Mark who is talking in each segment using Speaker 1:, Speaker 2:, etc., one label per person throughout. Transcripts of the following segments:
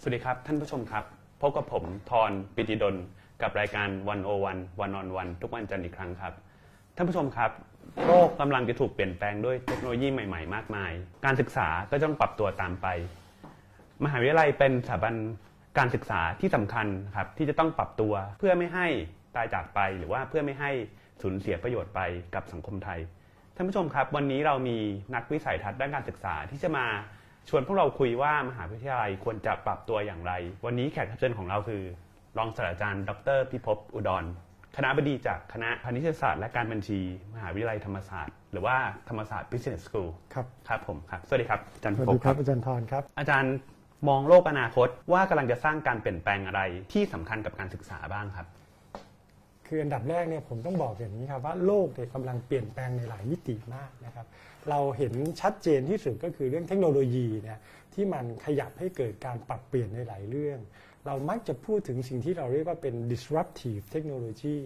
Speaker 1: สวัสดีครับ ท่านผู้ชมครับ พบกับผมทอนปิติดล กับรายการวันโอวันวันออนวันทุกวันจันทร์อีกครั้งครับ ท่านผู้ชมครับ โลกกำลังจะถูกเปลี่ยนแปลงด้วยเทคโนโลยีใหม่ๆ มากมาย การศึกษาก็ต้องปรับตัวตามไป มหาวิทยาลัยเป็นสถาบันการศึกษาที่สำคัญครับที่จะต้องปรับตัวเพื่อไม่ให้ตายจากไป หรือว่าเพื่อไม่ให้สูญเสียประโยชน์ไปกับสังคมไทย ท่านผู้ชมครับวันนี้เรามีนักวิสัยทัศน์ด้านการศึกษาที่จะมาชวนพวกเราคุยว่ามหาวิทยาลัยควรจะปรับตัวอย่างไร วันนี้แขกรับเชิญของเราคือ รองศาสตราจารย์ ดรพิภพอุดร คณะบดีจากคณะพาณิชยศาสตร์และการบัญชี มหาวิทยาลัยธรรมศาสตร์ หรือว่าธรรมศาสตร์ Business School
Speaker 2: ครับ
Speaker 1: ครับผมครับสวัสดีครับอาจารย์
Speaker 2: ส
Speaker 1: พิ
Speaker 2: วั
Speaker 1: ภพ
Speaker 2: สดี
Speaker 1: ค
Speaker 2: ค
Speaker 1: รั
Speaker 2: รับ บอาจารย์ธรครับ
Speaker 1: อาจารย์มองโลกอนาคตว่ากำลังจะสร้างการเปลี่ยนแปลงอะไรที่สำคัญกับการศึกษาบ้างครับ
Speaker 2: คืออันดับแรกเนี่ยผมต้องบอกอย่างนี้ครับว่าโลกเนี่ยกำลังเปลี่ยนแปลงในหลายมิติมากนะครับเราเห็นชัดเจนที่สุดก็คือเรื่องเทคโนโลยีเนี่ยที่มันขยับให้เกิดการปรับเปลี่ยนในหลายเรื่อง เรามักจะพูดถึงสิ่งที่เราเรียกว่าเป็น disruptive technology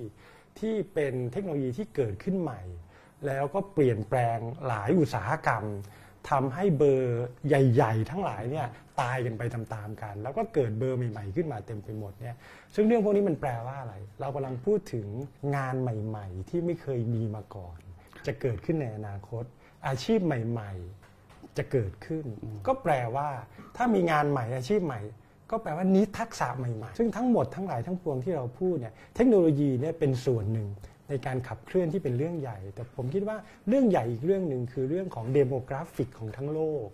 Speaker 2: ที่เป็นเทคโนโลยีที่เกิดขึ้นใหม่ แล้วก็เปลี่ยนแปลงหลายอุตสาหกรรมทำให้เบอร์ใหญ่ ๆ ทั้งหลายเนี่ยตายกันไปตามๆกัน แล้วก็เกิดเบอร์ใหม่ ๆ ขึ้นมาเต็มไปหมดเนี่ยซึ่งเรื่องพวกนี้มันแปลว่าอะไร เรากำลังพูดถึงงานใหม่ๆ ที่ไม่เคยมีมาก่อน จะเกิดขึ้นในอนาคต อาชีพใหม่ ๆ จะเกิดขึ้น ก็แปลว่า ถ้ามีงานใหม่อาชีพใหม่ ก็แปลว่านี้ทักษะใหม่ๆ ซึ่งทั้งหมดทั้งหลายทั้งปวงที่เราพูดเนี่ยเทคโนโลยีเนี่ยเป็นส่วนหนึ่งในการขับเคลื่อนที่เป็นเรื่องใหญ่ แต่ผมคิดว่าเรื่องใหญ่อีกเรื่องหนึ่งคือเรื่องของเดโมกราฟิกของทั้งโลก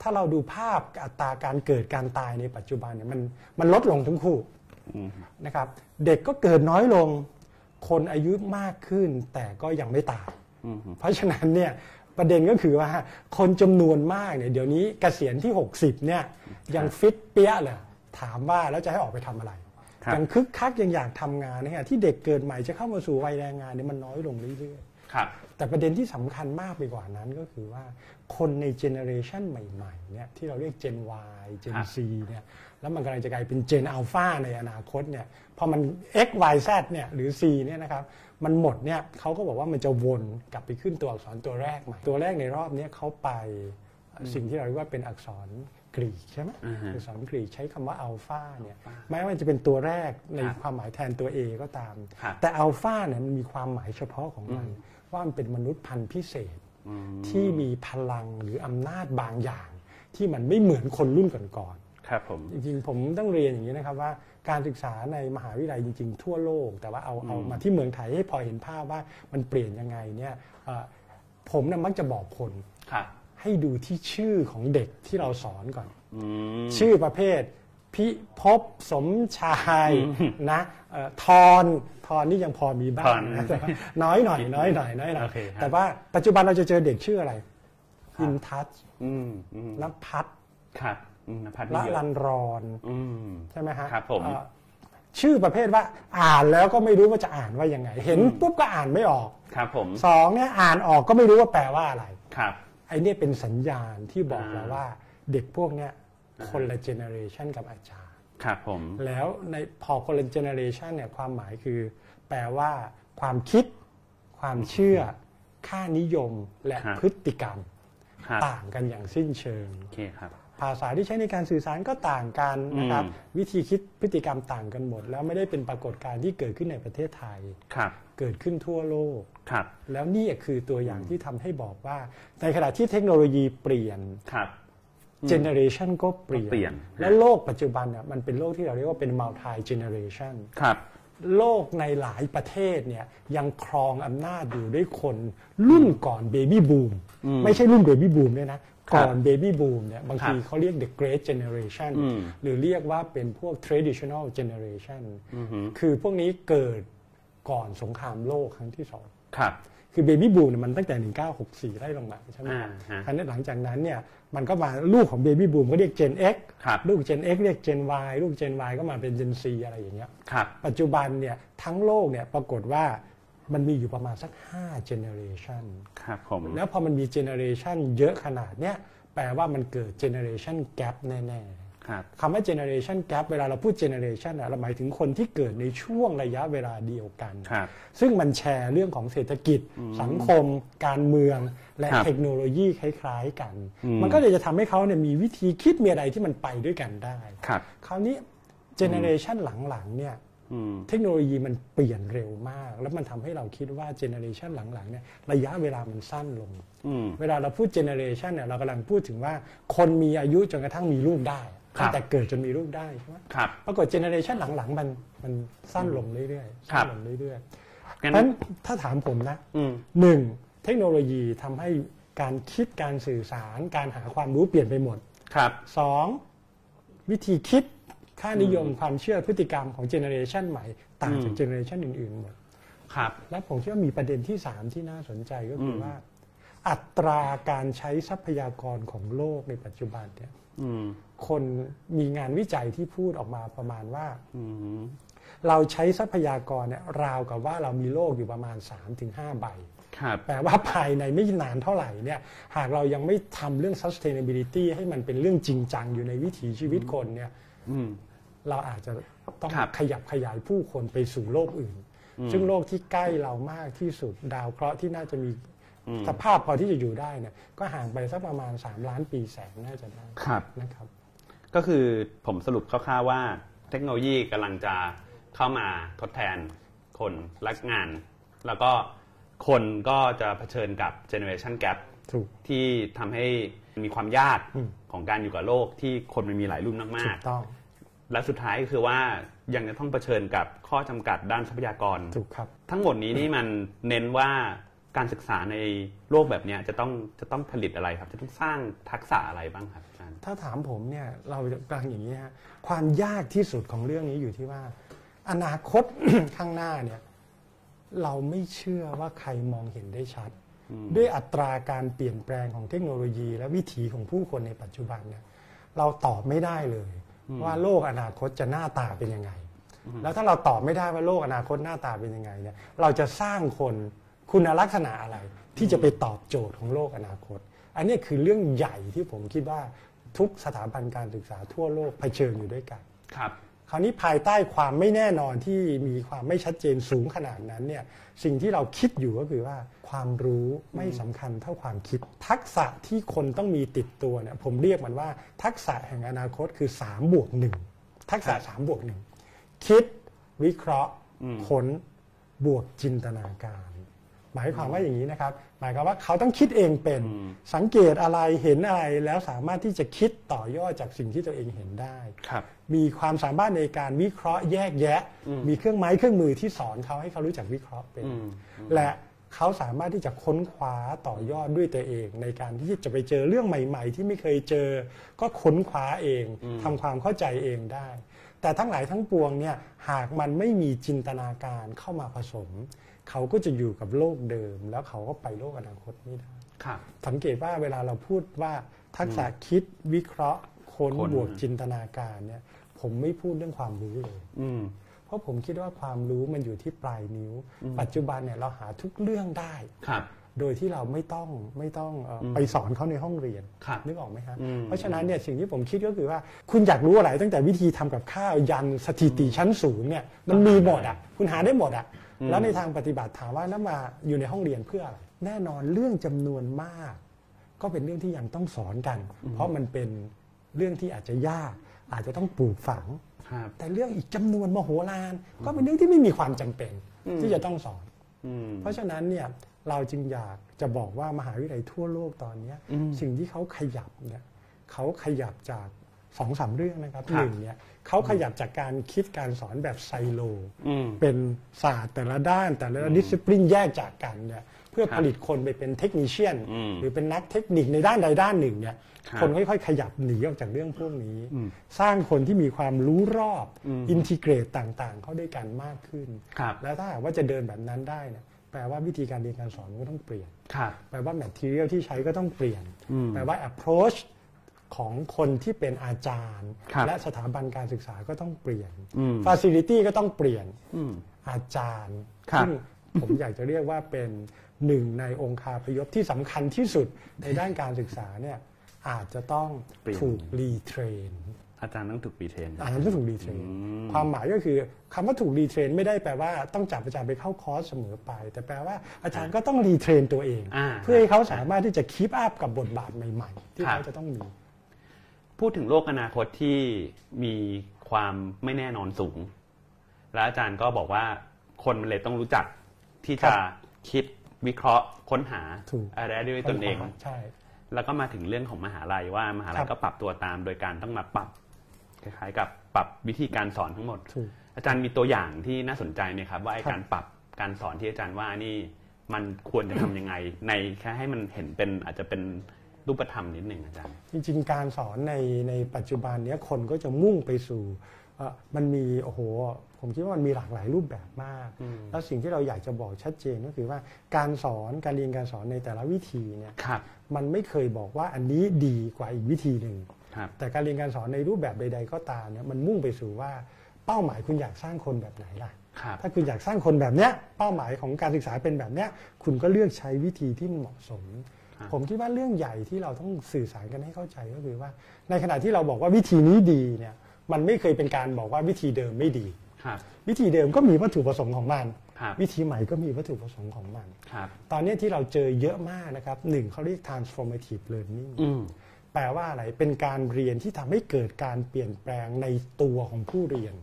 Speaker 2: ถ้าเราดูภาพอัตราการเกิดการตายในปัจจุบันเนี่ยมันมันลดลงทั้งคู่ นะครับเด็กก็เกิดน้อยลง คนอายุมากขึ้น แต่ก็ยังไม่ตาย
Speaker 1: อืม
Speaker 2: เพราะฉะนั้นเนี่ยประเด็นก็คือว่าคนจำนวนมากเนี่ยเดี๋ยวนี้เกษียณที่ 60เนี่ยยังฟิตเปี้ยเลยถามว่าแล้วจะให้ออกไปทำอะไร
Speaker 1: ครับ
Speaker 2: ยังคึกคักยังอยากทำงานนะฮะที่เด็กเกิดใหม่จะเข้ามาสู่วัยแรงงานเนี่ยมันน้อยลงเรื่อยๆ
Speaker 1: ครับ
Speaker 2: แต่ประเด็นที่สำคัญมากไปกว่านั้นก็คือว่า คนในเจเนอเรชันใหม่ๆเนี่ยที่เราเรียก Gen Y Gen
Speaker 1: ครับ
Speaker 2: Z เนี่ยแล้วมันกำลังจะกลายเป็น Gen Alpha ในอนาคตเนี่ยพอมัน X Y Z เนี่ยหรือ C เนี่ยนะครับมันหมดเนี่ยเขาก็บอกว่ามันจะวนกลับไปขึ้นตัวอักษรตัวแรกใหม่ตัวแรกในรอบเนี้ยเขาไปสิ่งที่เราเรียกว่าเป็นอักษรกรีกใช่ไหม
Speaker 1: อ่าฮะ
Speaker 2: อักษรกรีกใช้คำว่าอัลฟาเนี่ยแม้ว่าจะเป็นตัวแรกใน
Speaker 1: ครับ
Speaker 2: ความหมายแทนตัว A ก็ตาม
Speaker 1: ครับ
Speaker 2: แต่อัลฟาเนี่ยมันมีความหมายเฉพาะของมัน ว่ามันเป็นมนุษย์พันธุ์พิเศษ
Speaker 1: อืม
Speaker 2: ที่มีพลังหรืออำนาจบางอย่าง ที่มันไม่เหมือนคนรุ่นก่อน
Speaker 1: ครับผม
Speaker 2: ๆจริงๆ ผมต้องเรียนอย่างนี้นะครับว่าการศึกษาในมหาวิทยาลัยจริง ๆ ทั่วโลก แต่ว่าเอาเอามาที่เมืองไทยให้พอเห็นภาพว่ามันเปลี่ยนยังไงเนี่ยเอ่อผมนะมักจะบอกคน
Speaker 1: ครับ
Speaker 2: ให้ดูที่ชื่อของเด็กที่เราสอนก่อน
Speaker 1: อืม
Speaker 2: ชื่อประเภท พิภพสมชายนะเอ่อทอนทอนนี่ยังพอมีบ้า
Speaker 1: ทอ
Speaker 2: ง
Speaker 1: น
Speaker 2: นะแต่ว่าน้อยหน่อยน้อยหน่อยน้อยหน่อย
Speaker 1: โอเคครับ
Speaker 2: แต่ว่าปัจจุบันเราจะเจอเด็กชื่ออะไร
Speaker 1: ครับ
Speaker 2: อินทัช
Speaker 1: อืมอืม
Speaker 2: นพัฒน์
Speaker 1: ครับอืมนภัทร
Speaker 2: ละ
Speaker 1: เย
Speaker 2: ลั
Speaker 1: อะ
Speaker 2: นรอน
Speaker 1: อืม
Speaker 2: ใช่ไหมฮะ
Speaker 1: ครับผม
Speaker 2: เอ่อชื่อประเภทว่าอ่านแล้วก็ไม่รู้ว่าจะอ่านว่ายังไง เห็นปุ๊บก็อ่านไม่ออก
Speaker 1: ครับผม
Speaker 2: สองเนี่ยอ่านออกก็ไม่รู้ว่าแปลว่าอะไร
Speaker 1: ครับ
Speaker 2: ไอ้เนี่ยเป็นสัญญาณที่บอกเรา
Speaker 1: อ่า
Speaker 2: ว่าเด็กพวกเนี้ยคนละเจเนอเรชันกับอาจารย์
Speaker 1: ครับผม
Speaker 2: แล้วในพอคนละเจเนอเรชันเนี่ยความหมายคือ แปลว่าความคิด ความเชื่อ ค่านิยมและ
Speaker 1: ครับ
Speaker 2: พฤติกรรม
Speaker 1: ครับ
Speaker 2: ต่างกันอย่างสิ้นเชิง
Speaker 1: โอเคครับ
Speaker 2: ภาษาที่ใช้ในการสื่อสารก็ต่างกันนะครับ
Speaker 1: อืม
Speaker 2: วิธีคิดพฤติกรรมต่างกันหมด แล้วไม่ได้เป็นปรากฏการณ์ที่เกิดขึ้นในประเทศไทย
Speaker 1: ครับ
Speaker 2: เกิดขึ้นทั่วโลก
Speaker 1: ครับ
Speaker 2: แล้วนี่คือตัวอย่างที่ทำให้บอกว่า ในขณะที่เทคโนโลยีเปลี่ยน
Speaker 1: ครับ
Speaker 2: เจเนอเรชันก็เปลี่ยน
Speaker 1: เปลี่ยน
Speaker 2: และโลกปัจจุบันเนี่ยมันเป็นโลกที่เราเรียกว่าเป็นมัล t ิเจเนอเรชัน
Speaker 1: ครับ
Speaker 2: โลกในหลายประเทศเนี่ยยังครองอำนาจอยู่ด้วยคนรุ่นก่อนเบบี้บูมไม่ใช่รุ่นเบบี้บูมด้วยนะ ก่อนเบบี้บูมเนี่ยบางทีเขาเรียก the great generation
Speaker 1: อืม
Speaker 2: หรือเรียกว่าเป็นพวก traditional generation คือพวกนี้เกิดก่อนสงครามโลกครั้งที่สอง
Speaker 1: ครับ
Speaker 2: คือเบบี้บูมเนี่ยมันตั้งแต่ 1964 ไล่ลงมาใช่ไหม
Speaker 1: อ่าฮะ
Speaker 2: ครั้นี้หลังจากนั้นเนี่ยมันก็มาลูกของเบบี้บูมก็เรียก Gen X
Speaker 1: ครับ
Speaker 2: ลูก Gen X เรียก Gen Y ลูก Gen Y ก็มาเป็น Gen C อะไรอย่างเงี้ย
Speaker 1: ครับ
Speaker 2: ปัจจุบันเนี่ยทั้งโลกเนี่ยปรากฏว่ามันมีอยู่ประมาณสัก 5 generation
Speaker 1: ครับผม
Speaker 2: แล้วพอมันมี generation เยอะขนาดเนี้ยแปลว่ามันเกิด generation gap แน่
Speaker 1: ครับ
Speaker 2: คำว่า generation gap เวลาเราพูด generation อะเราหมายถึงคนที่เกิดในช่วงระยะเวลาเดียวกัน
Speaker 1: ครับ
Speaker 2: ซึ่งมันแชร์เรื่องของเศรษฐกิจ สังคม การเมือง และ
Speaker 1: ครับ
Speaker 2: เทคโนโลยีคล้ายๆกัน
Speaker 1: อืม
Speaker 2: มันก็เลยจะทำให้เขาเนี่ยมีวิธีคิดมีอะไรที่มันไปด้วยกันได้
Speaker 1: ครับ
Speaker 2: คราวนี้เจเนเรชันหลังๆเนี่ย
Speaker 1: อืม
Speaker 2: เทคโนโลยีมันเปลี่ยนเร็วมาก แล้วมันทำให้เราคิดว่าเจเนเรชันหลังๆเนี่ยระยะเวลามันสั้นลง
Speaker 1: อืม
Speaker 2: เวลาเราพูดเจเนเรชันเนี่ยเรากำลังพูดถึงว่าคนมีอายุจนกระทั่งมีลูกได้
Speaker 1: ครับ
Speaker 2: ตั้งแต่เกิดจนมีลูกได้ใช่ไหม
Speaker 1: ครับ
Speaker 2: ปรากฏเจเนเรชันหลังๆมันมันสั้นลงเรื่อยๆ
Speaker 1: ครั
Speaker 2: สั้
Speaker 1: บ
Speaker 2: นลงเรื่อยๆเพราะ
Speaker 1: งั้
Speaker 2: ฉะนั้น นถ้าถามผมนะ
Speaker 1: อืม
Speaker 2: หนึ่งเทคโนโลยีทำให้การคิดการสื่อสารการหาความรู้เปลี่ยนไปหมด
Speaker 1: ครับ
Speaker 2: สองวิธีคิดค่านิยมความเชื่อพฤติกรรมของเจเนอเรชันใหม่ ต่างจา
Speaker 1: อื
Speaker 2: ก
Speaker 1: ม
Speaker 2: เจเนอเรชันอื่นๆหมด
Speaker 1: ครับ
Speaker 2: และผมคิดว่ามีประเด็นที่ 3 ที่น่าสนใจก็คืออ
Speaker 1: ม
Speaker 2: ว่า อัตราการใช้ทรัพยากรของโลกในปัจจุบันเนี่ย
Speaker 1: อืม
Speaker 2: คนมีงานวิจัยที่พูดออกมาประมาณว่า
Speaker 1: อืม
Speaker 2: เราใช้ทรัพยากรเนี่ยราวกับว่าเรามีโลกอยู่ประมาณ 3-5 ใบ
Speaker 1: ครับ
Speaker 2: แปลว่าภายในไม่นานเท่าไหร่เนี่ยหากเรายังไม่ทำเรื่อง sustainability ให้มันเป็นเรื่องจริงจังอยู่ในวิถีชีวิตคนเนี่ย
Speaker 1: อืม
Speaker 2: เราอาจจะต้อง
Speaker 1: ครับ
Speaker 2: ขยับขยายผู้คนไปสู่โลกอื่น
Speaker 1: อืม
Speaker 2: ซึ่งโลกที่ใกล้เรามากที่สุดดาวเคราะห์ที่น่าจะมี
Speaker 1: อืม
Speaker 2: สภาพพอที่จะอยู่ได้เนี่ยก็ห่างไปสักประมาณ 3 ล้านปีแสงน่าจะได้
Speaker 1: ครับ
Speaker 2: นะครับ
Speaker 1: ก็คือผมสรุปคร่าวๆว่า เทคโนโลยีกำลังจะเข้ามาทดแทนคนรักงาน แล้วก็คนก็จะเผชิญกับ generation gap
Speaker 2: ถูก
Speaker 1: ที่ทำให้มีความยาก
Speaker 2: อืม
Speaker 1: ของการอยู่กับโลกที่คนมันมีหลายรุ่น
Speaker 2: ถู
Speaker 1: มาก
Speaker 2: กต้อง
Speaker 1: ๆ และสุดท้ายก็คือว่ายังจะต้องเผชิญกับข้อจำกัดด้านทรัพยากร
Speaker 2: ถูกครับ
Speaker 1: ทั้งหมดนี้นี่มันเน้นว่าการศึกษาในโลกแบบเนี้ยจะต้องจะต้องผลิตอะไรครับ จะต้องสร้างทักษะอะไรบ้างครับอาจารย์
Speaker 2: ถ้าถามผมเนี่ยเราจะกลางอย่างนี้ฮะความยากที่สุดของเรื่องนี้อยู่ที่ว่า อนาคต ข้างหน้าเนี่ยเราไม่เชื่อว่าใครมองเห็นได้ชัด ด้วยอัตราการเปลี่ยนแปลงของเทคโนโลยี และวิถีของผู้คนในปัจจุบันเนี่ยเราตอบไม่ได้เลย ว่าโลกอนาคตจะหน้าตาเป็นยังไง แล้วถ้าเราตอบไม่ได้ว่าโลกอนาคตหน้าตาเป็นยังไงเนี่ยเราจะสร้างคนคุณลักษณะอะไรที่จะไปตอบโจทย์ของโลกอนาคต อันเนี้ยคือเรื่องใหญ่ที่ผมคิดว่าทุกสถาบันการศึกษาทั่วโลกเผชิญอยู่ด้วยกัน
Speaker 1: ครับ
Speaker 2: คราวนี้ภายใต้ความไม่แน่นอนที่มีความไม่ชัดเจนสูงขนาดนั้นเนี่ยสิ่งที่เราคิดอยู่ก็คือว่าความรู้ไม่สำคัญเท่าความคิด ทักษะที่คนต้องมีติดตัวเนี่ยผมเรียกมันว่า ทักษะแห่งอนาคตคือ3บวกหนึ่งทักษะ3บวกหนึ่งคิด วิเคราะห์
Speaker 1: อืม
Speaker 2: ค้นบวกจินตนาการ หมายความว่าอย่างนี้นะครับ หมายความว่าเขาต้องคิดเองเป็น สังเกตอะไรเห็นอะไรแล้วสามารถที่จะคิดต่อยอดจากสิ่งที่ตัวเองเห็นได้
Speaker 1: ครับ
Speaker 2: มีความสามารถในการวิเคราะห์แยกแยะ มีเครื่องไม้เครื่องมือที่สอนเขาให้เขารู้จักวิเคราะห์เป็น
Speaker 1: อืม
Speaker 2: และเขาสามารถที่จะค้นคว้าต่อยอดด้วยตัวเอง ในการที่จะไปเจอเรื่องใหม่ ๆ ที่ไม่เคยเจอ ก็ค้นคว้าเองทำความเข้าใจเองได้ แต่ทั้งหลายทั้งปวงเนี่ยหากมันไม่มีจินตนาการเข้ามาผสม เขาก็จะอยู่กับโลกเดิม แล้วเขาก็ไปโลกอนาคตไม่ได้
Speaker 1: ครับ
Speaker 2: สังเกตว่าเวลาเราพูดว่าทักษะคิดวิเคราะห์ค้น
Speaker 1: ค้น
Speaker 2: บวกจินตนาการเนี่ยผมไม่พูดเรื่องความรู้เลย
Speaker 1: อืม
Speaker 2: เพราะผมคิดว่าความรู้มันอยู่ที่ปลายนิ้ว ปัจจุบันเนี่ยเราหาทุกเรื่องได้
Speaker 1: ครับ
Speaker 2: โดยที่เราไม่ต้องไม่ต้องเอ่ออ
Speaker 1: ม
Speaker 2: ไปสอนเขาในห้องเรียน
Speaker 1: ครับ
Speaker 2: นึกออกไหมฮะ
Speaker 1: อืม
Speaker 2: เพราะฉะนั้นเนี่ยสิ่งที่ผมคิดก็คือว่า คุณอยากรู้อะไรตั้งแต่วิธีทำกับข้าวยันสถิติชั้นสูงเนี่ยมันมีหมดอ่ะคุณหาได้หมดอ่ะแล้วในทางปฏิบัติถามว่าน้ำมาอยู่ในห้องเรียนเพื่ออะไรแน่นอนเรื่องจำนวนมาก ก็เป็นเรื่องที่ยังต้องสอนกัน เพราะมันเป็นเรื่องที่อาจจะยาก อาจจะต้องปลูกฝัง
Speaker 1: ครับ
Speaker 2: แต่เรื่องอีกจำนวนมโหฬารก็เป็นเรื่องที่ไม่มีความจำเป็น ที่จะต้องสอน
Speaker 1: อืม
Speaker 2: เพราะฉะนั้นเนี่ยเราจึงอยากจะบอกว่ามหาวิทยาลัยทั่วโลกตอนเนี้ย
Speaker 1: อืม
Speaker 2: สิ่งที่เขาขยับเนี่ยเขาขยับจากสองสามเรื่องนะครับ
Speaker 1: ครับ
Speaker 2: หนึ่งเนี่ยเขาขยับจากการคิดการสอนแบบไซโล
Speaker 1: อืม
Speaker 2: เป็นศาสตร์แต่ละด้านแต่ละดิสซิ p ลินแยกจากกันเนี่ยเพื่อ
Speaker 1: ครับ
Speaker 2: ผลิตคนไปเป็นเทคนิชเชียน
Speaker 1: อืม
Speaker 2: หรือเป็นนักเทคนิคในด้านใดด้านหนึ่งเนี่ย
Speaker 1: ครับ
Speaker 2: คนค่อยๆ ขยับหนีออกจากเรื่องพวกนี้ สร้างคนที่มีความรู้รอบ
Speaker 1: อืม
Speaker 2: อินทิเกรตต่างๆ เข้าด้วยกันมากขึ้น
Speaker 1: ครับ
Speaker 2: แล้วถ้าหากว่าจะเดินแบบนั้นได้เนี่ยแปลว่าวิธีการเรียนการสอนก็ต้องเปลี่ยน
Speaker 1: ครับ
Speaker 2: แปลว่า material ที่ใช้ก็ต้องเปลี่ยน
Speaker 1: อืม
Speaker 2: แปลว่า approach ของคนที่เป็นอาจารย์
Speaker 1: ครับ
Speaker 2: และสถาบันการศึกษาก็ต้องเปลี่ยน
Speaker 1: อืม
Speaker 2: facility ก็ต้องเปลี่ยน
Speaker 1: อืม
Speaker 2: อาจารย์
Speaker 1: ครับ
Speaker 2: ซึ่งผมอยากจะเรียกว่าเป็นหนึ่งในองคาพยพที่สำคัญที่สุดในด้านการศึกษาเนี่ยอาจจะต้อง
Speaker 1: เปลี่ยน
Speaker 2: ถูกรีเทรน
Speaker 1: อาจารย์ต้องถูกปีเทรน
Speaker 2: อันนั้นก็ถูกดีเทรน
Speaker 1: อืม
Speaker 2: ความหมายก็คือคำว่าถูกดีเทรนไม่ได้แปลว่าต้องจับอาจารย์ไปเข้าคอร์สเสมอไป แต่แปลว่าอาจารย์ก็ต้องรีเทรนตัวเอง
Speaker 1: อ่า
Speaker 2: เพื่อให้เขาสามารถที่จะคีปอัพกับบทบาทใหม่ๆ ที่
Speaker 1: ครับ
Speaker 2: เขาจะต้องมี
Speaker 1: พูดถึงโลกอนาคตที่มีความไม่แน่นอนสูง แล้วอาจารย์ก็บอกว่าคนมันเลยต้องรู้จักที่จะ
Speaker 2: ครับ
Speaker 1: คิดวิเคราะห์ค้นหา
Speaker 2: ถูก
Speaker 1: อะไรได้ด้วยตนเอง
Speaker 2: ใช่
Speaker 1: แล้วก็มาถึงเรื่องของมหาลัยว่ามหาลั
Speaker 2: ครั
Speaker 1: ย
Speaker 2: บ
Speaker 1: ก็ปรับตัวตาม โดยการต้องมาปรับคล้ายๆกับปรับวิธีการสอนทั้งหมด
Speaker 2: ถูก
Speaker 1: อาจารย์มีตัวอย่างที่น่าสนใจไหมครับ ว่าไอ้
Speaker 2: ครับ
Speaker 1: การปรับการสอนที่อาจารย์ว่านี่มันควรจะทำยังไง ในแค่ให้มันเห็นเป็นอาจจะเป็นรูปธรรมนิดหนึ่งอาจารย์
Speaker 2: จริงๆ การสอนในในปัจจุบันเนี้ยคนก็จะมุ่งไปสู่เอ่อมันมีโอ้โห ผมคิดว่ามันมีหลากหลายรูปแบบมาก
Speaker 1: อืม
Speaker 2: แล้วสิ่งที่เราอยากจะบอกชัดเจนก็คือว่าการสอนการเรียนการสอนในแต่ละวิธีเนี่ย
Speaker 1: ครับ
Speaker 2: มันไม่เคยบอกว่าอันนี้ดีกว่าอีกวิธีหนึ่ง
Speaker 1: ครับ
Speaker 2: แต่การเรียนการสอนในรูปแบบใด ๆ ก็ตามเนี่ยมันมุ่งไปสู่ว่าเป้าหมายคุณอยากสร้างคนแบบไหนล่ะ
Speaker 1: ครับ
Speaker 2: ถ้าคุณอยากสร้างคนแบบเนี้ยเป้าหมายของการศึกษาเป็นแบบเนี้ยคุณก็เลือกใช้วิธีที่มันเหมาะสม
Speaker 1: ครับ
Speaker 2: ผมคิดว่าเรื่องใหญ่ที่เราต้องสื่อสารกันให้เข้าใจก็คือว่า ในขณะที่เราบอกว่าวิธีนี้ดีเนี่ยมันไม่เคยเป็นการบอกว่าวิธีเดิมไม่ดี
Speaker 1: ครับ
Speaker 2: วิธีเดิมก็มีวัตถุประสงค์ของมัน
Speaker 1: ครับ
Speaker 2: วิธีใหม่ก็มีวัตถุประสงค์ของมัน
Speaker 1: ครับ
Speaker 2: ตอนเนี้ยที่เราเจอเยอะมากนะครับหนึ่งเขาเรียก transformative learning
Speaker 1: อืม
Speaker 2: แปลว่าอะไร เป็นการเรียนที่ทำให้เกิดการเปลี่ยนแปลงในตัวของผู้เรียน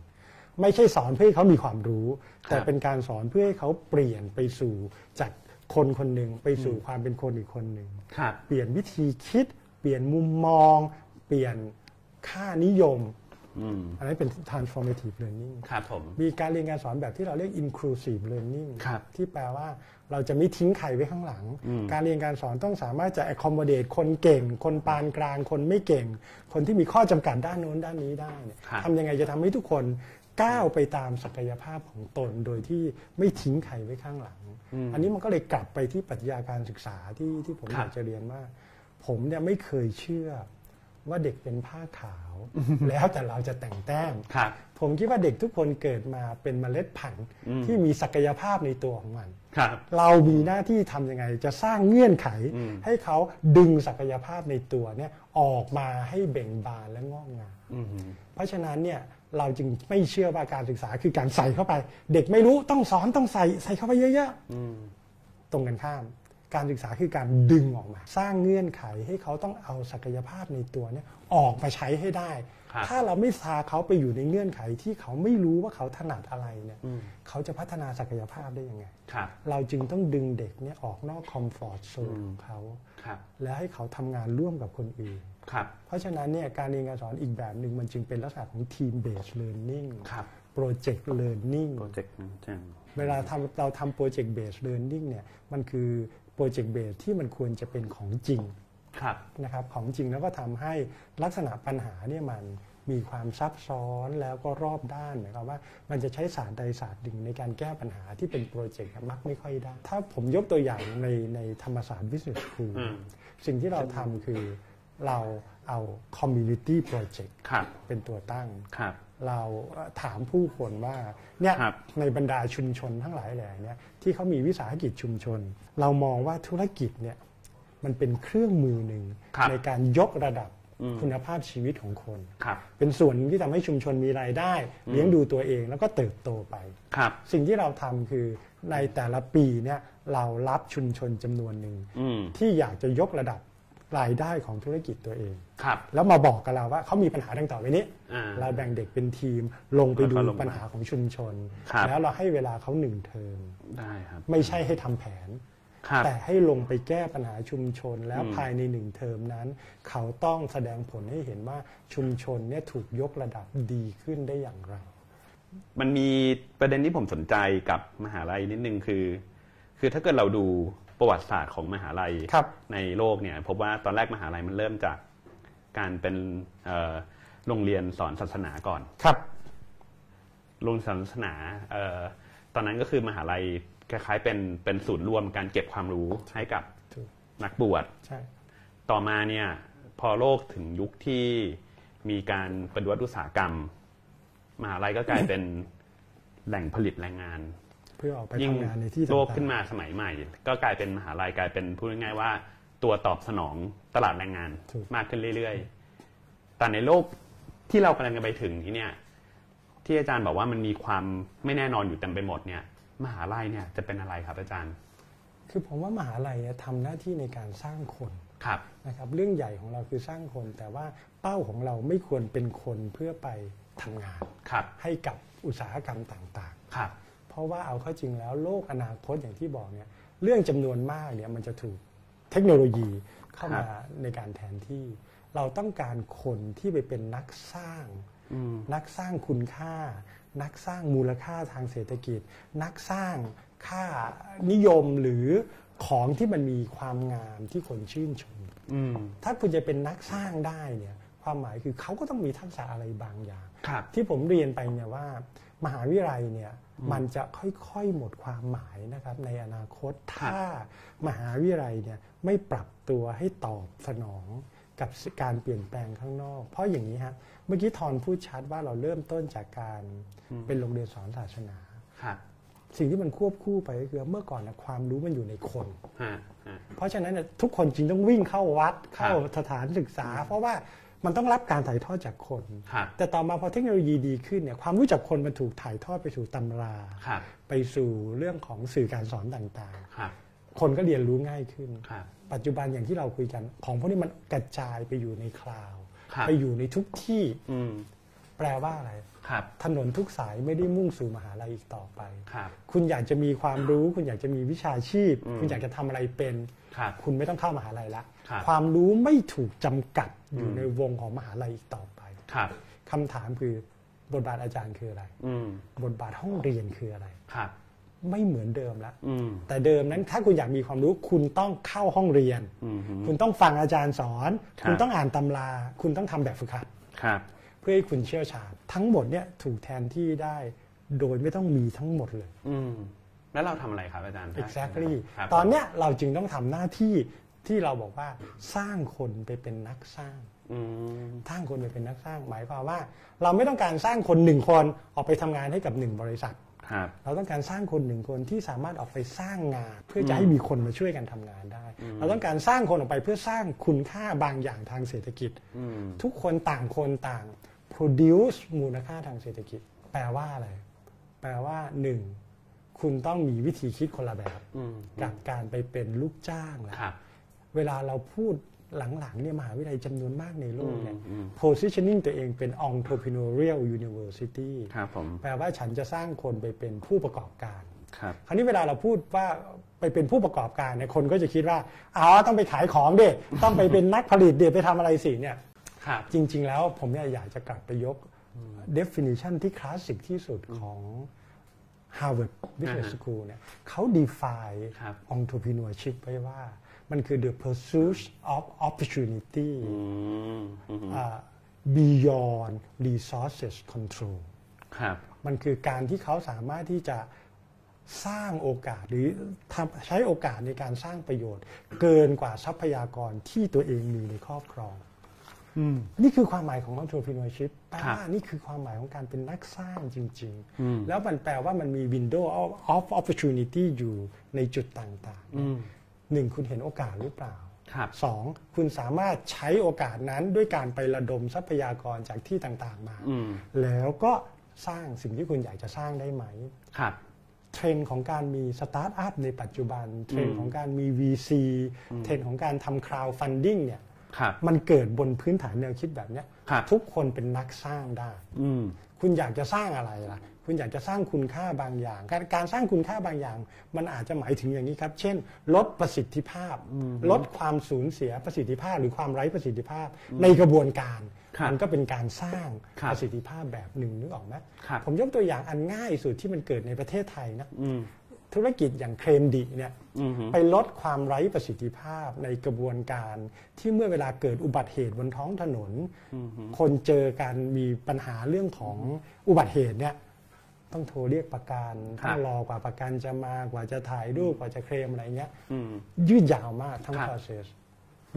Speaker 2: ไม่ใช่สอนเพื่อให้เขามีความรู้ แต่เป็นการสอนเพื่อให้เขาเปลี่ยนไปสู่จากคนคนหนึ่งไปสู่ความเป็นคนอีกคนหนึ่ง
Speaker 1: ครับ
Speaker 2: เปลี่ยนวิธีคิด เปลี่ยนมุมมอง เปลี่ยนค่านิยม
Speaker 1: อืม
Speaker 2: อันนี้เป็น transformative learning
Speaker 1: ครับผม
Speaker 2: มีการเรียนการสอนแบบที่เราเรียก inclusive learning
Speaker 1: ครับ
Speaker 2: ที่แปลว่าเราจะไม่ทิ้งใครไว้ข้างหลัง
Speaker 1: อืม
Speaker 2: การเรียนการสอนต้องสามารถจะ accommodate คนเก่ง คนปานกลาง คนไม่เก่ง คนที่มีข้อจำกัดด้านโน้นด้านนี้ได้เนี่ย
Speaker 1: ครับ
Speaker 2: ทำยังไงจะทำให้ทุกคนก้าวไปตามศักยภาพของตน โดยที่ไม่ทิ้งใครไว้ข้างหลัง อันนี้มันก็เลยกลับไปที่ปรัชญาการศึกษาที่ที่ผม
Speaker 1: ครับ
Speaker 2: อยากจะเรียนว่า ผมเนี่ยไม่เคยเชื่อว่าเด็กเป็นผ้าขาว แล้วแต่เราจะแต่งแต้ม
Speaker 1: ครับ
Speaker 2: ผมคิดว่าเด็กทุกคนเกิดมาเป็นเมล็ดพันธุ์
Speaker 1: อืม
Speaker 2: ที่มีศักยภาพในตัวของมัน
Speaker 1: ครับ
Speaker 2: เรามีหน้าที่ทำยังไง จะสร้างเงื่อนไข
Speaker 1: อืม
Speaker 2: ให้เขาดึงศักยภาพในตัวเนี่ยออกมาให้เบ่งบานและงอกงาม
Speaker 1: อืม
Speaker 2: เพราะฉะนั้นเนี่ยเราจึงไม่เชื่อว่าการศึกษาคือการใส่เข้าไป เด็กไม่รู้ต้องสอนต้องใส่ใส่เข้าไปเยอะ
Speaker 1: อืม
Speaker 2: ๆ ตรงกันข้าม การศึกษาคือการดึงออกมา สร้างเงื่อนไขให้เขาต้องเอาศักยภาพในตัวเนี่ยออกมาใช้ให้ได้
Speaker 1: ครับ
Speaker 2: ถ้าเราไม่พาเขาไปอยู่ในเงื่อนไขที่เขาไม่รู้ว่าเขาถนัดอะไรเนี่ย
Speaker 1: อืม
Speaker 2: เขาจะพัฒนาศักยภาพได้ยังไง
Speaker 1: ครับ
Speaker 2: เราจึงต้องดึงเด็กเนี่ยออกนอกคอมฟอร์ z โซน
Speaker 1: อืม
Speaker 2: ของเขา
Speaker 1: ครับ
Speaker 2: และให้เขาทำงานร่วมกับคนอื่น
Speaker 1: ครับ
Speaker 2: เพราะฉะนั้นเนี่ยการเรียนการสอนอีกแบบหนึ่งมันจึงเป็นลักษณะของทีมเบสเลิร์นนิ่ง
Speaker 1: ครับ
Speaker 2: โปรเจกต์เลิร์นนิ่ง
Speaker 1: โปรเจกต์จัง
Speaker 2: เวลาทำเราทำโปรเจกต์เบสเลิร์นนิ่งเนี่ยมันคือโปรเจกต์เบสที่มันควรจะเป็นของจริง
Speaker 1: ครับ
Speaker 2: นะครับของจริงแล้วก็ทำให้ลักษณะปัญหาเนี่ยมันมีความซับซ้อนแล้วก็รอบด้านหมายความว่ามันจะใช้ศาสตร์ใดศาสตร์หนึ่งในการแก้ปัญหาที่เป็นโปรเจกต์อะมักไม่ค่อยได้ ถ้าผมยกตัวอย่างในในธรรมศาสตร์วิสุทธิ์ครู
Speaker 1: อืม
Speaker 2: สิ่งที่เราทำคือเราเอา Community Project
Speaker 1: ครับ
Speaker 2: เป็นตัวตั้ง
Speaker 1: ครับ
Speaker 2: เราเอ่อถามผู้คนว่าเนี่ย
Speaker 1: ครับ
Speaker 2: ในบรรดาชุมชนทั้งหลายแหล่เนี่ยที่เขามีวิสาหกิจชุมชน เรามองว่าธุรกิจเนี่ยมันเป็นเครื่องมือหนึ่ง
Speaker 1: ครับ
Speaker 2: ในการยกระดับ
Speaker 1: อืม
Speaker 2: คุณภาพชีวิตของคน
Speaker 1: ครับ
Speaker 2: เป็นส่วนหนึ่งที่ทำให้ชุมชนมีรายได้ เลี้ยงดูตัวเองแล้วก็เติบโตไป
Speaker 1: ครับ
Speaker 2: สิ่งที่เราทำคือในแต่ละปีเนี่ยเรารับชุมชนจำนวนหนึ่ง
Speaker 1: อืม
Speaker 2: ที่อยากจะยกระดับรายได้ของธุรกิจตัวเอง
Speaker 1: ครับ
Speaker 2: แล้วมาบอกกับเราว่าเขามีปัญหาดังต่อไปนี้
Speaker 1: อ่า
Speaker 2: เราแบ่งเด็กเป็นทีมลงไปดู
Speaker 1: แล้วก็ลงไป
Speaker 2: ปัญหาของชุมชน
Speaker 1: ครับ
Speaker 2: แล้วเราให้เวลาเขาหนึ่งเทอม
Speaker 1: ได้ครับ
Speaker 2: ไม่ใช่ให้ทำแผน
Speaker 1: ครับ
Speaker 2: แต่ให้ลงไปแก้ปัญหาชุมชน แล้ว
Speaker 1: อืม
Speaker 2: ภายในหนึ่งเทอมนั้น เขาต้องแสดงผลให้เห็นว่าชุมชนเนี่ยถูกยกระดับดีขึ้นได้อย่างไร
Speaker 1: มันมีประเด็นที่ผมสนใจกับมหาลัยนิดนึงคือ คือถ้าเกิดเราดูประวัติศาสตร์ของมหาลัย
Speaker 2: ครับ
Speaker 1: ในโลกเนี่ยพบว่าตอนแรกมหาลัยมันเริ่มจากการเป็นเอ่อโรงเรียนสอนศาสนาก่อน
Speaker 2: ครับ
Speaker 1: โรงศาสนาเอ่อตอนนั้นก็คือมหาลัยคล้ายๆเป็นเป็นศูนย์รวมการเก็บความรู้ให้กับ
Speaker 2: ถูก
Speaker 1: นักบวช
Speaker 2: ใช่
Speaker 1: ต่อมาเนี่ยพอโลกถึงยุคที่มีการปฏิวัติอุตสาหกรรม มหาลัยก็กลายเป็น แหล่งผลิตแรงงาน
Speaker 2: เพื่อออกไป
Speaker 1: ยิ่ง
Speaker 2: ทำงานในที่ต่างๆ
Speaker 1: โลกขึ้นมาสมัยใหม่ ก็กลายเป็นมหาลัยกลายเป็นพูดง่ายๆว่า ตัวตอบสนองตลาดแรงงาน
Speaker 2: ถูก
Speaker 1: มากขึ้นเรื่อยๆแต่ในโลก ที่เรากำลังจะไปถึงนี้เนี่ยที่อาจารย์บอกว่ามันมีความไม่แน่นอนอยู่เต็มไปหมดเนี่ยมหาลัยเนี่ยจะเป็นอะไรครับอาจารย์
Speaker 2: คือผมว่ามหาลัยเนี่ยทำหน้าที่ในการสร้างคน
Speaker 1: ครับ
Speaker 2: นะครับเรื่องใหญ่ของเราคือสร้างคน แต่ว่าเป้าของเราไม่ควรเป็นคนเพื่อไปทำงาน
Speaker 1: ครับ
Speaker 2: ให้กับอุตสาหกรรมต่าง
Speaker 1: ครับ
Speaker 2: ๆ เพราะว่าเอาเข้าจริงแล้วโลกอนาคตอย่างที่บอกเนี่ยเรื่องจำนวนมากเนี่ยมันจะถูกเทคโนโลยีเข้ามาในการแทนที่ เราต้องการคนที่ไปเป็นนักสร้าง
Speaker 1: อืม
Speaker 2: นักสร้างคุณค่า นักสร้างมูลค่าทางเศรษฐกิจ นักสร้างค่านิยมหรือของที่มันมีความงามที่คนชื่นชม
Speaker 1: อืม
Speaker 2: ถ้าคุณจะเป็นนักสร้างได้เนี่ยความหมายคือเขาก็ต้องมีทักษะอะไรบางอย่าง
Speaker 1: ครับ
Speaker 2: ที่ผมเรียนไปเนี่ยว่า มหาวิทยาลัยเนี่ยมันจะค่อยๆหมดความหมายนะครับในอนาคต
Speaker 1: ครับ
Speaker 2: ถ้ามหาวิทยาลัยเนี่ยไม่ปรับตัวให้ตอบสนองกับการเปลี่ยนแปลงข้างนอก เพราะอย่างนี้ฮะเมื่อกี้ทอนพูดชัดว่าเราเริ่มต้นจากการเป็นโรงเรียนสอนศาสนา
Speaker 1: ครับ
Speaker 2: สิ่งที่มันควบคู่ไปก็คือเมื่อก่อนนะความรู้มันอยู่ในคน
Speaker 1: ฮะฮะ
Speaker 2: เพราะฉะนั้นน่ะทุกคนจริงต้องวิ่งเข้าวัดเข้า
Speaker 1: ครับ
Speaker 2: สถานศึกษา เพราะว่ามันต้องรับการถ่ายทอดจากคน
Speaker 1: ครับ
Speaker 2: แต่ต่อมาพอเทคโนโลยีดีขึ้นเนี่ยความรู้จักคนมันถูกถ่ายทอดไปสู่ตำรา
Speaker 1: ครับ
Speaker 2: ไปสู่เรื่องของสื่อการสอนต่าง
Speaker 1: ครับ
Speaker 2: ๆ คนก็เรียนรู้ง่ายขึ้น
Speaker 1: ครับ
Speaker 2: ปัจจุบันอย่างที่เราคุยกัน ของพวกนี้มันกระจายไปอยู่ในคลาวด์
Speaker 1: ครับ
Speaker 2: ไปอยู่ในทุกที่
Speaker 1: อืม
Speaker 2: แปลว่าอะไร
Speaker 1: ครับ
Speaker 2: ถนนทุกสายไม่ได้มุ่งสู่มหาลัยอีกต่อไป
Speaker 1: ครับ
Speaker 2: คุณอยากจะมีความรู้ คุณอยากจะมีวิชาชีพ
Speaker 1: อืม
Speaker 2: คุณอยากจะทำอะไรเป็น
Speaker 1: ครับ
Speaker 2: คุณไม่ต้องเข้ามหาลัยละ
Speaker 1: ครับ
Speaker 2: ความรู้ไม่ถูกจำกัดอยู่
Speaker 1: อืม
Speaker 2: ในวงของมหาลัยอีกต่อไป
Speaker 1: ครับ
Speaker 2: คำถามคือบทบาทอาจารย์คืออะไร
Speaker 1: อืม
Speaker 2: บทบาทห้องเรียนคืออะไร
Speaker 1: ครับ
Speaker 2: ไม่เหมือนเดิมละ
Speaker 1: อืม
Speaker 2: แต่เดิมนั้นถ้าคุณอยากมีความรู้คุณต้องเข้าห้องเรียน
Speaker 1: อืม
Speaker 2: คุณต้องฟังอาจารย์สอน
Speaker 1: ครับ
Speaker 2: คุณต้องอ่านตำรา คุณต้องทำแบบฝึกหัด
Speaker 1: ครับ
Speaker 2: เพื่อให้คุณเชี่ยวชาญทั้งหมดเนี่ยถูกแทนที่ได้โดยไม่ต้องมีทั้งหมดเลย
Speaker 1: อืมแล้วเราทำอะไรครับอาจารย์
Speaker 2: exactly
Speaker 1: ครับ
Speaker 2: ตอนเนี้ยเราจึงต้องทำหน้าที่ที่เราบอกว่าสร้างคนไปเป็นนักสร้าง
Speaker 1: อืม
Speaker 2: สร้างคนไปเป็นนักสร้าง หมายความว่า เราไม่ต้องการสร้างคนหนึ่งคนออกไปทำงานให้กับหนึ่งบริษัท
Speaker 1: ครับ
Speaker 2: เราต้องการสร้างคนหนึ่งคนที่สามารถออกไปสร้างงาน เพื่อจะให้มีคนมาช่วยกันทำงานได้ เราต้องการสร้างคนออกไปเพื่อสร้างคุณค่าบางอย่างทางเศรษฐกิจ
Speaker 1: อืม
Speaker 2: ทุกคนต่างคนต่าง produce มูลค่าทางเศรษฐกิจ แปลว่าอะไร แปลว่าหนึ่งคุณต้องมีวิธีคิดคนละแบบ
Speaker 1: อืม
Speaker 2: กับการไปเป็นลูกจ้างนะครับ เวลาเราพูดหลังๆเนี่ยมหาวิทยาลัยจำนวนมากในโลกเนี่ย
Speaker 1: อืมอืม
Speaker 2: positioning ตัวเองเป็น entrepreneurial university
Speaker 1: ครับผม
Speaker 2: แปลว่าฉันจะสร้างคนไปเป็นผู้ประกอบการ
Speaker 1: ครับ
Speaker 2: คราวนี้เวลาเราพูดว่าไปเป็นผู้ประกอบการเนี่ยคนก็จะคิดว่าอ๋อต้องไปขายของเด็ต้องไปเป็นนักผลิตเด็ไปทำอะไรสิเนี่ย
Speaker 1: ครับ
Speaker 2: จริง ๆ แล้วผมเนี่ยอยากจะกลับไปยก definition ที่คลาสสิกที่สุดของ Harvard Business
Speaker 1: อ่าฮะ
Speaker 2: School เนี่ยเขา define
Speaker 1: ครับ
Speaker 2: entrepreneurship ไว้ว่า มันคือ the pursuit of opportunity
Speaker 1: อืมอืม
Speaker 2: อ่า beyond resources control
Speaker 1: ครับ
Speaker 2: มันคือการที่เขาสามารถที่จะสร้างโอกาสหรือทำใช้โอกาสในการสร้างประโยชน์ เกินกว่าทรัพยากรที่ตัวเองมีในครอบครอง
Speaker 1: อืม
Speaker 2: นี่คือความหมายของ entrepreneurship แปล
Speaker 1: ครั
Speaker 2: ว่า
Speaker 1: บ
Speaker 2: นี่คือความหมายของการเป็นนักสร้างจริง
Speaker 1: อืม
Speaker 2: ๆ แล้วมันแปลว่ามันมี window of of opportunity อยู่ในจุดต่าง
Speaker 1: อืม
Speaker 2: ๆหนึ่งคุณเห็นโอกาสหรือเปล่า
Speaker 1: ครับ
Speaker 2: สองคุณสามารถใช้โอกาสนั้นด้วยการไประดมทรัพยากรจากที่ต่างๆมา
Speaker 1: อืม
Speaker 2: แล้วก็สร้างสิ่งที่คุณอยากจะสร้างได้ไหม
Speaker 1: ครับ
Speaker 2: เทรนด์ของการมีสตาร์ทอัพในปัจจุบัน เทรน
Speaker 1: อื
Speaker 2: ด์
Speaker 1: ม
Speaker 2: ของการมี VC เทรนด์ของการทำ crowd funding เนี่ย
Speaker 1: ครับ
Speaker 2: มันเกิดบนพื้นฐานแนวคิดแบบเนี้ย
Speaker 1: ครับ
Speaker 2: ทุกคนเป็นนักสร้างได้
Speaker 1: อืม
Speaker 2: คุณอยากจะสร้างอะไรล่ะ คุณอยากจะสร้างคุณค่าบางอย่าง การการสร้างคุณค่าบางอย่าง มันอาจจะหมายถึงอย่างนี้ครับ เช่น ลดประสิทธิภาพ ลดความสูญเสียประสิทธิภาพ หรือความไร้ประสิทธิภาพ ในกระบวนการ
Speaker 1: ครับ
Speaker 2: มันก็เป็นการสร้าง
Speaker 1: ครับ
Speaker 2: ประสิทธิภาพแบบหนึ่งนึกออกไหม
Speaker 1: ครับ
Speaker 2: ผมยกตัวอย่างอันง่ายสุดที่มันเกิดในประเทศไทยนะ
Speaker 1: อืม
Speaker 2: ธุรกิจอย่างเครมดิเนี่ย
Speaker 1: อืม
Speaker 2: ไปลดความไร้ประสิทธิภาพในกระบวนการที่เมื่อเวลาเกิดอุบัติเหตุบนท้องถนน คนเจอการมีปัญหาเรื่องของอุบัติเหตุเนี่ยต้องโทรเรียกประกันต้องรอกว่าประกันจะมากว่าจะถ่ายรูปกว่าจะเคลมอะไรเงี้ย
Speaker 1: อืม
Speaker 2: ยืดยาวมากทั้ง
Speaker 1: ครับ
Speaker 2: process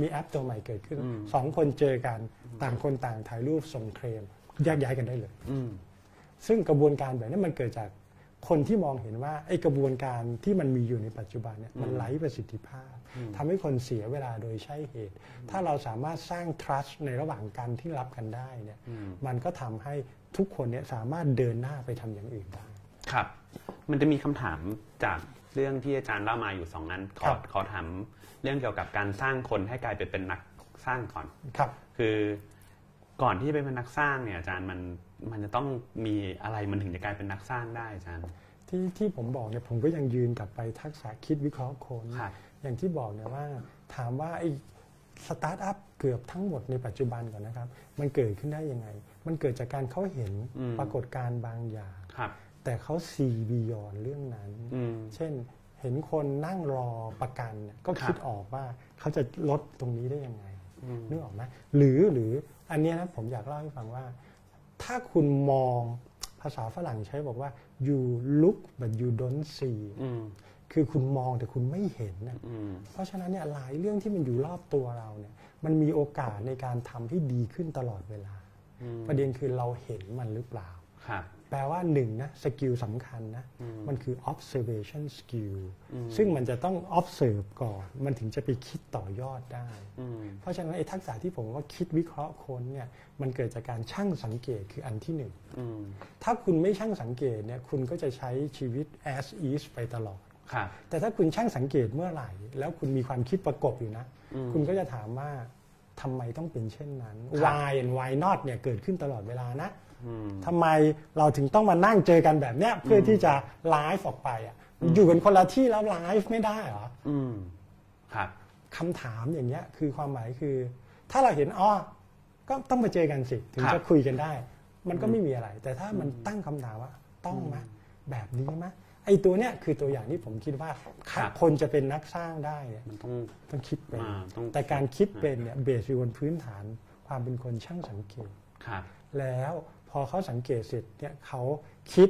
Speaker 2: มีแอปตัวใหม่เกิดขึ้นสองคนเจอกันต่างคนต่างถ่ายรูปส่งเคลมแยกย้ายกันได้เลย
Speaker 1: อืม
Speaker 2: ซึ่งกระบวนการแบบนี้มันเกิดจาก คนที่มองเห็นว่าไอ้กระบวนการที่มันมีอยู่ในปัจจุบันเนี่ยมัน
Speaker 1: อืม
Speaker 2: ไร้ประสิทธิภาพ
Speaker 1: อืม
Speaker 2: ทำให้คนเสียเวลาโดยใช่เหตุ ถ้าเราสามารถสร้าง trust ในระหว่างกันที่รับกันได้เนี่ย
Speaker 1: อืม
Speaker 2: มันก็ทำให้ทุกคนเนี่ยสามารถเดินหน้าไปทำอย่างอื่นได้
Speaker 1: ครับ มันจะมีคำถามจากเรื่องที่อาจารย์เล่ามาอยู่สองอันข
Speaker 2: ค
Speaker 1: อ
Speaker 2: รับ
Speaker 1: ขอถามเรื่องเกี่ยวกับการสร้างคนให้กลายไปเป็นนักสร้างก่อน
Speaker 2: ครับ
Speaker 1: คือก่อนที่จะไปเป็นนักสร้างเนี่ยอาจารย์มันมันจะต้องมีอะไรมันถึงจะกลายเป็นนักสร้างได้อาจารย์
Speaker 2: ที่ที่ผมบอกเนี่ยผมก็ยังยืนกลับไปทักษะคิดวิเคราะห์คน
Speaker 1: ครับ
Speaker 2: อย่างที่บอกเนี่ยว่าถามว่าไอ้สตาร์ทอัพเกือบทั้งหมดในปัจจุบันก่อนนะครับ มันเกิดขึ้นได้ยังไง มันเกิดจากการเขาเห็น
Speaker 1: อืม
Speaker 2: ปรากฏการณ์บางอย่าง
Speaker 1: ครับ
Speaker 2: แต่เขาซีบียอนเรื่องนั้น
Speaker 1: อืม
Speaker 2: เช่นเห็นคนนั่งรอประกันเนี่ยก็คิด
Speaker 1: ครับ
Speaker 2: ออกว่าเขาจะลดตรงนี้ได้ยังไง
Speaker 1: อืม
Speaker 2: นึกออกไหมหรือหรืออันเนี้ยนะผมอยากเล่าให้ฟังว่า ถ้าคุณมองภาษาฝรั่งใช้บอกว่า you look but you don't see
Speaker 1: อืม
Speaker 2: คือคุณมองแต่คุณไม่เห็นนะ
Speaker 1: อืม
Speaker 2: เพราะฉะนั้นเนี่ยหลายเรื่องที่มันอยู่รอบตัวเราเนี่ยมันมีโอกาสในการทำให้ดีขึ้นตลอดเวลา
Speaker 1: อืม
Speaker 2: ประเด็นคือเราเห็นมันหรือเปล่า
Speaker 1: ครับ
Speaker 2: แปลว่าหนึ่งนะสกิลสำคัญนะ
Speaker 1: อืม
Speaker 2: มันคือ observation skill
Speaker 1: อืม
Speaker 2: ซึ่งมันจะต้อง observe ก่อน มันถึงจะไปคิดต่อยอดได้
Speaker 1: อืม
Speaker 2: เพราะฉะนั้นไอ้ทักษะที่ผมว่าคิดวิเคราะห์คนเนี่ยมันเกิดจากการช่างสังเกตคืออันที่หนึ่ง
Speaker 1: อืม
Speaker 2: ถ้าคุณไม่ช่างสังเกตเนี่ยคุณก็จะใช้ชีวิต as is ไปตลอด
Speaker 1: ครับ
Speaker 2: แต่ถ้าคุณช่างสังเกตเมื่อไหร่ แล้วคุณมีความคิดประกบอยู่นะ
Speaker 1: อืม
Speaker 2: คุณก็จะถามว่าทำไมต้องเป็นเช่นนั้น
Speaker 1: ครับ
Speaker 2: why and why not เนี่ยเกิดขึ้นตลอดเวลานะ
Speaker 1: อืม
Speaker 2: ทำไมเราถึงต้องมานั่งเจอกันแบบเนี้ยเพื่อที่จะไลฟ์ออกไปอ่ะอยู่กันคนละที่แล้วไลฟ์ไม่ได้เหรอ
Speaker 1: อืมครับ
Speaker 2: คำถามอย่างเงี้ยคือความหมายคือ ถ้าเราเห็นอ้อก็ต้องมาเจอกันสิ ถึง
Speaker 1: ครั
Speaker 2: จะ
Speaker 1: บ
Speaker 2: คุยกันได้ มันก็ไม่มีอะไร แต่ถ้ามันตั้งคำถามว่าต้องไหมแบบนี้ไหมไอตัวเนี้ยคือตัวอย่างที่ผมคิดว่า
Speaker 1: ครับ
Speaker 2: คนจะเป็นนักสร้างได้เนี่ย
Speaker 1: มันต้อง
Speaker 2: ต้องคิดเป็น
Speaker 1: อ่าต้อง
Speaker 2: แต่การคิดเป็นเนี่ยเบสอยู่บนพื้นฐาน ความเป็นคนช่างสังเกต
Speaker 1: ครับ
Speaker 2: แล้วพอเขาสังเกตเสร็จเนี่ยเขาคิด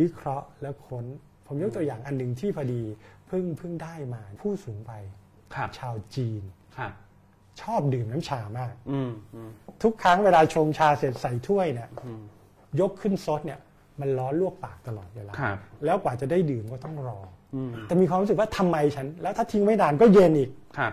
Speaker 2: วิเคราะห์และค้น ผมยกตัวอย่างอันหนึ่งที่พอดีเพิ่งเพิ่งได้มาผู้สูงวัย
Speaker 1: ครับ
Speaker 2: ชาวจีน
Speaker 1: ครับ
Speaker 2: ชอบดื่มน้ำชามาก
Speaker 1: อืมอืม
Speaker 2: ทุกครั้งเวลาชงชาเสร็จใส่ถ้วยเนี่ย
Speaker 1: อืม
Speaker 2: ยกขึ้นซดเนี่ยมันร้อนลวกปากตลอดเวลา
Speaker 1: ครับ
Speaker 2: แล้วกว่าจะได้ดื่มก็ต้องรอ
Speaker 1: อืม
Speaker 2: แต่มีความรู้สึกว่าทำไมฉัน แล้วถ้าทิ้งไว้นานก็เย็นอีก
Speaker 1: ครับ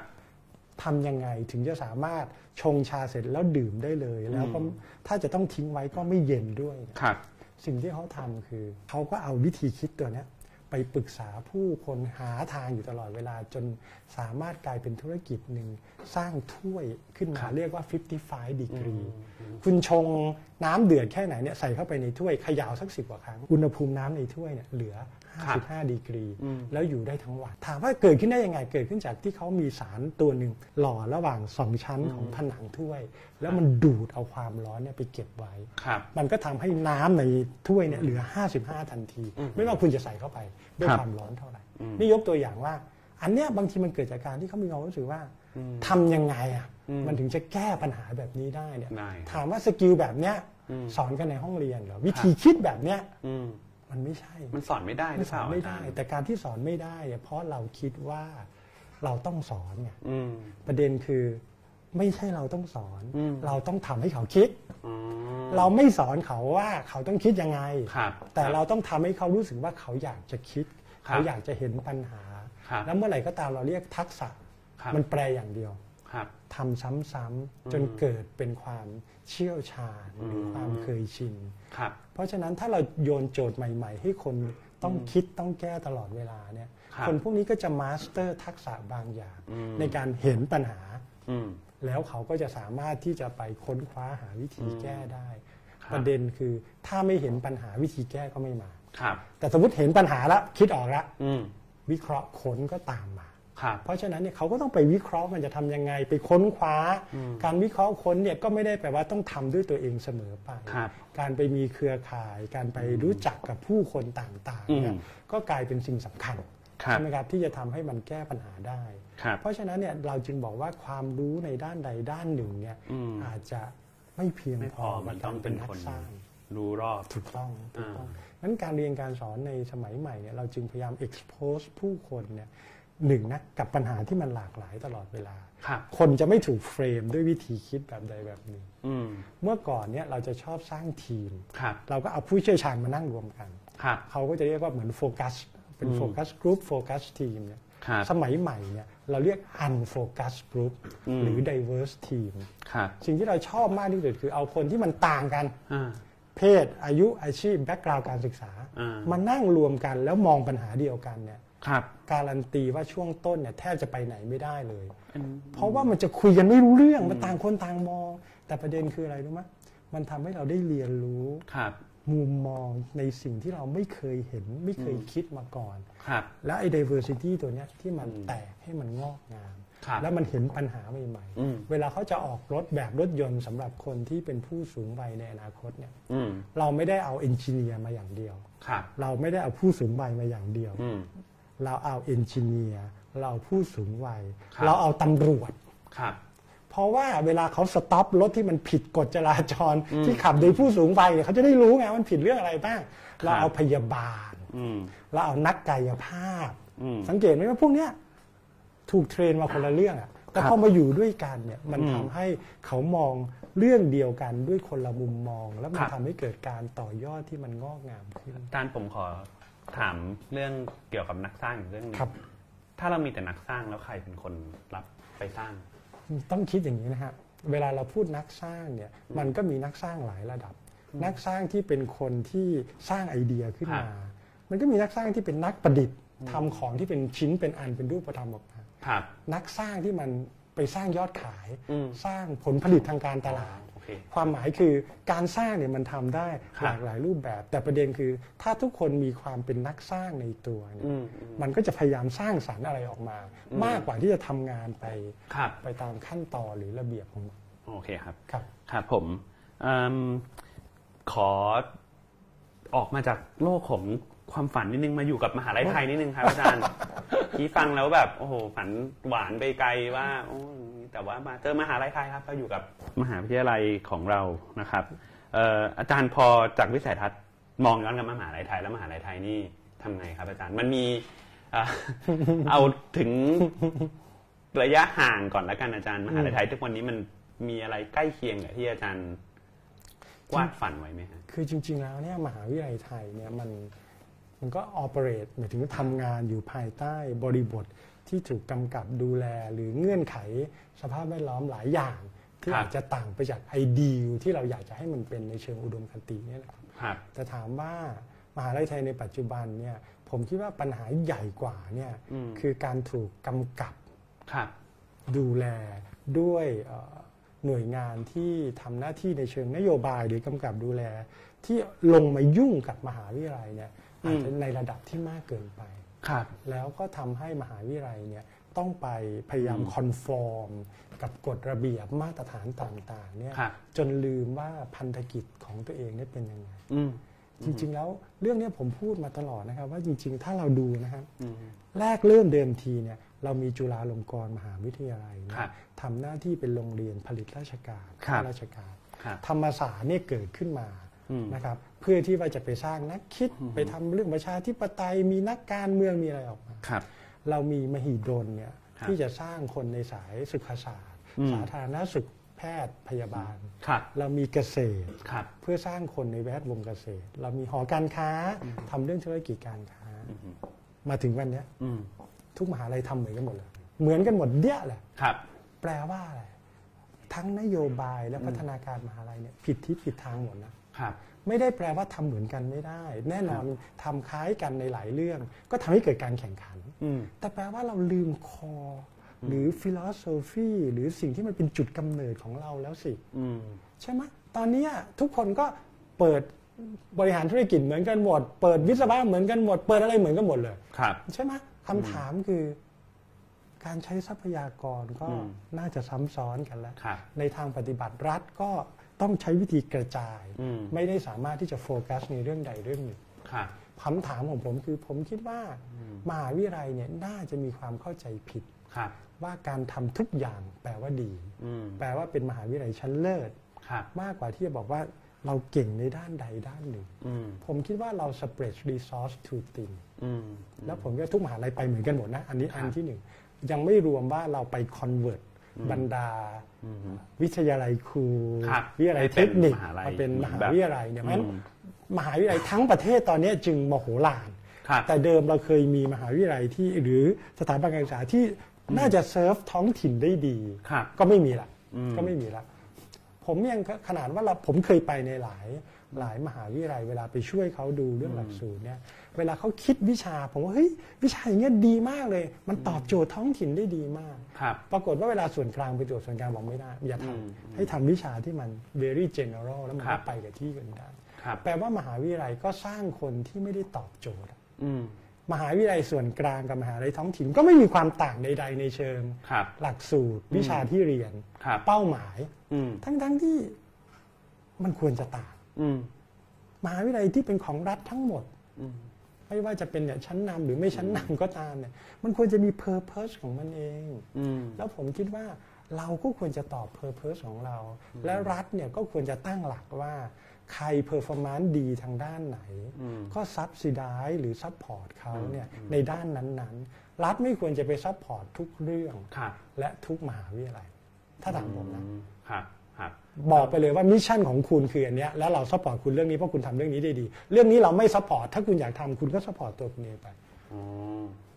Speaker 2: ทำยังไงถึงจะสามารถชงชาเสร็จแล้วดื่มได้เลย แล้วก็
Speaker 1: อืม
Speaker 2: ถ้าจะต้องทิ้งไว้ก็ไม่เย็นด้วยเนี่ย
Speaker 1: ครับ
Speaker 2: สิ่งที่เขาทำคือ เขาก็เอาวิธีคิดตัวเนี้ยไปปรึกษาผู้คนหาทางอยู่ตลอดเวลาจนสามารถกลายเป็นธุรกิจหนึ่งสร้างถ้วยขึ้น
Speaker 1: ครั
Speaker 2: มา
Speaker 1: บ
Speaker 2: เรียกว่า 55 degree
Speaker 1: อืม
Speaker 2: คุณชงน้ำเดือดแค่ไหนเนี่ยใส่เข้าไปในถ้วยเขยาวสักสิบกว่าครั้ง อุณหภูมิน้ำในถ้วยเนี่ยเหลือ 55 ดีกรี
Speaker 1: อืม
Speaker 2: แล้วอยู่ได้ทั้งวัน ถามว่าเกิดขึ้นได้ยังไง เกิดขึ้นจากที่เขามีสารตัวหนึ่งหล่อระหว่างสองชั้นของผนังถ้วย แล้วมันดูดเอาความร้อนเนี่ยไปเก็บไว้
Speaker 1: ครับ
Speaker 2: มันก็ทำให้น้ำในถ้วยเนี่ยเหลือ 55 ทันที
Speaker 1: อืม
Speaker 2: ไม่ว่าคุณจะใส่เข้าไปด้วย
Speaker 1: ครับ
Speaker 2: ความร้อนเท่าไหร่
Speaker 1: อืม
Speaker 2: นี่ยกตัวอย่างว่า อันเนี้ยบางทีมันเกิดจากการที่เขามีความรู้สึกว่า
Speaker 1: อืม
Speaker 2: ทำยังไงอ่ะ
Speaker 1: อืม
Speaker 2: มันถึงจะแก้ปัญหาแบบนี้ได้เนี่ย
Speaker 1: ได้
Speaker 2: ถามว่าสกิลแบบเนี้ย
Speaker 1: อืม
Speaker 2: สอนกันในห้องเรียนเหรอวิธีคิดแบบเนี้ย
Speaker 1: อืม
Speaker 2: มันไม่ใช่
Speaker 1: มันสอนไม่ได้หรือน
Speaker 2: มั
Speaker 1: เป
Speaker 2: สอ
Speaker 1: ล่าน
Speaker 2: ไม่
Speaker 1: อาจา
Speaker 2: ได้
Speaker 1: รย์
Speaker 2: แต่การที่สอนไม่ได้เนี่ยเพราะเราคิดว่าเราต้องสอนไง
Speaker 1: อืม
Speaker 2: ประเด็นคือไม่ใช่เราต้องสอน
Speaker 1: อืม
Speaker 2: เราต้องทำให้เขาคิด
Speaker 1: อ๋อ
Speaker 2: เราไม่สอนเขาว่าเขาต้องคิดยังไง
Speaker 1: ครับ
Speaker 2: แต่
Speaker 1: คบ
Speaker 2: เราต้องทำให้เขารู้สึกว่าเขาอยากจะคิด
Speaker 1: ครับ
Speaker 2: เขาอยากจะเห็นปัญหา
Speaker 1: ครับ
Speaker 2: แล้วเมื่อไหร่ก็ตามเราเรียกทักษะ
Speaker 1: ครับ
Speaker 2: มันแปลอย่างเดียว
Speaker 1: ครับ
Speaker 2: ทำซ้ำๆจนเกิดเป็นความเชี่ยวชาญหรือความเคยชิน
Speaker 1: ครับ
Speaker 2: เพราะฉะนั้นถ้าเราโยนโจทย์ใหม่ ๆ ให้คนต้องคิดต้องแก้ตลอดเวลาเนี่ย
Speaker 1: ครับ
Speaker 2: นพวกนี้ก็จะมาสเตอร์ทักษะบางอย่าง
Speaker 1: อืม
Speaker 2: ในการเห็นปัญหา
Speaker 1: อืม
Speaker 2: แล้วเขาก็จะสามารถที่จะไปค้นคว้าหาวิธีแก้ได้
Speaker 1: ครับ
Speaker 2: ประเด็นคือถ้าไม่เห็นปัญหาวิธีแก้ก็ไม่มา
Speaker 1: ครับ
Speaker 2: แต่สมมติเห็นปัญหาแล้วคิดออกแล้ว
Speaker 1: อืม
Speaker 2: วิเคราะห์ค้นก็ตามมา
Speaker 1: ครับ
Speaker 2: เพราะฉะนั้นเนี่ยเขาก็ต้องไปวิเคราะห์มันจะทำยังไง ไปค้นคว้า การวิเคราะห์ค้นเนี่ยก็ไม่ได้แปลว่าต้องทำด้วยตัวเองเสมอไป
Speaker 1: ครับ
Speaker 2: การไปมีเครือข่าย การไปรู้จักกับผู้คนต่างๆเนี่ย
Speaker 1: อืม
Speaker 2: ก็กลายเป็นสิ่งสำคัญ
Speaker 1: ครับ
Speaker 2: ใช่ไหมครับที่จะทำให้มันแก้ปัญหาได้
Speaker 1: ครับ
Speaker 2: เพราะฉะนั้นเนี่ยเราจึงบอกว่าความรู้ในด้านใดด้านหนึ่งเนี่ย
Speaker 1: อืม
Speaker 2: อาจจะไม่เพียง
Speaker 1: ไม่
Speaker 2: พ
Speaker 1: พ
Speaker 2: อ
Speaker 1: อมันต้องเป็นคน
Speaker 2: สร้าง
Speaker 1: รู้รอบ
Speaker 2: ถูกต้องถูกต้อง
Speaker 1: อ่
Speaker 2: นั้นการเรียนการสอนในสมัยใหม่เนี่ยเราจึงพยายาม expose ผู้คนเนี่ย หนึ่งนะกับปัญหาที่มันหลากหลายตลอดเวลา
Speaker 1: ครับ
Speaker 2: คนจะไม่ถูกเฟรมด้วยวิธีคิดแบบใดแบบหนึ่ง
Speaker 1: อืม
Speaker 2: เมื่อก่อนเนี่ยเราจะชอบสร้างทีม
Speaker 1: ครับ
Speaker 2: เราก็เอาผู้เชี่ยวชาญมานั่งรวมกัน
Speaker 1: ครับ
Speaker 2: เขาก็จะเรียกว่าเหมือนโฟกัสเป็น
Speaker 1: อืม
Speaker 2: โฟกัสกรุ๊ปโฟกัสทีมเนี่ย
Speaker 1: ครับ
Speaker 2: สมัยใหม่เนี่ยเราเรียก unfocus group
Speaker 1: อืม
Speaker 2: หรือ diverse team
Speaker 1: ครับ
Speaker 2: สิ่งที่เราชอบมากที่สุดคือเอาคนที่มันต่างกัน
Speaker 1: อ่า
Speaker 2: เพศ อายุอาชีพ แบ็กกราวด์การศึกษา
Speaker 1: อ่าม
Speaker 2: มานั่งรวมกันแล้วมองปัญหาเดียวกันเนี่ย
Speaker 1: ครับ
Speaker 2: การันตีว่าช่วงต้นเนี่ยแทบจะไปไหนไม่ได้เลย
Speaker 1: อัน
Speaker 2: เพราะว่ามันจะคุยกันไม่รู้เรื่องมันต่างคนต่างมอง แต่ประเด็นคืออะไรรู้ไหมมันทำให้เราได้เรียนรู้
Speaker 1: ครับ
Speaker 2: มุมมองในสิ่งที่เราไม่เคยเห็นไม่เคยคิดมาก่อน
Speaker 1: ครับ
Speaker 2: และไอ้ diversity ตัวเนี้ยที่มันแตกให้มันงอกงาม
Speaker 1: ครับ
Speaker 2: แล้วมันเห็นปัญหาใหม่
Speaker 1: อืม
Speaker 2: ๆ เวลาเขาจะออกรถแบบรถยนต์สำหรับคนที่เป็นผู้สูงวัยในอนาคตเนี่ย
Speaker 1: อืม
Speaker 2: เราไม่ได้เอาเอนจิเนียร์มาอย่างเดียว
Speaker 1: ครับ
Speaker 2: เราไม่ได้เอาผู้สูงวัยมาอย่างเดียว
Speaker 1: อืม
Speaker 2: เราเอาเอนจิเนียร์เราเอาผู้สูงวัย
Speaker 1: ครับ
Speaker 2: เราเอาตำรวจ
Speaker 1: ครับ
Speaker 2: เพราะว่าเวลาเขาสต็อปรถที่มันผิดกฎจราจร
Speaker 1: อืม
Speaker 2: ที่ขับโดยผู้สูงวัยเนี่ยเขาจะได้รู้ไงว่ามันผิดเรื่องอะไรบ้าง
Speaker 1: ครับ
Speaker 2: เราเอาพยาบาล
Speaker 1: อืม
Speaker 2: เราเอานักกายภาพ
Speaker 1: อืม
Speaker 2: สังเกตไหมว่าพวกเนี้ยถูกเทรนมาคนละเรื่องอะแต่พอมาอยู่ด้วยกันเนี่ยมัน
Speaker 1: อืม
Speaker 2: ทำให้เขามองเรื่องเดียวกันด้วยคนละมุมมอง แล้วมั
Speaker 1: ครับ
Speaker 2: นทำให้เกิดการต่อยอดที่มันงอกงามขึ้น
Speaker 1: อาจารย์ผมขอถามเรื่องเกี่ยวกับนักสร้างอีกเรื่องหนึง
Speaker 2: ครับ
Speaker 1: ถ้าเรามีแต่นักสร้างแล้วใครเป็นคนรับไปสร้าง
Speaker 2: ต้องคิดอย่างนี้นะฮะ เวลาเราพูดนักสร้างเนี่ย มันก็มีนักสร้างหลายระดับ นักสร้างที่เป็นคนที่สร้างไอเดียขึ้นมา มันก็มีนักสร้างที่เป็นนักประดิษฐ์ทำของที่เป็นชิ้นเป็นอันเป็นรูปธรรมออกมา
Speaker 1: ครับ
Speaker 2: นักสร้างที่มันไปสร้างยอดขาย
Speaker 1: อืม
Speaker 2: สร้างผลผลิตทางการตลาด
Speaker 1: โอเค
Speaker 2: ความหมายคือการสร้างเนี่ยมันทำได้
Speaker 1: ครับ
Speaker 2: หลากหลายรูปแบบ แต่ประเด็นคือถ้าทุกคนมีความเป็นนักสร้างในตัวเนี่ย
Speaker 1: อืมอืม
Speaker 2: มันก็จะพยายามสร้างสรรค์อะไรออกมา
Speaker 1: อืม
Speaker 2: มากกว่าที่จะทำงานไป
Speaker 1: ครับ
Speaker 2: ไปตามขั้นตอนหรือระเบียบของมัน
Speaker 1: โอเคครับ
Speaker 2: ครับ
Speaker 1: ครับผมเอมขอออกมาจากโลกของความฝันนิดนึงมาอยู่กับมหาลัยไทยนิดนึง ครับอาจารย์ ที่ฟังแล้วแบบโอ้โหฝันหวานไปไกลว่าโอ้ยแต่ว่ามาเจอมหาลัยไทยครับเราอยู่กับมหาวิทยาลัยของเรานะครับเอ่ออาจารย์พอจากวิสัยทัศน์มองย้อนกลับมามหาลัยไทยแล้วมหาลัยไทยนี่ทำไงครับอาจารย์มันมีเอ่อ เอาถึง ระยะห่างก่อนละกันอาจารย์มหาลัยไทยทุกวันนี้มันมีอะไรใกล้เคียงกับที่อาจารย์วาดฝันไว้ไหมฮะ
Speaker 2: คือจริง ๆ แล้วเนี่ยมหาวิทยาลัยไทยเนี่ยมันมันก็ออเปเรตหมายถึงทำงานอยู่ภายใต้บริบทที่ถูกกำกับดูแลหรือเงื่อนไขสภาพแวดล้อมหลายอย่าง ที่
Speaker 1: ครับ
Speaker 2: อาจจะต่างไปจากไอเดียที่เราอยากจะให้มันเป็นในเชิงอุดมคติเนี่ยแหละครับ
Speaker 1: ครับ
Speaker 2: แต่ถามว่ามหาลัยไทยในปัจจุบันเนี่ยผมคิดว่าปัญหาใหญ่กว่าเนี่ย
Speaker 1: อืม
Speaker 2: คือการถูกกำกับ
Speaker 1: ครับ
Speaker 2: ดูแลด้วยเอ่อหน่วยงานที่ทำหน้าที่ในเชิงนโยบายหรือกำกับดูแล ที่ลงมายุ่งกับมหาวิทยาลัยเนี่ย
Speaker 1: อืม
Speaker 2: อาจจะในระดับที่มากเกินไป
Speaker 1: ครับ
Speaker 2: แล้วก็ทำให้มหาวิทยาลัยเนี่ยต้องไปพยายาม
Speaker 1: อืม
Speaker 2: คอนฟอร์ม กับกฎระเบียบมาตรฐานต่างๆเนี่ย
Speaker 1: ครับ
Speaker 2: จนลืมว่าพันธกิจของตัวเองเนี่ยเป็นยังไง
Speaker 1: อืม
Speaker 2: จริงๆแล้วเรื่องเนี้ยผมพูดมาตลอดนะครับ ว่าจริง ๆ ถ้าเราดูนะครับ
Speaker 1: อืม
Speaker 2: แรกเริ่มเดิมทีเนี่ยเรามีจุฬาลงกรณ์มหาวิทยาลัยนะครับ ทำหน้าที่เป็นโรงเรียนผลิตราชการ
Speaker 1: ครับ
Speaker 2: ราชการ
Speaker 1: ครับ
Speaker 2: ธรรมศาสตร์เนี่ยเกิดขึ้นมา
Speaker 1: อืม
Speaker 2: นะครับเพื่อที่ว่าจะไปสร้างนักคิด
Speaker 1: อืม
Speaker 2: ไปทำเรื่องประชาธิปไตยมีนักการเมืองมีอะไรออกมา
Speaker 1: ครับ
Speaker 2: เรามีมหิดลเนี่ย
Speaker 1: ครับ
Speaker 2: ที่จะสร้างคนในสายสุขศาสตร์
Speaker 1: อืม
Speaker 2: สาธารณสุขแพทย์พยาบาล
Speaker 1: ครับ
Speaker 2: เรามีเกษตร
Speaker 1: ครับ
Speaker 2: เพื่อสร้างคนในแวดวงเกษตร เรามีหอการค้าทำเรื่องธุรกิจการค้า
Speaker 1: อืม
Speaker 2: มาถึงวันเนี้ย
Speaker 1: อืม
Speaker 2: ทุกมหาลัยทำเหมือนกันหมดเลย เหมือนกันหมดเดี้ยแหละ
Speaker 1: ครับ
Speaker 2: แปลว่าอะไร ทั้งนโยบายและพัฒนาการมหาลัยเนี่ยผิดทิศผิดทางหมดนะ
Speaker 1: ครับ
Speaker 2: ไม่ได้แปลว่าทำเหมือนกันไม่ได้ แน่นอนทำคล้ายกันในหลายเรื่อง ก็ทำให้เกิดการแข่งขัน
Speaker 1: อืม
Speaker 2: แต่แปลว่าเราลืมคอ หรือฟิโลโซฟีหรือสิ่งที่มันเป็นจุดกำเนิดของเราแล้วสิ
Speaker 1: อืม
Speaker 2: ใช่ไหมตอนเนี้ยทุกคนก็เปิดบริหารธุรกิจเหมือนกันหมด เปิดวิศวะเหมือนกันหมด เปิดอะไรเหมือนกันหมดเลย
Speaker 1: ครับ
Speaker 2: ใช่ไหมคำถามคือ การใช้ทรัพยากรก็
Speaker 1: อืม
Speaker 2: น่าจะซ้ำซ้อนกันแล้ว
Speaker 1: ครับ
Speaker 2: ในทางปฏิบัติรัฐก็ต้องใช้วิธีกระจาย
Speaker 1: อืม
Speaker 2: ไม่ได้สามารถที่จะโฟกัสในเรื่องใดเรื่องหนึ่ง
Speaker 1: ครับ
Speaker 2: คำถามของผมคือผมคิดว่า
Speaker 1: อืม
Speaker 2: มหาวิทยาลัยเนี่ยน่าจะมีความเข้าใจผิด
Speaker 1: ครับ
Speaker 2: ว่าการทำทุกอย่างแปลว่าดี
Speaker 1: อืม
Speaker 2: แปลว่าเป็นมหาวิทยาลัยชั้นเลิศ
Speaker 1: ครับ
Speaker 2: มากกว่าที่จะบอกว่า เราเก่งในด้านใดด้านหนึ่ง
Speaker 1: อืม
Speaker 2: ผมคิดว่าเรา spread resource too thin
Speaker 1: อืม
Speaker 2: แล้วผมก็ทุกมหาลัยไปเหมือนกันหมดนะ อันนี้อัน
Speaker 1: ครับ
Speaker 2: ที่หนึ่งยังไม่รวมว่าเราไป convert
Speaker 1: อืม
Speaker 2: บรรดาวิทยาลัยครู
Speaker 1: ครับ
Speaker 2: วิทยาลัยเทคนิค
Speaker 1: ให้
Speaker 2: มา
Speaker 1: เป็
Speaker 2: เป็น
Speaker 1: น
Speaker 2: ม
Speaker 1: ม
Speaker 2: หา
Speaker 1: หาลัย
Speaker 2: วิทยาลัยเนี่ย
Speaker 1: อืม
Speaker 2: มันมหาวิทยาลัยทั้งประเทศตอนนี้จึงมโหฬาร
Speaker 1: ครับ
Speaker 2: แต่เดิมเราเคยมีมหาวิทยาลัยที่หรือสถาบันการศึกษาที่น่าจะเซิร์ฟท้องถิ่นได้ดี
Speaker 1: ครับ
Speaker 2: ก็ไม่มีละ
Speaker 1: อืม
Speaker 2: ก็ไม่มีละผมยังขนาดว่าเราผมเคยไปในหลายหลายมหาวิทยาลัย เวลาไปช่วยเขาดูเรื่องหลักสูตรเนี่ยเวลาเขาคิดวิชา ผมว่าเฮ้ยวิชาอย่างเงี้ยดีมากเลย มันตอบโจทย์ท้องถิ่นได้ดีมาก
Speaker 1: ครับ
Speaker 2: ปรากฏว่าเวลาส่วนกลางไปตรวจส่วนกลางบอกไม่ได้อย่าท
Speaker 1: อืม
Speaker 2: ำให้ทำวิชาที่มัน very general แล้วมัน
Speaker 1: ครับ
Speaker 2: ก็ไปกับที่กันได้
Speaker 1: ครับ
Speaker 2: แปลว่ามหาวิทยาลัยก็สร้างคนที่ไม่ได้ตอบโจทย์อะ
Speaker 1: อืม
Speaker 2: มหาวิทยาลัยส่วนกลางกับมหาวิทยาลัยท้องถิ่นก็ไม่มีความต่างใด ๆ ในเชิง
Speaker 1: ครับ
Speaker 2: หลักสูตรวิชาที่เรียน
Speaker 1: ครับ
Speaker 2: เป้าหมาย
Speaker 1: อืม
Speaker 2: ทั้งๆที่มันควรจะต่าง
Speaker 1: อืม
Speaker 2: มหาวิทยาลัยที่เป็นของรัฐทั้งหมด
Speaker 1: อืม
Speaker 2: ไม่ว่าจะเป็นเนี่ยชั้นนำหรือไม่ชั้นนำก็ตามเนี่ยมันควรจะมีเพอร์เพสของมันเอง
Speaker 1: อืม
Speaker 2: แล้วผมคิดว่าเราก็ควรจะตอบเพอร์เพสของเรา และรัฐเนี่ยก็ควรจะตั้งหลักว่า ใครเพอร์ฟอร์มนซ์ดีทางด้านไหน
Speaker 1: อืม
Speaker 2: ก็ซับซิได้หรือซัพพอร์ตเขาเนี่ยในด้านนั้นๆ รัฐไม่ควรจะไปซัพพอร์ตทุกเรื่อง
Speaker 1: ครับ
Speaker 2: และทุกมหาวิทยาลัย ถ้าถามผมนะ
Speaker 1: อืมครับ ครับ
Speaker 2: บอกไปเลยว่ามิชชั่นของคุณคืออันเนี้ยแล้วเราซัพพอร์ตคุณเรื่องนี้เพราะคุณทำเรื่องนี้ได้ดี เรื่องนี้เราไม่ซัพพอร์ตถ้าคุณอยากทำคุณก็ซัพพอร์ตตัวคุณเองไป
Speaker 1: อ๋อ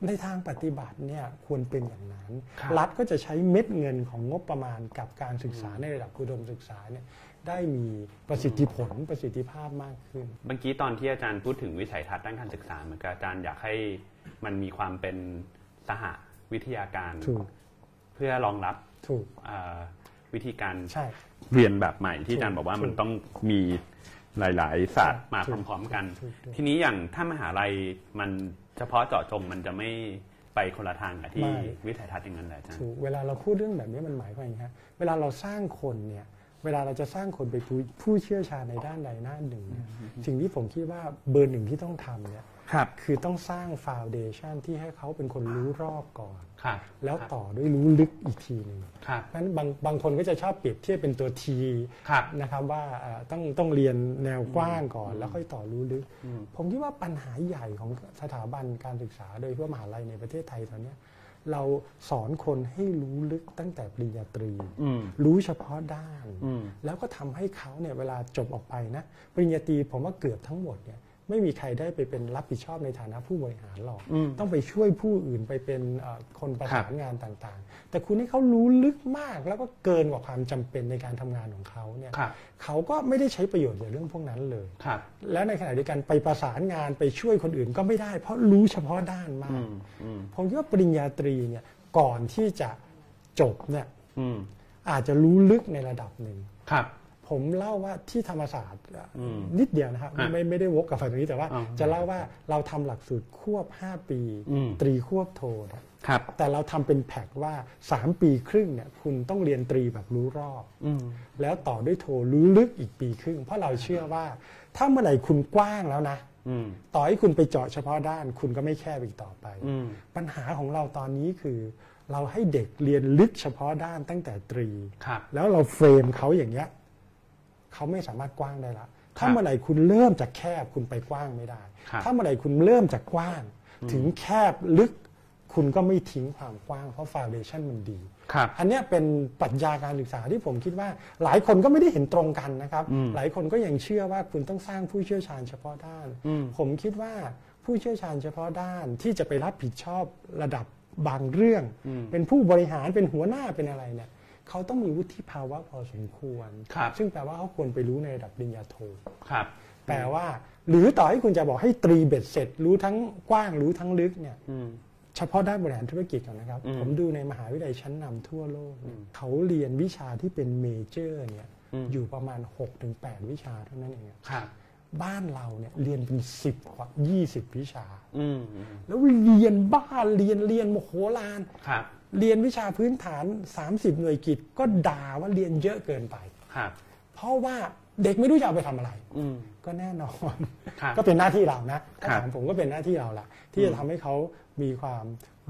Speaker 2: ในทางปฏิบัติเนี่ยควรเป็นอย่างนั้น
Speaker 1: ครับ
Speaker 2: รัฐก็จะใช้เม็ดเงินของงบประมาณกับการศึกษาในระดับอุดมศึกษาเนี่ยได้มีประสิทธิผลประสิทธิภาพมากขึ้น
Speaker 1: เมื่อกี้ตอนที่อาจารย์พูดถึงวิสัยทัศน์ด้านการศึกษาเหมือนกับอาจารย์อยากให้มันมีความเป็นสหวิทยาการ
Speaker 2: ถูก
Speaker 1: เพื่อรองรับ
Speaker 2: ถูก
Speaker 1: เอ่อวิธีการ
Speaker 2: ใช่
Speaker 1: เรียนแบบใหม่ที่อาจารย์
Speaker 2: ถูก
Speaker 1: บอกว่า
Speaker 2: ถูก
Speaker 1: มันต้องมีหลาย ๆ ศาสตร์มา
Speaker 2: ถูก
Speaker 1: พร้อม ๆ กัน
Speaker 2: ถูกถูก
Speaker 1: ทีนี้อย่างถ้ามหาลัยมันเฉพาะเจาะจงมันจะไม่ไปคนละทางกับที่
Speaker 2: ไม่
Speaker 1: วิสัยทัศน์อย่างนั้นเหรออาจารย์
Speaker 2: ถูกเวลาเราพูดเรื่องแบบนี้มันหมายความอย่างนี้ครับเวลาเราสร้างคนเนี่ยเวลาเราจะสร้างคนเป็นผู้ผู้เชี่ยวชาญในด้านใดด้านหนึ่งเนี่ยสิ่งที่ผมคิดว่าเบอร์หนึ่งที่ต้องทำเนี่ย
Speaker 1: ครับ
Speaker 2: คือต้องสร้างฟาวเดชันที่ให้เขาเป็นคนรู้รอบก่อน
Speaker 1: ครับ
Speaker 2: แล้วต่อด้วยรู้ลึกอีกทีหนึ่ง
Speaker 1: ครับ
Speaker 2: เพราะฉะนั้นบางบางคนก็จะชอบเปรียบเทียบเป็นตัวที
Speaker 1: ครับ
Speaker 2: นะครับว่าเอ่อต้องต้องเรียนแนวกว้างก่อน แล้วค่อยต่อรู้ลึก ผมคิดว่าปัญหาใหญ่ของสถาบันการศึกษา โดยเฉพาะมหาลัยในประเทศไทยตอนเนี้ยเราสอนคนให้รู้ลึกตั้งแต่ปริญญาตรี
Speaker 1: อืม
Speaker 2: รู้เฉพาะด้าน
Speaker 1: อืม
Speaker 2: แล้วก็ทำให้เขาเนี่ยเวลาจบออกไปนะปริญญาตรีผมว่าเกือบทั้งหมดเนี่ยไม่มีใครได้ไปเป็นรับผิดชอบในฐานะผู้บริหารหรอก
Speaker 1: อืม
Speaker 2: ต้องไปช่วยผู้อื่นไปเป็นเอ่อคนประสานงานต่างๆ แต่คุณให้เขารู้ลึกมากแล้วก็เกินกว่าความจำเป็นในการทำงานของเขาเนี่ย
Speaker 1: ครับ
Speaker 2: เขาก็ไม่ได้ใช้ประโยชน์จากเรื่องพวกนั้นเลย
Speaker 1: ครับ
Speaker 2: และในขณะเดียวกันไปประสานงานไปช่วยคนอื่นก็ไม่ได้ เพราะรู้เฉพาะด้านมาก
Speaker 1: อืม อืม
Speaker 2: ผมคิดว่าปริญญาตรีเนี่ยก่อนที่จะจบเนี่ย
Speaker 1: อืม
Speaker 2: อาจจะรู้ลึกในระดับหนึ่ง
Speaker 1: ครับ
Speaker 2: ผมเล่าว่าที่ธรรมศาสตร์อ่ะ
Speaker 1: อืม
Speaker 2: นิดเดียวนะครับ
Speaker 1: ฮะ
Speaker 2: ไม่ไม่ได้วกกลับฝั่งตรงนี้แต่ว่า
Speaker 1: อ๋อ
Speaker 2: จะเล่าว่าเราทำหลักสูตรควบ 5 ปี
Speaker 1: อืม
Speaker 2: ตรีควบโทนะครับ แต่เราทำเป็นแพ็กว่า 3 ปีครึ่งเนี่ยคุณต้องเรียนตรีแบบรู้รอบ
Speaker 1: อืม
Speaker 2: แล้วต่อด้วยโทรู้ลึกอีกปีครึ่ง เพราะเราเชื่อว่า ถ้าเมื่อไหร่คุณกว้างแล้วนะ
Speaker 1: อืม
Speaker 2: ต่อให้คุณไปเจาะเฉพาะด้านคุณก็ไม่แคบอีกต่อไป
Speaker 1: อืม
Speaker 2: ปัญหาของเราตอนนี้คือ เราให้เด็กเรียนลึกเฉพาะด้านตั้งแต่ตรี
Speaker 1: ครับ
Speaker 2: แล้วเราเฟรมเขาอย่างเงี้ยเขาไม่สามารถกว้างได้ละ ถ้า
Speaker 1: ครับ
Speaker 2: เมื่อไหร่คุณเริ่มจากแคบคุณไปกว้างไม่ได้
Speaker 1: ครับ
Speaker 2: ถ้าเมื่อไหร่คุณเริ่มจากกว้าง ถึงแคบลึก คุณก็ไม่ทิ้งความกว้างเพราะฟาวเดชันมันดี
Speaker 1: ครับ
Speaker 2: อันเนี้ยเป็นปรัชญาการศึกษาที่ผมคิดว่า หลายคนก็ไม่ได้เห็นตรงกันนะครับ
Speaker 1: อืม
Speaker 2: หลายคนก็ยังเชื่อว่าคุณต้องสร้างผู้เชี่ยวชาญเฉพาะด้าน
Speaker 1: อืม
Speaker 2: ผมคิดว่าผู้เชี่ยวชาญเฉพาะด้านที่จะไปรับผิดชอบระดับบางเรื่อง
Speaker 1: อืม
Speaker 2: เป็นผู้บริหารเป็นหัวหน้าเป็นอะไรเนี่ยเขาต้องมีวุฒิภาวะพอสมควร
Speaker 1: ครับ
Speaker 2: ซึ่งแปลว่าเขาควรไปรู้ในระดับปริญญาโท
Speaker 1: ครับ
Speaker 2: แปลว่า หรือต่อให้คุณจะบอกให้ตรีเบ็ดเสร็จ รู้ทั้งกว้างรู้ทั้งลึกเนี่ย
Speaker 1: อืม
Speaker 2: เฉพาะด้านบริหารธุรกิจก่อนนะครับ
Speaker 1: อืม
Speaker 2: ผมดูในมหาวิทยาลัยชั้นนำทั่วโลกเนี่ยเขาเรียนวิชาที่เป็นเมเจอร์เนี่ย
Speaker 1: อืม
Speaker 2: อยู่ประมาณ 6-8 วิชาเท่านั้นเองอะ
Speaker 1: ครับ
Speaker 2: บ้านเราเนี่ยเรียนเป็น 10กว่า20 วิชา
Speaker 1: อืมอืม
Speaker 2: แล้วเรียนบ้านเรียนเรียนโมโหลาน
Speaker 1: ครับ
Speaker 2: เรียนวิชาพื้นฐาน 30 หน่วยกิจ ก็ด่าว่าเรียนเยอะเกินไป
Speaker 1: ครับ
Speaker 2: เพราะว่าเด็กไม่รู้จะเอาไปทำอะไร
Speaker 1: อืม
Speaker 2: ก็แน่นอน
Speaker 1: ครับ
Speaker 2: ก็เป็นหน้าที่เรานะถ้า
Speaker 1: ครับ
Speaker 2: ถามผมก็เป็นหน้าที่เราละที่จะทำให้เขามีความ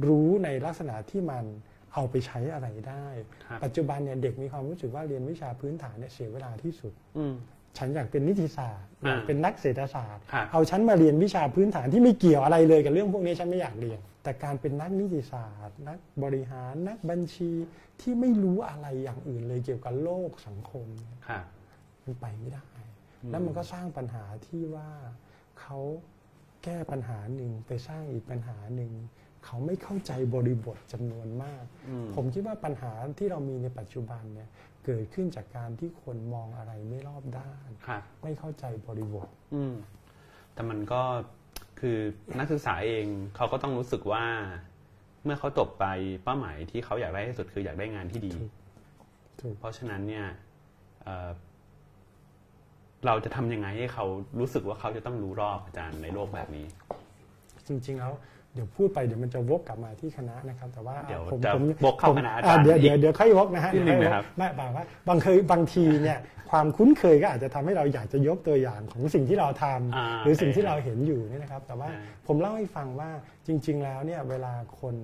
Speaker 2: รู้ในลักษณะที่มันเอาไปใช้อะไรได้
Speaker 1: ครับ
Speaker 2: ปัจจุบันเนี่ยเด็กมีความรู้สึกว่าเรียนวิชาพื้นฐานเนี่ยเสียเวลาที่สุด
Speaker 1: อืม
Speaker 2: ฉันอยากเป็นนิติศาสตร์
Speaker 1: อ่า
Speaker 2: อยากเป็นนักเศรษฐศาสตร์
Speaker 1: ครับ
Speaker 2: เอาฉันมาเรียนวิชาพื้นฐานที่ไม่เกี่ยวอะไรเลยกับเรื่องพวกนี้ฉันไม่อยากเรียน แต่การเป็นนักนิติศาสตร์ นักบริหารนักบัญชีที่ไม่รู้อะไรอย่างอื่นเลยเกี่ยวกับโลกสังคม
Speaker 1: ครับ
Speaker 2: มันไปไม่ได้ แล้วมันก็สร้างปัญหาที่ว่าเขาแก้ปัญหาหนึ่งไปสร้างอีกปัญหาหนึ่ง เขาไม่เข้าใจบริบทจำนวนมาก
Speaker 1: อืม
Speaker 2: ผมคิดว่าปัญหาที่เรามีในปัจจุบันเนี่ยเกิดขึ้นจากการที่คนมองอะไรไม่รอบด้าน
Speaker 1: ครับ
Speaker 2: ไม่เข้าใจบริบท
Speaker 1: อืมแต่มันก็คือนักศึกษาเองเขาก็ต้องรู้สึกว่า เมื่อเขาจบไปเป้าหมายที่เขาอยากได้ที่สุดคืออยากได้งานที่ดี
Speaker 2: ถูก ถูก
Speaker 1: เพราะฉะนั้นเนี่ยเอ่อเราจะทำยังไงให้เขารู้สึกว่าเขาจะต้องรู้รอบอาจารย์ในโลกแบบนี้
Speaker 2: จริง ๆ แล้วเดี๋ยวพูดไปเดี๋ยวมันจะวกกลับมาที่คณะนะครับ แต่ว่า
Speaker 1: เดี๋ยว
Speaker 2: ผม
Speaker 1: จะ
Speaker 2: ผม
Speaker 1: วกเข้า
Speaker 2: ผม
Speaker 1: คณะอาจารย์
Speaker 2: เดี๋ยว
Speaker 1: อีก
Speaker 2: เดี๋ยวเดี๋ยวค่อยวกนะฮะ
Speaker 1: นิดนึง
Speaker 2: เยว
Speaker 1: นะครับ
Speaker 2: ไม่แปลว่าบางเคยบางทีเนี่ย ความคุ้นเคยก็อาจจะทำให้เราอยากจะยกตัวอย่างของสิ่งที่เราทำ
Speaker 1: อ่า
Speaker 2: หรือสิ่งที่
Speaker 1: ใช่
Speaker 2: เราเห็นอยู่เนี่ยนะครับ แต่ว่า
Speaker 1: อ่า
Speaker 2: ผมเล่าให้ฟังว่าจริง ๆ แล้วเนี่ยเวลาคน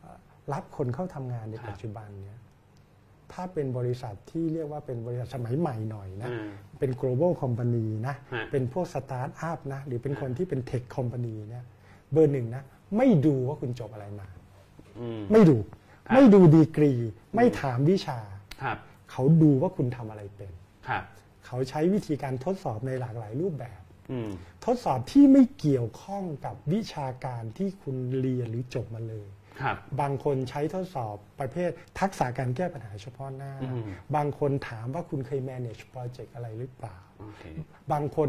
Speaker 2: เอ่อรับคนเข้าทำงานในปัจจุบันเนี่ยถ้าเป็นบริษัทที่เรียกว่าเป็นบริษัทสมัยใหม่หน่อยนะ
Speaker 1: อ่า
Speaker 2: เป็น global company นะ
Speaker 1: ฮะ
Speaker 2: เป็นพวกสตาร์ทอัพนะ หรือเป็นคนที่เป็น tech company เนี่ย เบอร์หนึ่งนะ ไม่ดูว่าคุณจบอะไรมา
Speaker 1: อืม
Speaker 2: ไม่ดู
Speaker 1: ครับ
Speaker 2: ไม่ดูดีกรี ไม่ถามวิชา
Speaker 1: ครับ
Speaker 2: เขาดูว่าคุณทำอะไรเป็น
Speaker 1: ครับ
Speaker 2: เขาใช้วิธีการทดสอบในหลากหลายรูปแบบ
Speaker 1: อืม
Speaker 2: ทดสอบที่ไม่เกี่ยวข้องกับวิชาการที่คุณเรียนหรือจบมาเลย
Speaker 1: ครับ
Speaker 2: บางคนใช้ทดสอบประเภททักษะการแก้ปัญหาเฉพาะหน้า
Speaker 1: อืม
Speaker 2: บางคนถามว่าคุณเคย manage project อะไรหรือเปล่า
Speaker 1: โอเค
Speaker 2: บางคน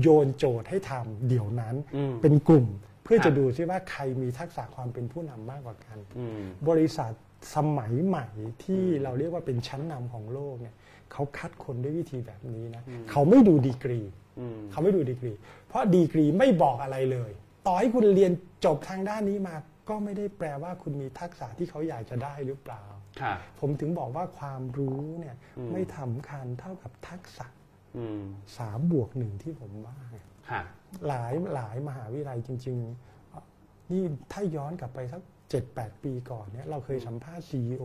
Speaker 2: โยนโจทย์ให้ทำเดี๋ยวนั้น
Speaker 1: อืม
Speaker 2: เป็นกลุ่ม เพื่อ
Speaker 1: ครับ
Speaker 2: จะดูซิว่าใครมีทักษะความเป็นผู้นำมากกว่ากัน
Speaker 1: อืม
Speaker 2: บริษัทสมัยใหม่ที่เราเรียกว่าเป็นชั้นนำของโลกเนี่ยเขาคัดคนด้วยวิธีแบบนี้นะเขาไม่ดูดีกรี
Speaker 1: อืม
Speaker 2: เขาไม่ดูดีกรี เพราะดีกรีไม่บอกอะไรเลย ต่อให้คุณเรียนจบทางด้านนี้มา ก็ไม่ได้แปลว่าคุณมีทักษะที่เขาอยากจะได้หรือเปล่า
Speaker 1: ครับ
Speaker 2: ผมถึงบอกว่าความรู้เนี่ย
Speaker 1: อืม
Speaker 2: ไม่สำคัญเท่ากับทักษะ
Speaker 1: อืม
Speaker 2: สามบวกหนึ่งที่ผมว่า
Speaker 1: ครับ
Speaker 2: หลายหลายมหาวิทยาลัยจริงๆเอ่อนี่ถ้าย้อนกลับไปสักเจ็ดแปดปีก่อนเนี่ยเราเคยสัมภาษณ์ CEO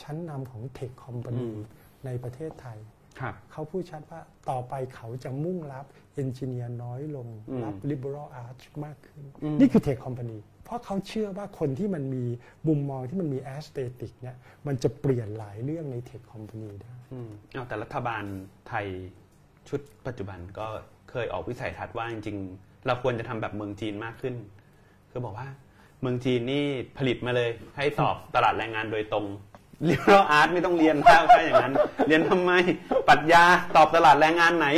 Speaker 2: ชั้นนำของเทคคอมพานี
Speaker 1: อืม
Speaker 2: ในประเทศไทย
Speaker 1: ครับ
Speaker 2: เขาพูดชัดว่าต่อไปเขาจะมุ่งรับเอนจิเนียร์น้อยลง
Speaker 1: อืม
Speaker 2: รับ liberal arts มากขึ้น
Speaker 1: อืม
Speaker 2: นี่คือเทคคอมพานีเพราะเขาเชื่อว่าคนที่มันมีมุมมองที่มันมีแอสเตติกเนี่ยมันจะเปลี่ยนหลายเรื่องในเทคคอมพานีได้
Speaker 1: อืมเอาแต่รัฐบาลไทยชุดปัจจุบันก็เคยออกวิสัยทัศน์ว่าจริงๆ เราควรจะทำแบบเมืองจีนมากขึ้น คือบอกว่าเมืองจีนนี่ผลิตมาเลยให้ตอบตลาดแรงงานโดยตรงเรียนอาร์ตไม่ต้องเรียนถ้าถ้าอย่างนั้น เรียนทำไมปรัชญาตอบตลาดแรงงานไหน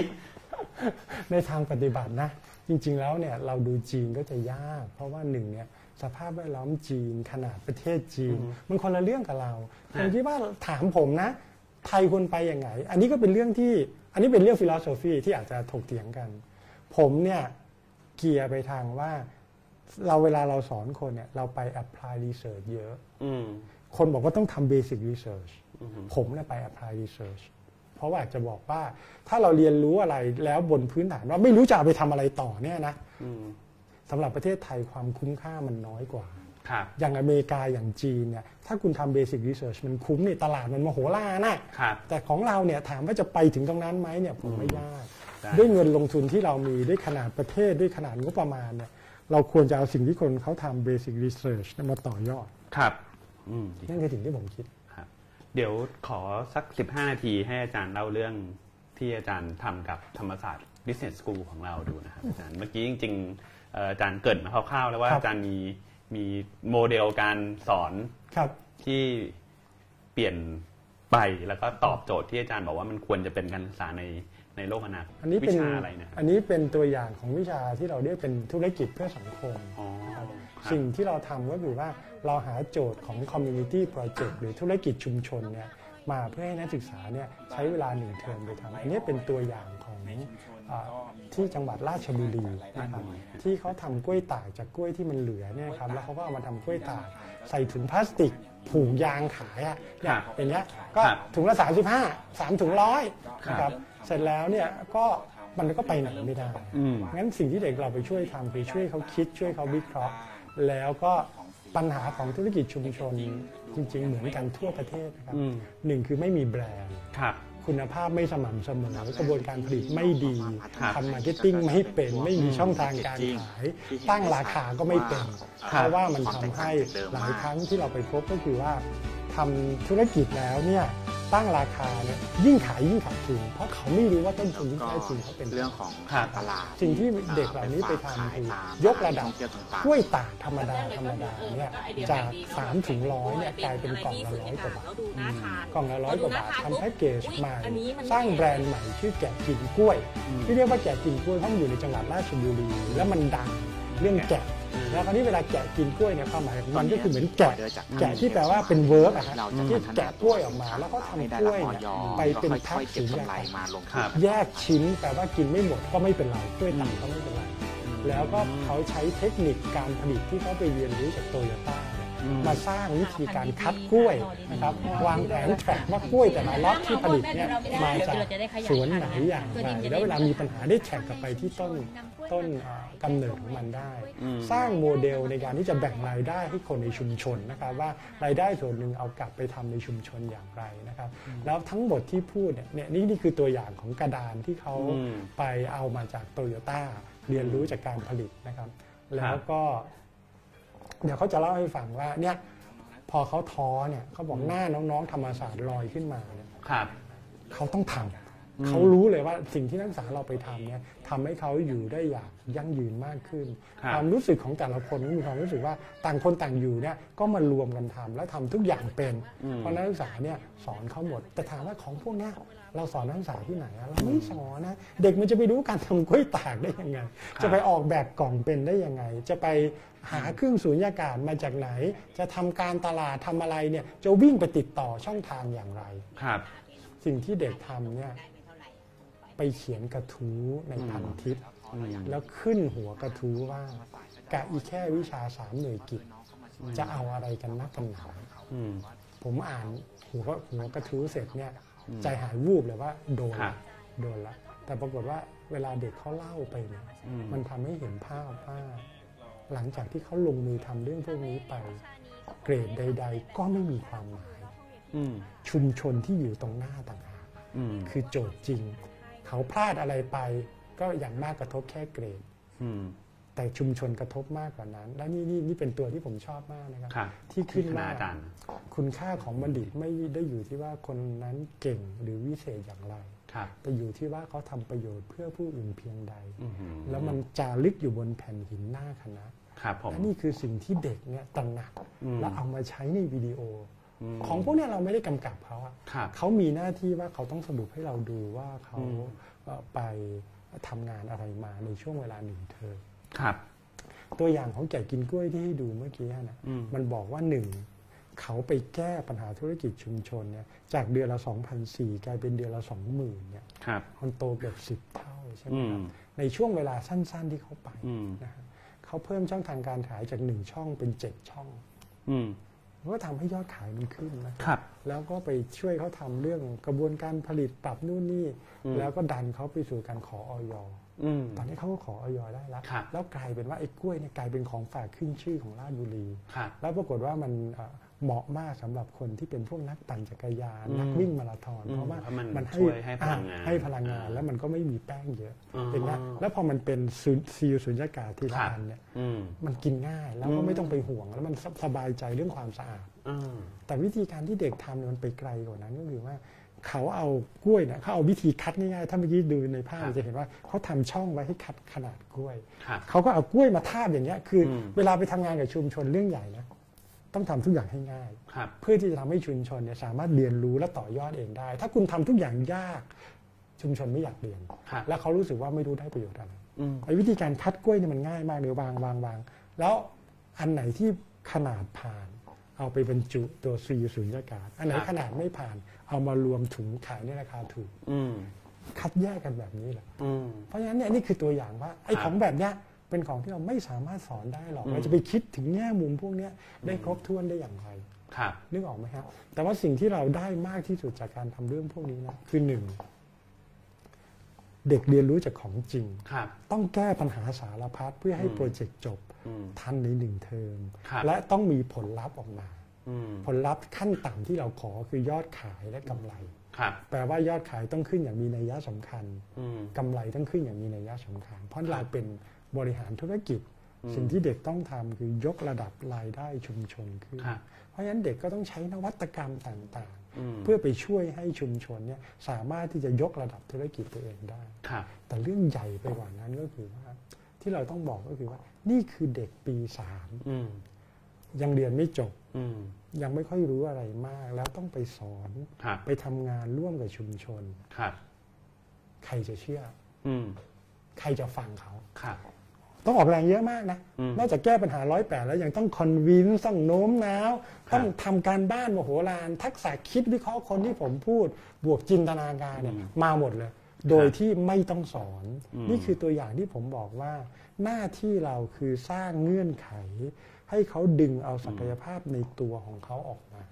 Speaker 2: ในทางปฏิบัตินะ จริงๆแล้วเนี่ยเราดูจีนก็จะยาก เพราะว่าหนึ่งเนี่ยสภาพแวดล้อมจีนขนาดประเทศจีน มันคนละเรื่องกับเราผมคิดว่าถามผมนะ ไทยควรไปอย่างไง อันนี้ก็เป็นเรื่องที่อันนี้เป็นเรื่องฟิโลโซฟีที่อาจจะถกเถียงกัน ผมเนี่ยเกียร์ไปทางว่าเราเวลาเราสอนคนเนี่ยเราไป apply research เยอะ
Speaker 1: อืม
Speaker 2: คนบอกว่าต้องทำ basic research
Speaker 1: อือฮึ
Speaker 2: ผมเนี่ยไป apply research เพราะว่าจะบอกว่าถ้าเราเรียนรู้อะไรแล้วบนพื้นฐานว่าไม่รู้จะเอาไปทำอะไรต่อเนี่ยนะ
Speaker 1: อืม
Speaker 2: สำหรับประเทศไทยความคุ้มค่ามันน้อยกว่า
Speaker 1: ครับ
Speaker 2: อย่างอเมริกาอย่างจีนเนี่ยถ้าคุณทำ basic research มันคุ้มเนี่ยตลาดมันมโหฬารนะ
Speaker 1: ครับ
Speaker 2: แต่ของเราเนี่ยถามว่าจะไปถึงตรงนั้นไหมเนี่ยผมไม่ยาก
Speaker 1: ได้
Speaker 2: ด้วยเงินลงทุนที่เรามีด้วยขนาดประเทศด้วยขนาดงบประมาณเนี่ยเราควรจะเอาสิ่งที่คนเขาทำ basic research เนี่ยมาต่อยอด
Speaker 1: ครับ อืม
Speaker 2: นั่นคือสิ่งที่ผมคิด
Speaker 1: ครับเดี๋ยวขอสัก 15 นาทีให้อาจารย์เล่าเรื่องที่อาจารย์ทำกับธรรมศาสตร์ Business School ของเราดูนะครับ อาจารย์เมื่อกี้จริงๆเอ่ออาจารย์เกริดมาคร่าวๆ แล้วว่า
Speaker 2: ครับ
Speaker 1: อาจารย์มีมีโมเดลการสอน
Speaker 2: ครับ
Speaker 1: ที่เปลี่ยนไปแล้วก็ตอบโจทย์ที่อาจารย์บอกว่ามันควรจะเป็นการศึกษาในในโลกอนาคต
Speaker 2: อันนี้
Speaker 1: วิ
Speaker 2: เป็น
Speaker 1: ชาอะไรนะครับ
Speaker 2: อันนี้เป็นตัวอย่างของวิชาที่เราเรียกเป็นธุรกิจเพื่อสังคม
Speaker 1: อ๋อครับ
Speaker 2: สิ่งที่เราทำก็คือว่าเราหาโจทย์ของ community project หรือธุรกิจชุมชนเนี่ยมาเพื่อให้นักศึกษาเนี่ยใช้เวลาหนึ่งเทอมไปทำอันนี้เป็นตัวอย่างของอ่าที่จังหวัดราชบุรีนะครับที่เขาทำกล้วยตากจากกล้วยที่มันเหลือเนี่ยครับแล้วเขาก็เอามาทำกล้วยตากใส่ถุงพลาสติกผูกยางขายอะ
Speaker 1: ครับ
Speaker 2: อย่างเงี้ยก็
Speaker 1: ครับ
Speaker 2: ถุงละ 35 3 ถุงร้อยนะครับเสร็จแล้วเนี่ยก็มันก็ไปไหนไม่ได้
Speaker 1: อืม
Speaker 2: งั้นสิ่งที่เด็กเราไปช่วยทำคือช่วยเขาคิดช่วยเขาวิเคราะห์ แล้วก็ปัญหาของธุรกิจชุมชนจริง ๆ เหมือนกันทั่วประเทศนะครับ
Speaker 1: อืม
Speaker 2: หนึ่งคือไม่มีแบรนด์
Speaker 1: ครับ
Speaker 2: คุณภาพไม่สม่ำเสมอกระบวนการผลิตไม่ดี
Speaker 1: ครับ
Speaker 2: ทำมาร์เก็ตติ้งไม่เป็น ไม่มีช่องทางการขาย ตั้งราคาก็ไม่เป็น
Speaker 1: ค
Speaker 2: เพ
Speaker 1: รับ
Speaker 2: ราะว่ามันทำให้หลายครั้งที่เราไปพบก็คือว่าทำธุรกิจแล้วเนี่ยตั้งราคาเนี่ยยิ่งขายยิ่งขาดทุนเพราะเขาไม่รู้ว่าต้นทุนที่แท้จริงเขาเป็น
Speaker 3: เรื่องของ
Speaker 1: ครับ
Speaker 3: ตลาด
Speaker 2: สิ่งที่เด็กเหล่านี้ไปทำคือยกระดับ
Speaker 3: เที่ยวต่าง
Speaker 2: กล้วยตากธรรมดาธรรมดาเนี่ยจาก3ถึงร้อยเนี่ยกลายเป็นกล่องละร้อยกว่าบาทกล่องละร้อยกว่าบาททำแพ็กเกจใหม่สร้างแบรนด์ใหม่ชื่อแกะกินกล้วย
Speaker 1: อืม
Speaker 2: ที่เรียกว่าแกะกินกล้วยเพราะมันอยู่ในจังหวัดราชบุรีและมันดังเรื่องแกะ แล้วคราวนี้เวลาแกะกินกล้วยเนี่ยความหมายของมันก็คือเหมือนแกะ แกะที่แปลว่าเป็นเวิร์กอะฮะ
Speaker 3: เรา
Speaker 2: ที่
Speaker 3: จะ
Speaker 2: แกะกล้วยออกมาแล้วก็ทำกล้วยเนี่ยไปเป็นแพ็ค
Speaker 3: ค่อยๆ
Speaker 2: สี
Speaker 3: เก็
Speaker 2: แด
Speaker 3: บกำไรง มาลง
Speaker 1: ครับ
Speaker 2: แยกชิ้นแปลว่ากินไม่หมดก็ไม่เป็นไรกล้วยต่างก็ไม่เป็นไร แล้วก็เขาใช้เทคนิคการผลิตที่เขาไปเรียนรู้จากโตโยต้าเนี่ย
Speaker 1: อืม
Speaker 2: มาสร้างวิธีการคัดกล้วยนะครับวางแผนแทร็กว่ากล้วยแต่ละล็อตที่ผลิตเนี่ยมาจากสวนไหนอย่างไรแล้วเวลามีปัญหาได้แทร็กกลับไปที่ต้น ต้นเอ่อกำเนิดของมันได้
Speaker 1: อืม
Speaker 2: สร้างโมเดลในการที่จะแบ่งรายได้ให้คนในชุมชนนะครับ ว่ารายได้ส่วนหนึ่งเอากลับไปทำในชุมชนอย่างไรนะครับ แล้วทั้งหมดที่พูดเนี่ยเนี่ยนี่นี่คือตัวอย่างของกระดานที่เขา
Speaker 1: อืม
Speaker 2: ไปเอามาจากโตโยต้าเรียนรู้จากการผลิตนะครับ แล้วก็ เดี๋ยวเขาจะเล่าให้ฟังว่าเนี่ยพอเขาท้อเนี่ยเขาบอกหน้าน้องๆธรรมศาสตร์ลอยขึ้นมาเนี่ย
Speaker 1: ครับ
Speaker 2: เขาต้องทำ
Speaker 1: อืม
Speaker 2: เขารู้เลยว่าสิ่งที่นักศึกษาเราไปทำเนี่ยทำให้เขาอยู่ได้อย่างยั่งยืนมากขึ้น
Speaker 1: ครับ
Speaker 2: ความรู้สึกของแต่ละคนก็มีความรู้สึกว่าต่างคนต่างอยู่เนี่ยก็มารวมกันทำและทำทุกอย่างเป็น
Speaker 1: อืม
Speaker 2: เพราะนักศึกษาเนี่ยสอนเขาหมด แต่ถามว่าของพวกเนี้ยเราสอนนักศึกษาที่ไหนอะเราไม่สอนนะ เด็กมันจะไปรู้การทำกล้วยตากได้ยังไง
Speaker 1: ครับ
Speaker 2: จะไปออกแบบกล่องเป็นได้ยังไง จะไปหาเครื่องสูญญากาศมาจากไหน จะทำการตลาดทำอะไรเนี่ยจะวิ่งไปติดต่อช่องทางอย่างไร
Speaker 1: ครับ
Speaker 2: สิ่งที่เด็กทำเนี่ยไปเขียนกระทู้ในพันทิป
Speaker 1: อืม
Speaker 2: แล้วขึ้นหัวกระทู้ว่า กะอีแค่วิชาสามหน่วยกิจ จะเอาอะไรกันนักกันหนา
Speaker 1: อืม
Speaker 2: ผมอ่านหัวหัวกระทู้เสร็จเนี่ย ใจหายวูบเลยว่าโดน
Speaker 1: ครั
Speaker 2: ละ
Speaker 1: บ
Speaker 2: โดนละ แต่ปรากฏว่าเวลาเด็กเขาเล่าไปเนี่ย
Speaker 1: อืม
Speaker 2: มันทำให้เห็นภาพว่าหลังจากที่เขาลงมือทำเรื่องพวกนี้ไป เกรดใด ๆ ก็ไม่มีความหมาย
Speaker 1: อืม
Speaker 2: ชุมชนที่อยู่ตรงหน้าต่างหาก
Speaker 1: อืม
Speaker 2: คือโจทย์จริง เขาพลาดอะไรไปก็อย่างมากกระทบแค่เกรด
Speaker 1: อืม
Speaker 2: แต่ชุมชนกระทบมากกว่านั้น และนี่นี่นี่เป็นตัวที่ผมชอบมากนะครั
Speaker 1: ครับ
Speaker 2: ที่ขึ้น
Speaker 1: ที่คณะ
Speaker 2: ว่า
Speaker 1: อาจารย์
Speaker 2: คุณค่าของบัณฑิตไม่ได้อยู่ที่ว่าคนนั้นเก่งหรือวิเศษอย่างไร
Speaker 1: ครับ
Speaker 2: แต่อยู่ที่ว่าเขาทำประโยชน์เพื่อผู้อื่นเพียงใด
Speaker 1: อื้อหือ
Speaker 2: แล้วมันจารึกอยู่บนแผ่นหินหน้าคณะ
Speaker 1: ครับผม
Speaker 2: และนี่คือสิ่งที่เด็กเนี่ยตระหนัก
Speaker 1: อืม
Speaker 2: และเอามาใช้ในวิดีโออ
Speaker 1: ม
Speaker 2: ของพวกเนี้เราไม่ได้กำกับเขาอะ
Speaker 1: ครับ
Speaker 2: เขามีหน้าที่ว่าเขาต้องสรุปให้เราดูว่าเขา
Speaker 1: อืม
Speaker 2: เอ่อไปทำงานอะไรมาในช่วงเวลาหนึ่งเทอม
Speaker 1: ครับ
Speaker 2: ตัวอย่างของแกะกินกล้วยที่ให้ดูเมื่อกี้นะ
Speaker 1: อืม
Speaker 2: มันบอกว่าหนึ่งเขาไปแก้ปัญหาธุรกิจชุมชนเนี่ยจากเดือนละ2,004กลายเป็นเดือนละ20,000เนี่ย
Speaker 1: ครับ
Speaker 2: มันโตเกือบ10 เท่าใช่ไหม
Speaker 1: อื
Speaker 2: ค
Speaker 1: ม
Speaker 2: รับในช่วงเวลาสั้นๆที่เขาไป
Speaker 1: อืม
Speaker 2: นะฮะเขาเพิ่มช่องทางการขายจาก 1 ช่องเป็น 7 ช่อง
Speaker 1: อืม
Speaker 2: มันก็ทำให้ยอดขายมันขึ้นนะ
Speaker 1: ครับ
Speaker 2: แล้วก็ไปช่วยเขาทำเรื่องกระบวนการผลิตปรับนู่นนี่
Speaker 1: อืม
Speaker 2: แล้วก็ดันเขาไปสู่การขอออย
Speaker 1: อืม
Speaker 2: ตอนนี้เขาก็ขอออยได้แล้ว
Speaker 1: ครับ
Speaker 2: แล้วกลายเป็นว่าไอ้กล้วยเนี่ยกลายเป็นของฝากขึ้นชื่อของราชบุรี
Speaker 1: ครับ
Speaker 2: แล้วปรากฏว่ามันเอ่อเหมาะมากสำหรับคนที่เป็นพวกนักปั่นจักรยาน
Speaker 1: อืม
Speaker 2: นักวิ่งมาราธอน
Speaker 1: อืม
Speaker 2: เพราะว่า
Speaker 1: เพราะมัน
Speaker 2: มัน
Speaker 1: ช่วยให้พลังงาน
Speaker 2: อ่ะให้พลังงาน
Speaker 1: อ่า
Speaker 2: แล้วมันก็ไม่มีแป้งเยอะ
Speaker 1: อ๋อ
Speaker 2: เห็นไหมแล้วพอมันเป็นซูซีลสุญญากาศที่ร้านเนี่ย
Speaker 1: อืม
Speaker 2: มันกินง่ายแล้วก็ไม่ต้องไปห่วง แล้วมันสบายใจเรื่องความสะอาด
Speaker 1: อืม
Speaker 2: แต่วิธีการที่เด็กทำเนี่ยมันไปไกลกว่านั้นก็คือว่า เขาเอากล้วยเนี่ยเขาเอาวิธีคัดง่ายๆ ถ้าเมื่อกี้ดูในภาพ
Speaker 1: ครับ
Speaker 2: จะเห็นว่าเขาทำช่องไว้ให้คัดขนาดกล้วย
Speaker 1: ครับ
Speaker 2: เขาก็เอากล้วยมาทาบอย่างเงี้ยคืออ
Speaker 1: ม
Speaker 2: เวลาไปทำงานกับชุมชนเรื่องใหญ่นะต้องทำทุกอย่างให้ง่าย
Speaker 1: ครับ
Speaker 2: เพื่อที่จะทำให้ชุมชนเนี่ยสามารถเรียนรู้และต่อยอดเองได้ ถ้าคุณทำทุกอย่างยากชุมชนไม่อยากเรียน
Speaker 1: ครับ
Speaker 2: และเขารู้สึกว่าไม่รู้ได้ประโยชน์อะไร
Speaker 1: อืม
Speaker 2: ไอ้วิธีการคัดกล้วยเนี่ยมันง่ายมากเลยวางวางวางแล้วอันไหนที่ขนาดผ่าน เอาไปบรรจุตัวซีสุญญากาศ อันไหน
Speaker 1: ครับ
Speaker 2: ขนาดไม่ผ่าน เอามารวมถุงขายในราคาถูก
Speaker 1: อืม
Speaker 2: คัดแยกกันแบบนี้แหละ
Speaker 1: อืม
Speaker 2: เพราะฉะนั้นเนี่ยนี่คือตัวอย่างว่าไอ้
Speaker 1: ครับ
Speaker 2: ของแบบเนี้ยเป็นของที่เราไม่สามารถสอนได้หรอก
Speaker 1: อืม
Speaker 2: เราจะไปคิดถึงแง่มุมพวกเนี้ยได้ครบถ้วนได้อย่างไร
Speaker 1: ครับ
Speaker 2: นึกออกไหมครับแต่ว่าสิ่งที่เราได้มากที่สุดจากการทำเรื่องพวกนี้นะคือหนึ่งเด็กเรียนรู้จากของจริง
Speaker 1: ครับ
Speaker 2: ต้องแก้ปัญหาสารพัดเพื่อให้
Speaker 1: อืม
Speaker 2: โปรเจกต์จบ
Speaker 1: อืม
Speaker 2: ทันในหนึ่งเทอม
Speaker 1: ครับ
Speaker 2: และต้องมีผลลัพธ์ออกมา
Speaker 1: อืม
Speaker 2: ผลลัพธ์ขั้นต่ำที่เราขอคือยอดขายและกำไร
Speaker 1: ครับ
Speaker 2: แปลว่ายอดขายต้องขึ้นอย่างมีนัยยะสำคัญ
Speaker 1: อืม
Speaker 2: กำไรต้องขึ้นอย่างมีนัยยะสำคัญ เพราะเราเป็นบริหารธุรกิจ
Speaker 1: อืม
Speaker 2: สิ่งที่เด็กต้องทำคือยกระดับรายได้ชุมชนขึ้น
Speaker 1: ครับ
Speaker 2: เพราะฉะนั้นเด็กก็ต้องใช้นวัตกรรมต่าง
Speaker 1: อืม
Speaker 2: ๆ เพื่อไปช่วยให้ชุมชนเนี่ยสามารถที่จะยกระดับธุรกิจตัวเองได้
Speaker 1: ครับ
Speaker 2: แต่เรื่องใหญ่ไปกว่านั้นก็คือว่า ที่เราต้องบอกก็คือว่า นี่คือเด็กปีสาม
Speaker 1: อืม
Speaker 2: ยังเรียนไม่จบ
Speaker 1: อืม
Speaker 2: ยังไม่ค่อยรู้อะไรมาก แล้วต้องไปสอน
Speaker 1: ครับ
Speaker 2: ไปทำงานร่วมกับชุมชน
Speaker 1: ครับ
Speaker 2: ใครจะเชื่อ
Speaker 1: อืม
Speaker 2: ใครจะฟังเขา
Speaker 1: ครับ
Speaker 2: ต้องออกแรงเยอะมากนะ
Speaker 1: อืม
Speaker 2: นอกจากแก้ปัญหาร้อยแปดแล้วยังต้องคอนวินต้องโน้มน้าว
Speaker 1: ครับ
Speaker 2: ต้องทำการบ้านมโหฬารทักษะคิดวิเคราะห์คนที่ผมพูด บวกจินตนาการเนี่ยมาหมดเลย โดยที่ไม่ต้องสอน นี่คือตัวอย่างที่ผมบอกว่า หน้าที่เราคือสร้างเงื่อนไข ให้เขาดึงเอาศักยภาพในตัวของเขาออกมา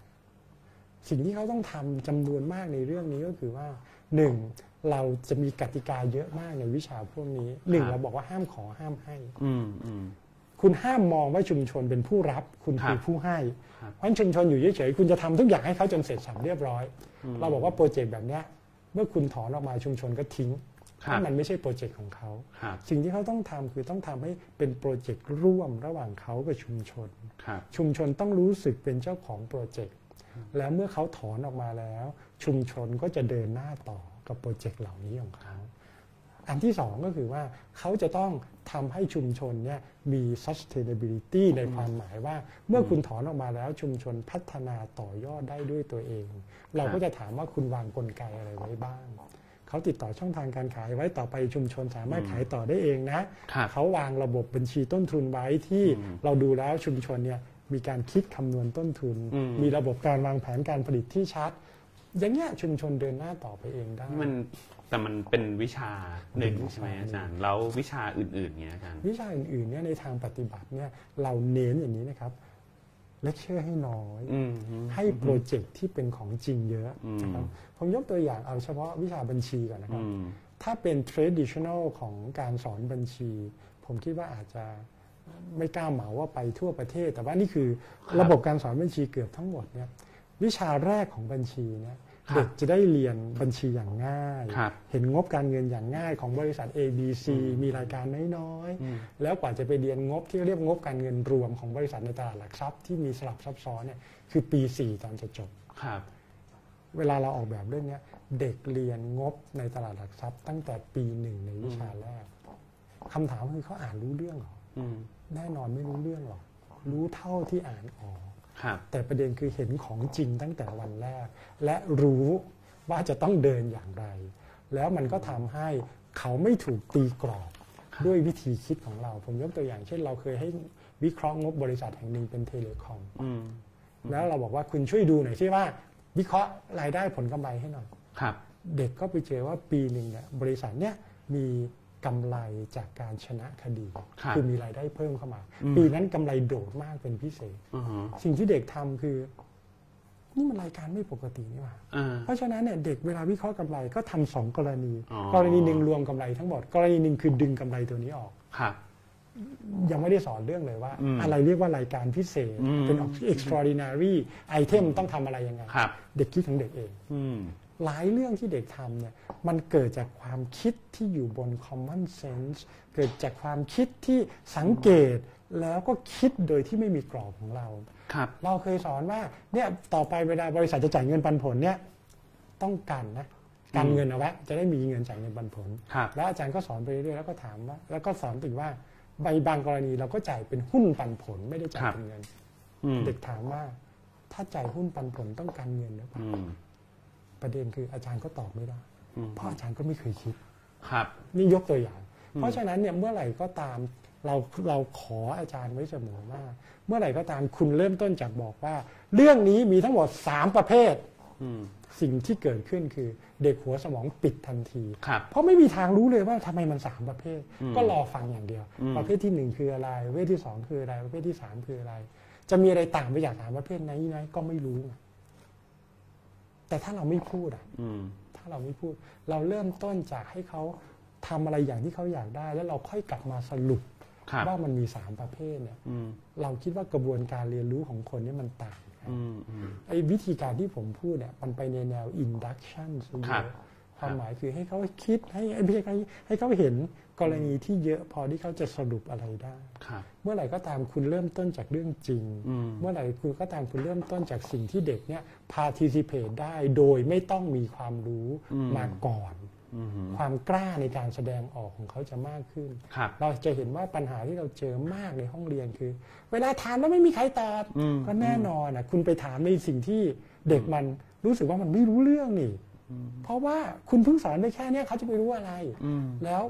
Speaker 2: สิ่งที่เขาต้องทำจำนวนมากในเรื่องนี้ก็คือว่าหนึ่งเราจะมีกติกาเยอะมากในวิชาพวกนี้หนึ่งเราบอกว่าห้ามขอห้ามให้
Speaker 1: อืมอืม
Speaker 2: คุณห้ามมองว่าชุมชนเป็นผู้รับ คุณ
Speaker 1: ครับ
Speaker 2: คือผู้ให้
Speaker 1: ครับ
Speaker 2: เพราะฉะนั้นชุมชนอยู่เฉยๆคุณจะทำทุกอย่างให้เขาจนเสร็จสรรพเรียบร้อย
Speaker 1: อืม
Speaker 2: เราบอกว่าโปรเจกต์แบบเนี้ยเมื่อคุณถอนออกมาชุมชนก็ทิ้ง
Speaker 1: ครับ
Speaker 2: เพราะมันไม่ใช่โปรเจกต์ของเขา
Speaker 1: ครับ
Speaker 2: สิ่งที่เขาต้องทำคือต้องทำให้เป็นโปรเจกต์ร่วมระหว่างเขากับชุมชน
Speaker 1: ครับ
Speaker 2: ชุมชนต้องรู้สึกเป็นเจ้าของโปรเจกต์แล้วเมื่อเขาถอนออกมาแล้ว ชุมชนก็จะเดินหน้าต่อกับโปรเจกต์เหล่านี้ของเขา อันที่สองก็คือว่าเขาจะต้องทำให้ชุมชนเนี่ยมี sustainability ในความหมายว่า เมื่อคุณถอนออกมาแล้วชุมชนพัฒนาต่อยอดได้ด้วยตัวเอง เราก็จะถามว่าคุณวางกลไกอะไรไว้บ้าง เขาติดต่อช่องทางการขายไว้ต่อไปชุมชนสามารถขายต่อได้เองนะ
Speaker 1: ครับ
Speaker 2: เขาวางระบบบัญชีต้นทุนไว้ที่
Speaker 1: อืม
Speaker 2: เราดูแล้วชุมชนเนี่ยมีการคิดคำนวณต้นทุน
Speaker 1: อืม
Speaker 2: มีระบบการวางแผนการผลิตที่ชัด อย่างเงี้ยชุมชนเดินหน้าต่อไปเองได้
Speaker 1: นี่มันแต่มันเป็นวิชาหนึ่ง
Speaker 2: เป็นวิชา
Speaker 1: ใช่ไหมอาจารย์ แล้ววิชาอื่นๆเนี้ยอาจารย์
Speaker 2: วิชาอื่นๆเนี่ยในทางปฏิบัติเนี่ยเราเน้นอย่างนี้นะครับเลคเชอร์ให้น้อย
Speaker 1: อืม
Speaker 2: ให้โปรเจกต์ที่เป็นของจริงเยอะนะครับ
Speaker 1: อืม
Speaker 2: ผมยกตัวอย่างเอาเฉพาะวิชาบัญชีก่อนนะครั
Speaker 1: อื
Speaker 2: บ
Speaker 1: ม
Speaker 2: ถ้าเป็น traditional ของการสอนบัญชี ผมคิดว่าอาจจะไม่กล้าเหมาว่าไปทั่วประเทศ แต่ว่านี่คือ
Speaker 1: ครับ
Speaker 2: ระบบการสอนบัญชีเกือบทั้งหมดเนี่ยวิชาแรกของบัญชีเนี่ย
Speaker 1: ครับ
Speaker 2: เด็กจะได้เรียนบัญชีอย่างง่าย
Speaker 1: ครับ
Speaker 2: เห็นงบการเงินอย่างง่ายของบริษัท ABC มีรายการน้อย
Speaker 1: อืม
Speaker 2: ๆ แล้วกว่าจะไปเรียนงบที่เรียกงบการเงินรวมของบริษัทในตลาดหลักทรัพย์ที่มีสลับซับซ้อนเนี่ยคือปี 4 ตอนจะจบ
Speaker 1: ครับ
Speaker 2: เวลาเราออกแบบเรื่องเนี้ยเด็กเรียนงบในตลาดหลักทรัพย์ ตั้งแต่ปีหนึ่งในวิชาแรกคำถามคือเขาอ่านรู้เรื่องเหรอ
Speaker 1: อืม
Speaker 2: แน่นอนไม่รู้เรื่องหรอกรู้เท่าที่อ่านออก
Speaker 1: ครับ
Speaker 2: แต่ประเด็นคือเห็นของจริงตั้งแต่วันแรก และรู้ว่าจะต้องเดินอย่างไร แล้วมันก็ทำให้เขาไม่ถูกตีกรอบด้วยวิธีคิดของเรา ผมยกตัวอย่างเช่น เราเคยให้วิเคราะห์งบบริษัทแห่งหนึ่งเป็นเทเลคอม
Speaker 1: อืม
Speaker 2: แล้วเราบอกว่าคุณช่วยดูหน่อยที่ว่า วิเคราะห์รายได้ผลกำไรให้หน่อย
Speaker 1: ครับ
Speaker 2: เด็กก็ไปเจอว่าปีหนึ่งเนี่ยบริษัทเนี่ยมีกำไรจากการชนะคดี
Speaker 1: ครับ
Speaker 2: คือมีรายได้เพิ่มเข้ามา
Speaker 1: อืม
Speaker 2: ปีนั้นกำไรโดดมากเป็นพิเศษ
Speaker 1: อือฮึ
Speaker 2: สิ่งที่เด็กทำคือ นี่มันรายการไม่ปกตินี่หว่า
Speaker 1: อ่า
Speaker 2: เพราะฉะนั้นเนี่ยเด็กเวลาวิเคราะห์กำไรก็ทำสองกรณี
Speaker 1: อ๋อ
Speaker 2: กรณีหนึ่งรวมกำไรทั้งหมดกรณีหนึ่งคือดึงกำไรตัวนี้ออก
Speaker 1: ครับ
Speaker 2: ยังไม่ได้สอนเรื่องเลยว่า
Speaker 1: อืม
Speaker 2: อะไรเรียกว่ารายการพิเศษ
Speaker 1: อืม
Speaker 2: เป็น extraordinary item ต้องทำอะไรยังไง
Speaker 1: ครับ
Speaker 2: เด็กคิดของเด็กเอง
Speaker 1: อืม
Speaker 2: หลายเรื่องที่เด็กทำเนี่ยมันเกิดจากความคิดที่อยู่บน common sense เกิดจากความคิดที่สังเกตแล้วก็คิดโดยที่ไม่มีกรอบของเรา
Speaker 1: ครับ
Speaker 2: เราเคยสอนว่าเนี่ยต่อไปเวลาบริษัทจะจ่ายเงินปันผลเนี่ยต้องกันนะกันเงินเอาไว้จะได้มีเงินจ่ายเงินปันผล
Speaker 1: ครับ
Speaker 2: แล้วอาจารย์ก็สอนไปเรื่อยๆแล้วก็ถามว่า แล้วก็สอนถึงว่าใบบางกรณีเราก็จ่ายเป็นหุ้นปันผลไม่ได้จ่ายเป็นเงิน
Speaker 1: อืม
Speaker 2: เด็กถามว่า ถ้าจ่ายหุ้นปันผลต้องการเงินหรือเปล่า
Speaker 1: อืม
Speaker 2: ประเด็นคืออาจารย์ก็ตอบไม่ได้
Speaker 1: อืม
Speaker 2: เพราะอาจารย์ก็ไม่เคยคิด
Speaker 1: ครับ
Speaker 2: นี่ยกตัวอย่าง เพราะฉะนั้นเนี่ยเมื่อไหร่ก็ตามเราเราขออาจารย์ไว้เสมอว่า เมื่อไหร่ก็ตามคุณเริ่มต้นจากบอกว่า เรื่องนี้มีทั้งหมด 3 ประเภท
Speaker 1: อืม
Speaker 2: สิ่งที่เกิดขึ้นคือเด็กหัวสมองปิดทันที
Speaker 1: ครับ
Speaker 2: เพราะไม่มีทางรู้เลยว่าทำไมมัน 3 ประเภท
Speaker 1: อืม
Speaker 2: ก็รอฟังอย่างเดียว
Speaker 1: อืม
Speaker 2: ประเภททีหนึ่1 คืออะไรประเภทที่ 2 คืออะไรประเภทที่ 3 คืออะไร จะมีอะไรต่างไปจากสามประเภทไหนไหนก็ไม่รู้ไงแต่ถ้าเราไม่พูดอะ
Speaker 1: อืม
Speaker 2: ถ้าเราไม่พูดเราเริ่มต้นจากให้เขาทำอะไรอย่างที่เขาอยากได้ แล้วเราค่อยกลับมาสรุป
Speaker 1: ครับ
Speaker 2: ว่ามันมีสามประเภทเนี่ย
Speaker 1: อืม
Speaker 2: เราคิดว่ากระบวนการเรียนรู้ของคนเนี่ยมันต่างกัน นะไอ้วิธีการที่ผมพูดเนี่ยมันไปในแนว induction ซะเย
Speaker 1: ครับ
Speaker 2: อะความหมายคือให้เขาคิดให้ไม่ใช่ให้ให้เขาเห็นกรณีที่เยอะพอที่เขาจะสรุปอะไรได้
Speaker 1: ครับ
Speaker 2: เมื่อไหร่ก็ตามคุณเริ่มต้นจากเรื่องจริง
Speaker 1: อืม
Speaker 2: เมื่อไหร่คุณก็ตามคุณเริ่มต้นจากสิ่งที่เด็กเนี่ย participate ได้โดยไม่ต้องมีความรู้มาก่อน
Speaker 1: อืม
Speaker 2: ความกล้าในการแสดงออกของเขาจะมากขึ้น
Speaker 1: ครับ
Speaker 2: เราจะเห็นว่าปัญหาที่เราเจอมากในห้องเรียนคือ เวลาถามแล้วไม่มีใครตอบ
Speaker 1: อืม
Speaker 2: ก็แน่นอนนะคุณไปถามในสิ่งที่เด็กมันรู้สึกว่ามันไม่รู้เรื่องนี่ เพราะว่าคุณเพิ่งสอนไปแค่เนี้ยเขาจะไปรู้อะไร
Speaker 1: อืม
Speaker 2: แล้ว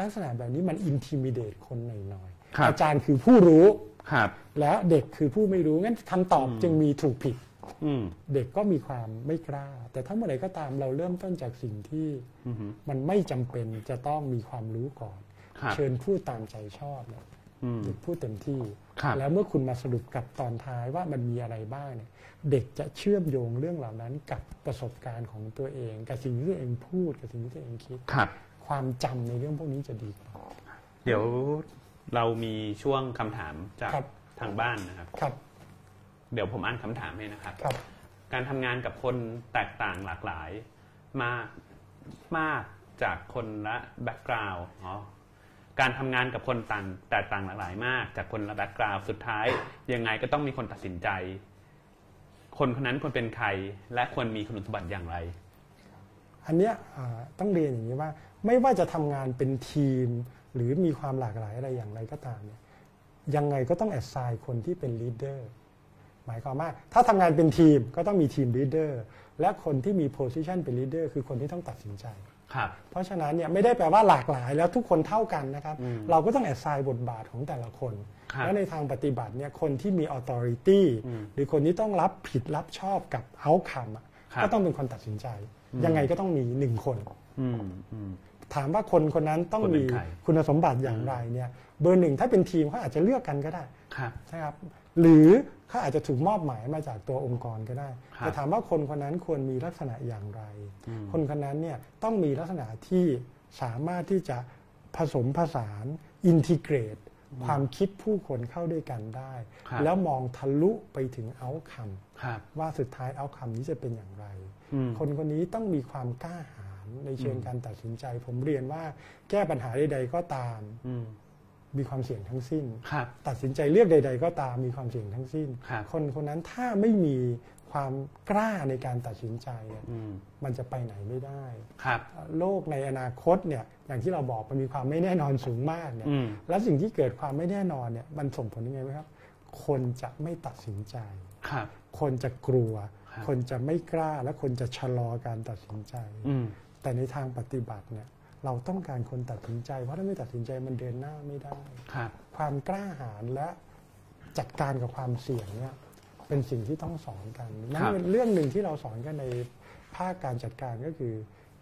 Speaker 2: ลักษณะแบบนี้มันอินทิมิเดตคนหน่อย
Speaker 1: ครับ
Speaker 2: ๆอาจารย์คือผู้รู้
Speaker 1: ครับ
Speaker 2: แล้วเด็กคือผู้ไม่รู้งั้นคำตอบจึงมีถูกผิด
Speaker 1: อืม
Speaker 2: เด็กก็มีความไม่กล้า แต่ถ้าเมื่อไหร่ก็ตามเราเริ่มต้นจากสิ่งที่
Speaker 1: อืม
Speaker 2: มันไม่จำเป็นจะต้องมีความรู้ก่อน
Speaker 1: ครับ
Speaker 2: เชิญพูดตามใจชอบเนี่ย
Speaker 1: อืม
Speaker 2: เด็กพูดเต็มที่
Speaker 1: ครับ
Speaker 2: แล้วเมื่อคุณมาสรุปกับตอนท้ายว่ามันมีอะไรบ้างเนี่ย เด็กจะเชื่อมโยงเรื่องเหล่านั้นกับประสบการณ์ของตัวเอง กับสิ่งที่ตัวเองพูดกับสิ่งที่ตัวเองคิด
Speaker 1: ครับ
Speaker 2: ความจำในเรื่องพวกนี้จะดีกว่า
Speaker 1: เดี๋ยวเรามีช่วงคำถามจาก
Speaker 2: ครับ
Speaker 1: ทางบ้านนะครับ
Speaker 2: ครับ
Speaker 1: เดี๋ยวผมอ่านคำถามให้นะครับ
Speaker 2: ครับ
Speaker 1: การทำงานกับคนแตกต่างหลากหลายมากมากจากคนละแบ็กกราวด์อ๋อการทำงานกับคนต่างแตกต่างหลากหลายมาก จากคนละแบ็กกราวด์สุดท้าย ยังไงก็ต้องมีคนตัดสินใจ คนคนนั้นควรเป็นใคร และควรมีคุณสมบัติอย่างไร
Speaker 2: อันเนี้ยอ่าต้องเรียนอย่างนี้ว่า ไม่ว่าจะทำงานเป็นทีม หรือมีความหลากหลายอะไรอย่างไรก็ตามเนี่ยยังไงก็ต้องแอดไซน์คนที่เป็นลีดเดอร์หมายความว่า ถ้าทำงานเป็นทีมก็ต้องมีทีมลีดเดอร์และคนที่มีโพซิชันเป็นลีดเดอร์คือคนที่ต้องตัดสินใจ
Speaker 1: ครับ
Speaker 2: เพราะฉะนั้นเนี่ยไม่ได้แปลว่าหลากหลายแล้วทุกคนเท่ากันนะครับ เราก็ต้องแอดไซน์บทบาทของแต่ละคน
Speaker 1: ครับ
Speaker 2: และในทางปฏิบัติเนี่ยคนที่มีอ t h อริตี้
Speaker 1: อืม
Speaker 2: หรือคนที่ต้องรับผิดรับชอบกับเอาคำ
Speaker 1: ครับ
Speaker 2: ก็ต้องเป็นคนตัดสินใจ ยังไงก็ต้องมีหนึ่งคน
Speaker 1: อืมอืม
Speaker 2: ถามว่าคนคนนั้นต้อง
Speaker 1: คนเป็
Speaker 2: มี
Speaker 1: นใคร
Speaker 2: คุณสมบัติอย่างไรเนี่ยเบอร์หนึ่งถ้าเป็นทีมเขาอาจจะเลือกกันก็ได้
Speaker 1: ครับ
Speaker 2: นะครับหรือเขาอาจจะถูกมอบหมายมาจากตัวองค์กรก็ได้
Speaker 1: ครับ
Speaker 2: แต่ถามว่าคนคนนั้นควรมีลักษณะอย่างไร คนคนนั้นเนี่ยต้องมีลักษณะที่สามารถที่จะผสมผสานอินทิเกรต ความคิดผู้คนเข้าด้วยกันได้
Speaker 1: ครับ
Speaker 2: แล้วมองทะลุไปถึงเอาค
Speaker 1: ครับ
Speaker 2: ำว่าสุดท้ายเอาคำนี้จะเป็นอย่างไร
Speaker 1: อืม
Speaker 2: คนคนนี้ต้องมีความกล้าหาญในเชิงการตัดสินใจ ผมเรียนว่าแก้ปัญหาใดๆก็ตาม
Speaker 1: อืม
Speaker 2: มีความเสี่ยงทั้งสิ้น
Speaker 1: ครับ
Speaker 2: ตัดสินใจเลือกใด ๆ ก็ตามมีความเสี่ยงทั้งสิ้น
Speaker 1: ครับ
Speaker 2: คนคนนั้นถ้าไม่มีความกล้าในการตัดสินใจเนี่ย
Speaker 1: อืม
Speaker 2: มันจะไปไหนไม่ได้
Speaker 1: ครับ
Speaker 2: เอ่อโลกในอนาคตเนี่ยอย่างที่เราบอกมันมีความไม่แน่นอนสูงมากเนี่ย
Speaker 1: อืม
Speaker 2: และสิ่งที่เกิดความไม่แน่นอนเนี่ยมันส่งผลยังไงไหมครับ คนจะไม่ตัดสินใจ
Speaker 1: ครับ
Speaker 2: คนจะกลัว
Speaker 1: ครับ
Speaker 2: คนจะไม่กล้าและคนจะชะลอการตัดสินใจ
Speaker 1: อืม
Speaker 2: แต่ในทางปฏิบัติเนี่ยเราต้องการคนตัดสินใจ เพราะถ้าไม่ตัดสินใจมันเดินหน้าไม่ได้
Speaker 1: ครับ
Speaker 2: ความกล้าหาญและจัดการกับความเสี่ยงเนี่ยเป็นสิ่งที่ต้องสอนกันนั่น
Speaker 1: ครับ
Speaker 2: เป็นเรื่องหนึ่งที่เราสอนกันในภาคการจัดการก็คือ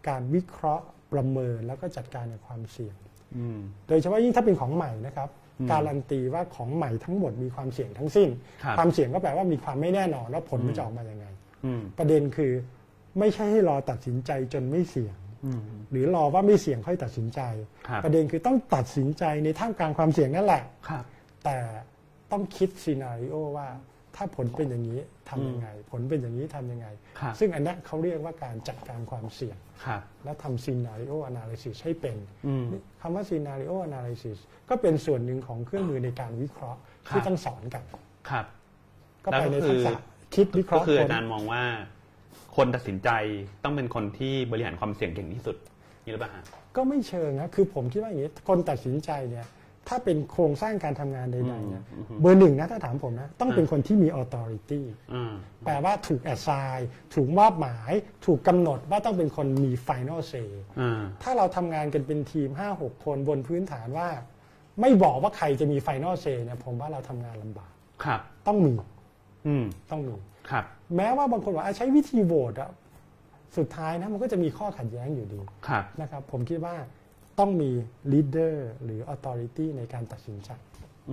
Speaker 2: การวิเคราะห์ประเมินแล้วก็จัดการกับความเสี่ยง
Speaker 1: อืม
Speaker 2: โดยเฉพาะยิ่งถ้าเป็นของใหม่นะครับ
Speaker 1: อืม
Speaker 2: การันตีว่าของใหม่ทั้งหมดมีความเสี่ยงทั้งสิ้น
Speaker 1: ครับ
Speaker 2: ความเสี่ยงก็แปลว่ามีความไม่แน่นอนแล้วผลมันจะออกมาอย่างไง
Speaker 1: อืม
Speaker 2: ประเด็นคือไม่ใช่ให้รอตัดสินใจจนไม่เสี่ยง
Speaker 1: อืม
Speaker 2: หรือรอว่าไม่เสี่ยงค่อยตัดสินใจ
Speaker 1: ครับ
Speaker 2: ประเด็นคือต้องตัดสินใจในท่ามกลางความเสี่ยงนั่นแหละ
Speaker 1: ครับ
Speaker 2: แต่ต้องคิดซีนารีโอว่าถ้าผลเป็นอย่างนี้ทำยังไง ผลเป็นอย่างนี้ทำยังไง
Speaker 1: ครับ
Speaker 2: ซึ่งอันนั้นเขาเรียกว่าการจัดการความเสี่ยง
Speaker 1: ครับ
Speaker 2: และทำซีนารีโออนาลิซิสให้เป็น
Speaker 1: อืม
Speaker 2: คำว่าซีนารีโออนาลิซิสก็เป็นส่วนหนึ่งของเครื่องมือในการวิเคราะห์
Speaker 1: ครับ
Speaker 2: ที่ต้องสอนกัน
Speaker 1: ครับ
Speaker 2: ก็ไปใน
Speaker 1: แล้วก็คือ
Speaker 2: ทักษะคิดวิเค
Speaker 1: ก็
Speaker 2: ราะห์
Speaker 1: คือ
Speaker 2: ค
Speaker 1: อาน จารย์มองว่า คนตัดสินใจต้องเป็นคนที่บริหารความเสี่ยงเก่งที่สุดนี่หรือเปล่าฮะ
Speaker 2: ก็ไม่เชิงนะคือผมคิดว่าอย่างนี้คนตัดสินใจเนี่ยถ้าเป็นโครงสร้างการทำงานใดๆนะ
Speaker 1: อืมอืม
Speaker 2: เบอร์หนึ่งนะถ้าถามผมนะต้องเป็นคนที่มีออ h ต r ริตี้
Speaker 1: อืม
Speaker 2: แปลว่าถูกแอดไซน์ถูกมอบหมาย ถูกกำหนดว่าต้องเป็นคนมี Final Say
Speaker 1: อืม
Speaker 2: ถ้าเราทำงานกันเป็นทีม 5-6 คนบนพื้นฐานว่า ไม่บอกว่าใครจะมี Final Say เนี่ยผมว่าเราทำงานลำบาก
Speaker 1: ครับ
Speaker 2: ต้องมี
Speaker 1: อืม
Speaker 2: ต้องมี
Speaker 1: ครับ
Speaker 2: แม้ว่าบางคนบอกอ่ะใช้วิธีโหวตอะสุดท้ายนะมันก็จะมีข้อขัดแย้งอยู่ดี
Speaker 1: ครับ
Speaker 2: นะครับผมคิดว่าต้องมี Leader หรือ Authority ในการตัดสินใจ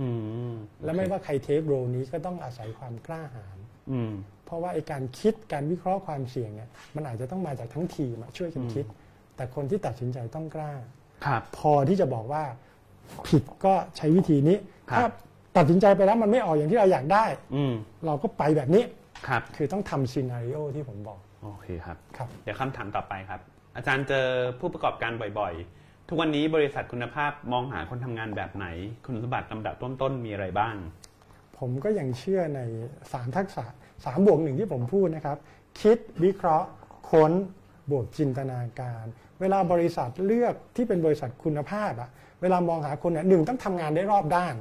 Speaker 1: อืม
Speaker 2: และไม่ว่าใครเทคโรนี้ก็ต้องอาศัยความกล้าหาญ
Speaker 1: อืม
Speaker 2: เพราะว่าไอการคิดการวิเคราะห์ความเสี่ยงเนี่ยมันอาจจะต้องมาจากทั้งทีมอะช่วยกันคิด แต่คนที่ตัดสินใจต้องกล้า
Speaker 1: ครับ
Speaker 2: พอที่จะบอกว่าผิดก็ใช้วิธีนี้
Speaker 1: ครับ
Speaker 2: ถ้าตัดสินใจไปแล้วมันไม่ออกอย่างที่เราอยากได้
Speaker 1: อืม
Speaker 2: เราก็ไปแบบนี้
Speaker 1: ครับ
Speaker 2: คือต้องทำซีนารีโอที่ผมบอก
Speaker 1: โอเคครับ
Speaker 2: ครับ
Speaker 1: เดี๋ยวคำถามต่อไปครับ อาจารย์เจอผู้ประกอบการบ่อยๆ ทุกวันนี้บริษัทคุณภาพมองหาคนทำงานแบบไหน คุณสมบัติลำดับต้นๆ มีอะไรบ้าง
Speaker 2: ผมก็ยังเชื่อในสามทักษะสามบวกหนึ่งที่ผมพูดนะครับ คิดวิเคราะห์ ค้นบวกจินตนาการ เวลาบริษัทเลือกที่เป็นบริษัทคุณภาพอะเวลามองหาคนเนี่ยหนึ่งต้องทำงานได้รอบด้าน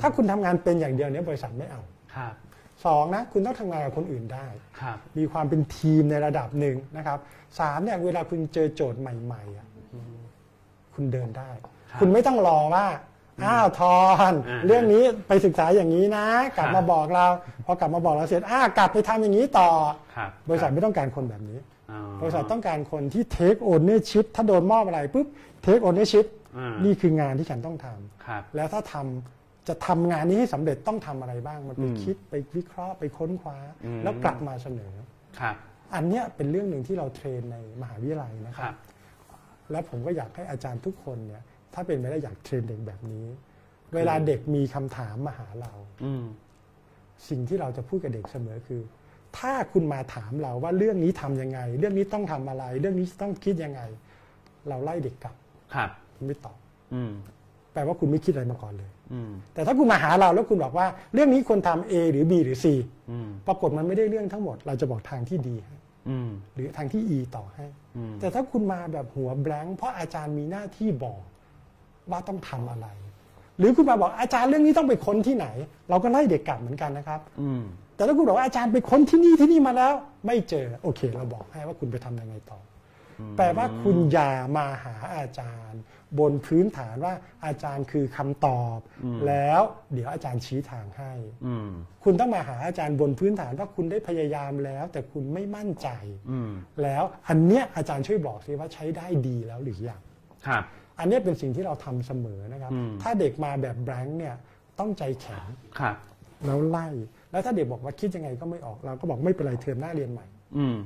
Speaker 2: ถ้าคุณทำงานเป็นอย่างเดียวเนี่ยบริษัทไม่เอา
Speaker 1: ครับ
Speaker 2: สองนะคุณต้องทำงานกับคนอื่นได้
Speaker 1: ครับ
Speaker 2: มีความเป็นทีมในระดับหนึ่งนะครับสามเนี่ยเวลาคุณเจอโจทย์ใหม่ๆอะคุณเดินได้
Speaker 1: ครับ
Speaker 2: คุณไม่ต้องรอว่า อ้าวทอน
Speaker 1: อ่า
Speaker 2: เรื่องนี้ไปศึกษาอย่างนี้นะ กลับ
Speaker 1: ครับ
Speaker 2: มาบอกเรา พอกลับมาบอกเราเสร็จอ้าวกลับไปทำอย่างนี้ต่อ
Speaker 1: ครับ
Speaker 2: บริษัทไม่ต้องการคนแบบนี้
Speaker 1: อ๋อบ
Speaker 2: ริษัทต้องการคนที่ take ownership ถ้าโดนมอบอะไรปุ๊บ take ownership
Speaker 1: อ่า
Speaker 2: นี่คืองานที่ฉันต้องทำ
Speaker 1: ครับ
Speaker 2: แล้วถ้าทำจะทำงานนี้ให้สำเร็จต้องทำอะไรบ้าง มันไป
Speaker 1: อืม
Speaker 2: คิดไปวิเคราะห์ไปค้นคว้า
Speaker 1: อืม
Speaker 2: แล้วกลับมาเสนอ
Speaker 1: ครับ
Speaker 2: อันเนี้ยเป็นเรื่องหนึ่งที่เราเทรนในมหาวิทยาลัยนะค
Speaker 1: ค
Speaker 2: รั
Speaker 1: รับ บ
Speaker 2: และผมก็อยากให้อาจารย์ทุกคนเนี่ยถ้าเป็นไปได้อยากเทรนเด็กแบบนี้ เวลาเด็กมีคำถามมาหาเรา
Speaker 1: อืม
Speaker 2: สิ่งที่เราจะพูดกับเด็กเสมอคือ ถ้าคุณมาถามเราว่าเรื่องนี้ทำยังไง เรื่องนี้ต้องทำอะไร เรื่องนี้ต้องคิดยังไง เราไล่เด็กกลับ
Speaker 1: ครับ
Speaker 2: คุณไม่ตอบ
Speaker 1: อืม
Speaker 2: แปลว่าคุณไม่คิดอะไรมาก่อนเลย
Speaker 1: อืม
Speaker 2: แต่ถ้าคุณมาหาเราแล้วคุณบอกว่า เรื่องนี้ควรทำ A หรือ B หรือ C
Speaker 1: อืม
Speaker 2: ปรากฏมันไม่ได้เรื่องทั้งหมด เราจะบอกทางที่ดีให้
Speaker 1: อืม
Speaker 2: หรือทางที่ E ต่อให้
Speaker 1: อืม
Speaker 2: แต่ถ้าคุณมาแบบหัวแบงค์เพราะอาจารย์มีหน้าที่บอกว่าต้องทำอะไร หรือคุณมาบอกอาจารย์เรื่องนี้ต้องไปค้นที่ไหน เราก็ไล่เด็กกลับเหมือนกันนะครับ
Speaker 1: อืม
Speaker 2: แต่ถ้าคุณบอกว่าอาจารย์ไปค้นที่นี่ที่นี่มาแล้ว ไม่เจอโอเค เราบอกให้ว่าคุณไปทำยังไงต่ออแปลว่าคุณอย่ามาหาอาจารย์ บนพื้นฐานว่าอาจารย์คือคำตอบ แล้วเดี๋ยวอาจารย์ชี้ทางให้
Speaker 1: อืม
Speaker 2: คุณต้องมาหาอาจารย์บนพื้นฐานว่าคุณได้พยายามแล้ว แต่คุณไม่มั่นใจ
Speaker 1: อืม
Speaker 2: แล้วอันเนี้ยอาจารย์ช่วยบอกซิว่าใช้ได้ดีแล้วหรือยัง
Speaker 1: ครับ
Speaker 2: อันเนี้ยเป็นสิ่งที่เราทำเสมอนะครับ
Speaker 1: อืม
Speaker 2: ถ้าเด็กมาแบบแบงค์เนี่ยต้องใจแข็ง
Speaker 1: ครับ
Speaker 2: แล้วไล่ แล้วถ้าเด็กบอกว่าคิดยังไงก็ไม่ออกเราก็บอกไม่เป็นไรเทอมหน้าเรียนใหม่
Speaker 1: อืม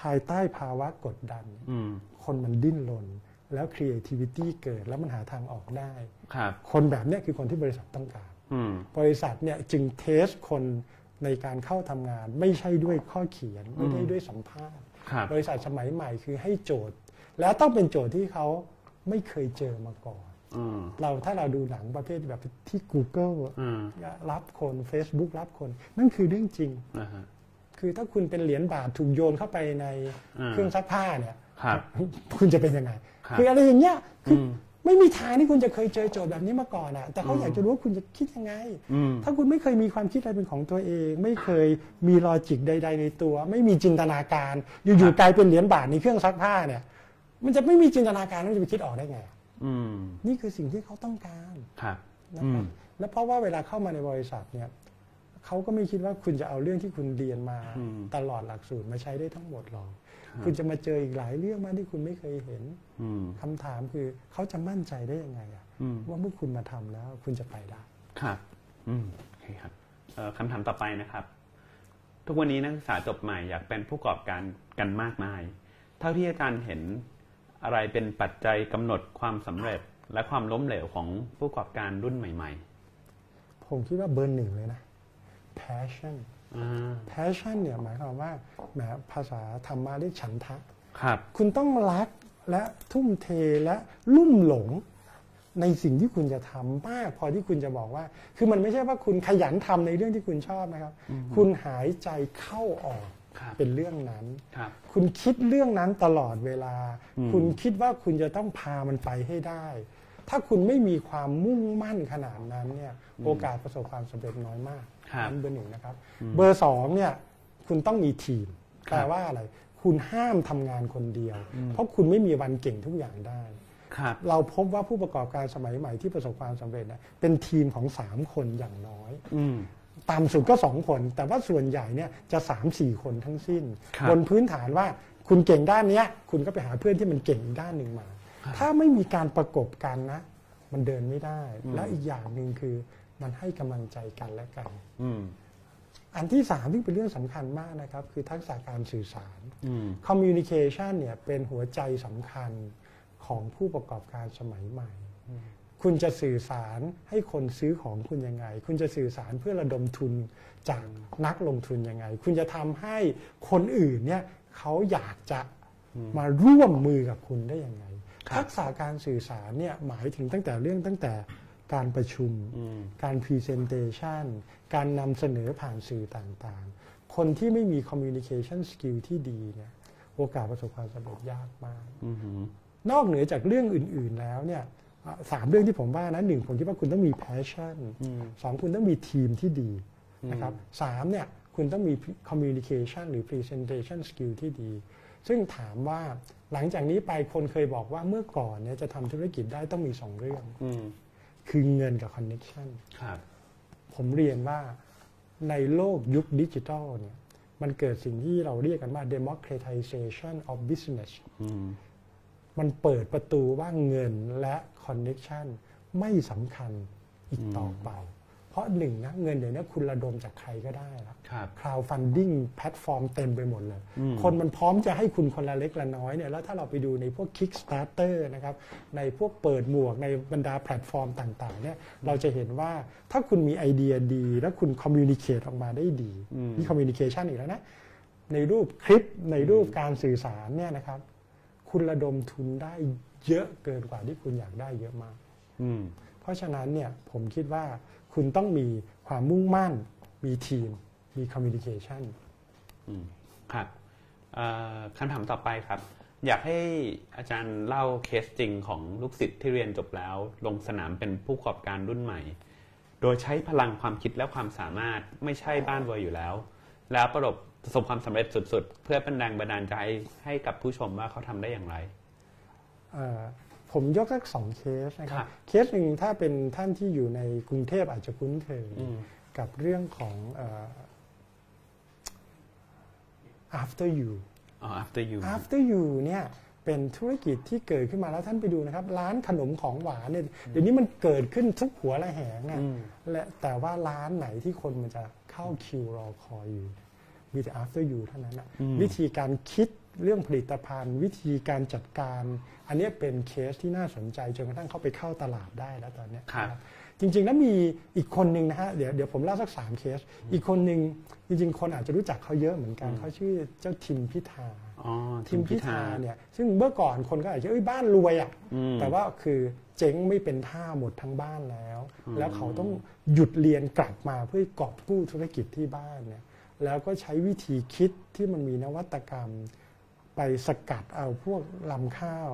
Speaker 2: ภายใต้ภาวะกดดัน
Speaker 1: อืม
Speaker 2: คนมันดิ้นรนแล้ว creativity เกิดแล้วมันหาทางออกได้
Speaker 1: ครับ
Speaker 2: คนแบบเนี้ยคือคนที่บริษัทต้องการ
Speaker 1: อืม
Speaker 2: บริษัทเนี่ยจึงเทสคนในการเข้าทำงาน ไม่ใช่ด้วยข้อเขียนไม่ได้ด้วยสัมภาษณ์
Speaker 1: ครับ
Speaker 2: บริษัทสมัยใหม่คือให้โจทย์ แล้วต้องเป็นโจทย์ที่เขาไม่เคยเจอมาก่อน
Speaker 1: อืม
Speaker 2: เราถ้าเราดูหนังประเภทแบบที่ Google
Speaker 1: อืม
Speaker 2: รับคน Facebook รับคน นั่นคือเรื่องจริง
Speaker 1: นะฮะ
Speaker 2: คือถ้าคุณเป็นเหรียญบาทถูกโยนเข้าไปใน
Speaker 1: อืม
Speaker 2: เครื่องซักผ้าเนี่ย
Speaker 1: ครับ
Speaker 2: คุณจะเป็นยังไง
Speaker 1: ครับ
Speaker 2: ออะไรอย่างเงี้ยคืออ
Speaker 1: ม
Speaker 2: ไม่มีทางที่คุณจะเคยเจอโจทย์แบบนี้มาก่อนอะแต่เขาอยากจะรู้ว่าคุณจะคิดยังไง
Speaker 1: อืม
Speaker 2: ถ้าคุณไม่เคยมีความคิดอะไรเป็นของตัวเอง ไม่เคยมีลอจิกใด ๆ ในตัว ไม่มีจินตนาการ อยู่ๆกลายเป็นเหรียญบาทในเครื่องซักผ้าเนี่ย มันจะไม่มีจินตนาการแล้วมันจะไปคิดออกได้ไง
Speaker 1: อืม
Speaker 2: นี่คือสิ่งที่เขาต้องการ
Speaker 1: ครับ
Speaker 2: นะ
Speaker 1: อื
Speaker 2: ครั
Speaker 1: ม
Speaker 2: บและเพราะว่าเวลาเข้ามาในบริษัทเนี่ยเขาก็ไม่คิดว่าคุณจะเอาเรื่องที่คุณเรียนมา
Speaker 1: อืม
Speaker 2: ตลอดหลักสูตรมาใช้ได้ทั้งหมดหรอกคุณจะมาเจออีกหลายเรื่องมากที่คุณไม่เคยเห็น
Speaker 1: อืม
Speaker 2: คำถามคือเขาจะมั่นใจได้ยังไงอะ
Speaker 1: อืม
Speaker 2: ว่าเมื่อคุณมาทำแล้วคุณจะไปได้
Speaker 1: ครับ อืม โอเคครับเอ่อคำถามต่อไปนะครับ ทุกวันนี้นักศึกษาจบใหม่อยากเป็นผู้ประกอบการกันมากมาย เท่าที่อาจารย์เห็นอะไรเป็นปัจจัยกำหนดความสำเร็จ และความล้มเหลวของผู้ประกอบการรุ่นใหม่
Speaker 2: ผมคิดว่าเบอร์หนึ่งเลยนะ passion
Speaker 1: ๆอ่า
Speaker 2: passion เนี่ยหมายความว่าแหมภาษาธรรมะเรียกฉันทะ
Speaker 1: ครับ
Speaker 2: คุณต้องรักและทุ่มเทและลุ่มหลงในสิ่งที่คุณจะทำมาก พอที่คุณจะบอกว่า คือมันไม่ใช่ว่าคุณขยันทำในเรื่องที่คุณชอบนะครับ คุณหายใจเข้าออก
Speaker 1: ครับ
Speaker 2: เป็นเรื่องนั้น
Speaker 1: ครับ
Speaker 2: คุณคิดเรื่องนั้นตลอดเวลา
Speaker 1: อืม
Speaker 2: คุณคิดว่าคุณจะต้องพามันไปให้ได้ ถ้าคุณไม่มีความมุ่งมั่นขนาดนั้นเนี่ยโอกาสประสบความสำเร็จน้อยมาก
Speaker 1: ครับ
Speaker 2: นั่นเบอร์หนึ่งนะครับ เบอร์สองเนี่ยคุณต้องมีทีม
Speaker 1: ครับ
Speaker 2: แปลว่าอะไร คุณห้ามทำงานคนเดียว เพราะคุณไม่มีวันเก่งทุกอย่างได้
Speaker 1: ครับ
Speaker 2: เราพบว่าผู้ประกอบการสมัยใหม่ที่ประสบความสำเร็จเนี่ยเป็นทีมของสามคนอย่างน้อย
Speaker 1: อืม
Speaker 2: ตามสุดก็ 2 คน แต่ว่าส่วนใหญ่เนี่ยจะ 3 4 คนทั้งสิ้น
Speaker 1: ครับ
Speaker 2: บนพื้นฐานว่าคุณเก่งด้านเนี้ย คุณก็ไปหาเพื่อนที่มันเก่งอีกด้านหนึ่งมา ถ้าไม่มีการประกบกันนะ มันเดินไม่ได้
Speaker 1: อืม
Speaker 2: แล้วอีกอย่างหนึ่งคือมันให้กำลังใจกันและกัน
Speaker 1: อืม
Speaker 2: อันที่3ามซึ่งเป็นเรื่องสำคัญมากนะครับ คือทักษะการสื่อสาร
Speaker 1: อืม
Speaker 2: Communication เนี่ยเป็นหัวใจสำคัญของผู้ประกอบการสมัยใหม่ คุณจะสื่อสารให้คนซื้อของคุณยังไง คุณจะสื่อสารเพื่อระดมทุนจากนักลงทุนยังไง คุณจะทำให้คนอื่นเนี่ยเขาอยากจะมาร่วมมือกับคุณได้ยังไง
Speaker 1: ครับ
Speaker 2: ทักษะการสื่อสารเนี่ยหมายถึงตั้งแต่เรื่องตั้งแต่การประชุม
Speaker 1: อืม
Speaker 2: การพรีเซนเ a ชันการนำเสนอผ่านสื่อต่างๆ คนที่ไม่มี communication skill ที่ดีเนี่ยโอกาสประสบความสำเร็จยากมาก
Speaker 1: อือหือน
Speaker 2: อกเหนือจากเรื่องอื่นๆแล้วเนี่ยอ่ะสามเรื่องที่ผมว่านะหนึ่งผมคิดว่าคุณต้องมี passion
Speaker 1: อืม
Speaker 2: สองคุณต้องมีทีมที่ดี
Speaker 1: อืม
Speaker 2: นะครับสามเนี่ยคุณต้องมี communication หรือ presentation skill ที่ดี ซึ่งถามว่าหลังจากนี้ไปคนเคยบอกว่าเมื่อก่อนเนี่ยจะทำธุรกิจได้ต้องมีสองเรื่อง
Speaker 1: อืม
Speaker 2: คือเงินกับ connection
Speaker 1: ครับ
Speaker 2: ผมเรียนว่าในโลกยุคดิจิทัลเนี่ยมันเกิดสิ่งที่เราเรียกกันว่า democratization of business
Speaker 1: อืม
Speaker 2: มันเปิดประตูว่าเงินและคอนเน็ชันไม่สำคัญอีกต่อไป เพราะหนึ่งนะเงินเดี๋ยวนี้คุณระดมจากใครก็ได้ละ
Speaker 1: ครับ
Speaker 2: crowd funding แพลตฟอร์มเต็มไปหมดเลย
Speaker 1: อืม
Speaker 2: คนมันพร้อมจะให้คุณคนละเล็กละน้อยเนี่ยแล้วถ้าเราไปดูในพวก Kickstarter นะครับในพวกเปิดหมวกในบรรดาแพลตฟอร์มต่างๆเนี่ยเราจะเห็นว่าถ้าคุณมีไอเดียดี แล้วคุณคอมมิวนิเคตออกมาได้ดี
Speaker 1: อืม
Speaker 2: นี่คอมมิวนิเคชันอีกแล้วนะ ในรูปคลิปในรูปการสื่อสารเนี่ยนะครับ คุณระดมทุนได้เยอะเกินกว่าที่คุณอยากได้เยอะมาก
Speaker 1: อืม
Speaker 2: เพราะฉะนั้นเนี่ยผมคิดว่าคุณต้องมีความมุ่งมั่น มีทีม มีคอมมิวนิเคชัน
Speaker 1: อืมครับเอ่อคำถามต่อไปครับ อยากให้อาจารย์เล่าเคสจริงของลูกศิษย์ที่เรียนจบแล้ว ลงสนามเป็นผู้ประกอบการรุ่นใหม่ โดยใช้พลังความคิดและความสามารถไม่ใช่บ้านเวอร์อยู่แล้ว แล้วประสบประสบความสำเร็จสุด ๆ เพื่อเป็นแรงบันดาลใจให้กับผู้ชมว่าเขาทำได้อย่างไร
Speaker 2: เอ่อผมยกสักสองเคสนะค
Speaker 1: ครั
Speaker 2: รับ
Speaker 1: บ
Speaker 2: เคสหนึ่งถ้าเป็นท่านที่อยู่ในกรุงเทพอาจจะคุ้นเคย
Speaker 1: อืม
Speaker 2: กับเรื่องของเอ่อ after you
Speaker 1: อ๋อ after you
Speaker 2: after you เนี่ยเป็นธุรกิจที่เกิดขึ้นมาแล้วท่านไปดูนะครับ ร้านขนมของหวานเนี่ยเดี๋ยวนี้มันเกิดขึ้นทุกหัวละแหงอะ
Speaker 1: อืม
Speaker 2: และแต่ว่าร้านไหนที่คนมันจะเข้าคิวรอคอยอยู่ มีแต่ after you เท่านั้นอะ
Speaker 1: อืม
Speaker 2: วิธีการคิดเรื่องผลิตภัณฑ์ วิธีการจัดการ อันเนี้ยเป็นเคสที่น่าสนใจจนกระทั่งเข้าไปเข้าตลาดได้แล้วตอนเนี้ย
Speaker 1: ครับ
Speaker 2: นะจริงๆแล้วมีอีกคนหนึ่งนะฮะเดี๋ยวเดี๋ยวผมเล่าสักสามเคส อีกคนหนึ่งจริง ๆ คนอาจจะรู้จักเขาเยอะเหมือนกันเขาชื่อเจ้าทิมพิธา
Speaker 1: อ๋อ
Speaker 2: ทิ
Speaker 1: ทิ
Speaker 2: ม
Speaker 1: ม
Speaker 2: พิ
Speaker 1: พิ
Speaker 2: ธา
Speaker 1: ธา
Speaker 2: เนี่ยซึ่งเมื่อก่อนคนก็อาจจะเอ้ยบ้านรวยอะ่ะ
Speaker 1: อืม
Speaker 2: แต่ว่าคือเจ๊งไม่เป็นท่าหมดทั้งบ้านแล้ว
Speaker 1: อืม
Speaker 2: แล้วเขาต้องหยุดเรียนกลับมาเพื่อกอบกู้ธุรกิจที่บ้านเนี่ยแล้วก็ใช้วิธีคิดที่มันมีนวัตกรรม ไปสกัดเอาพวกลำข้าว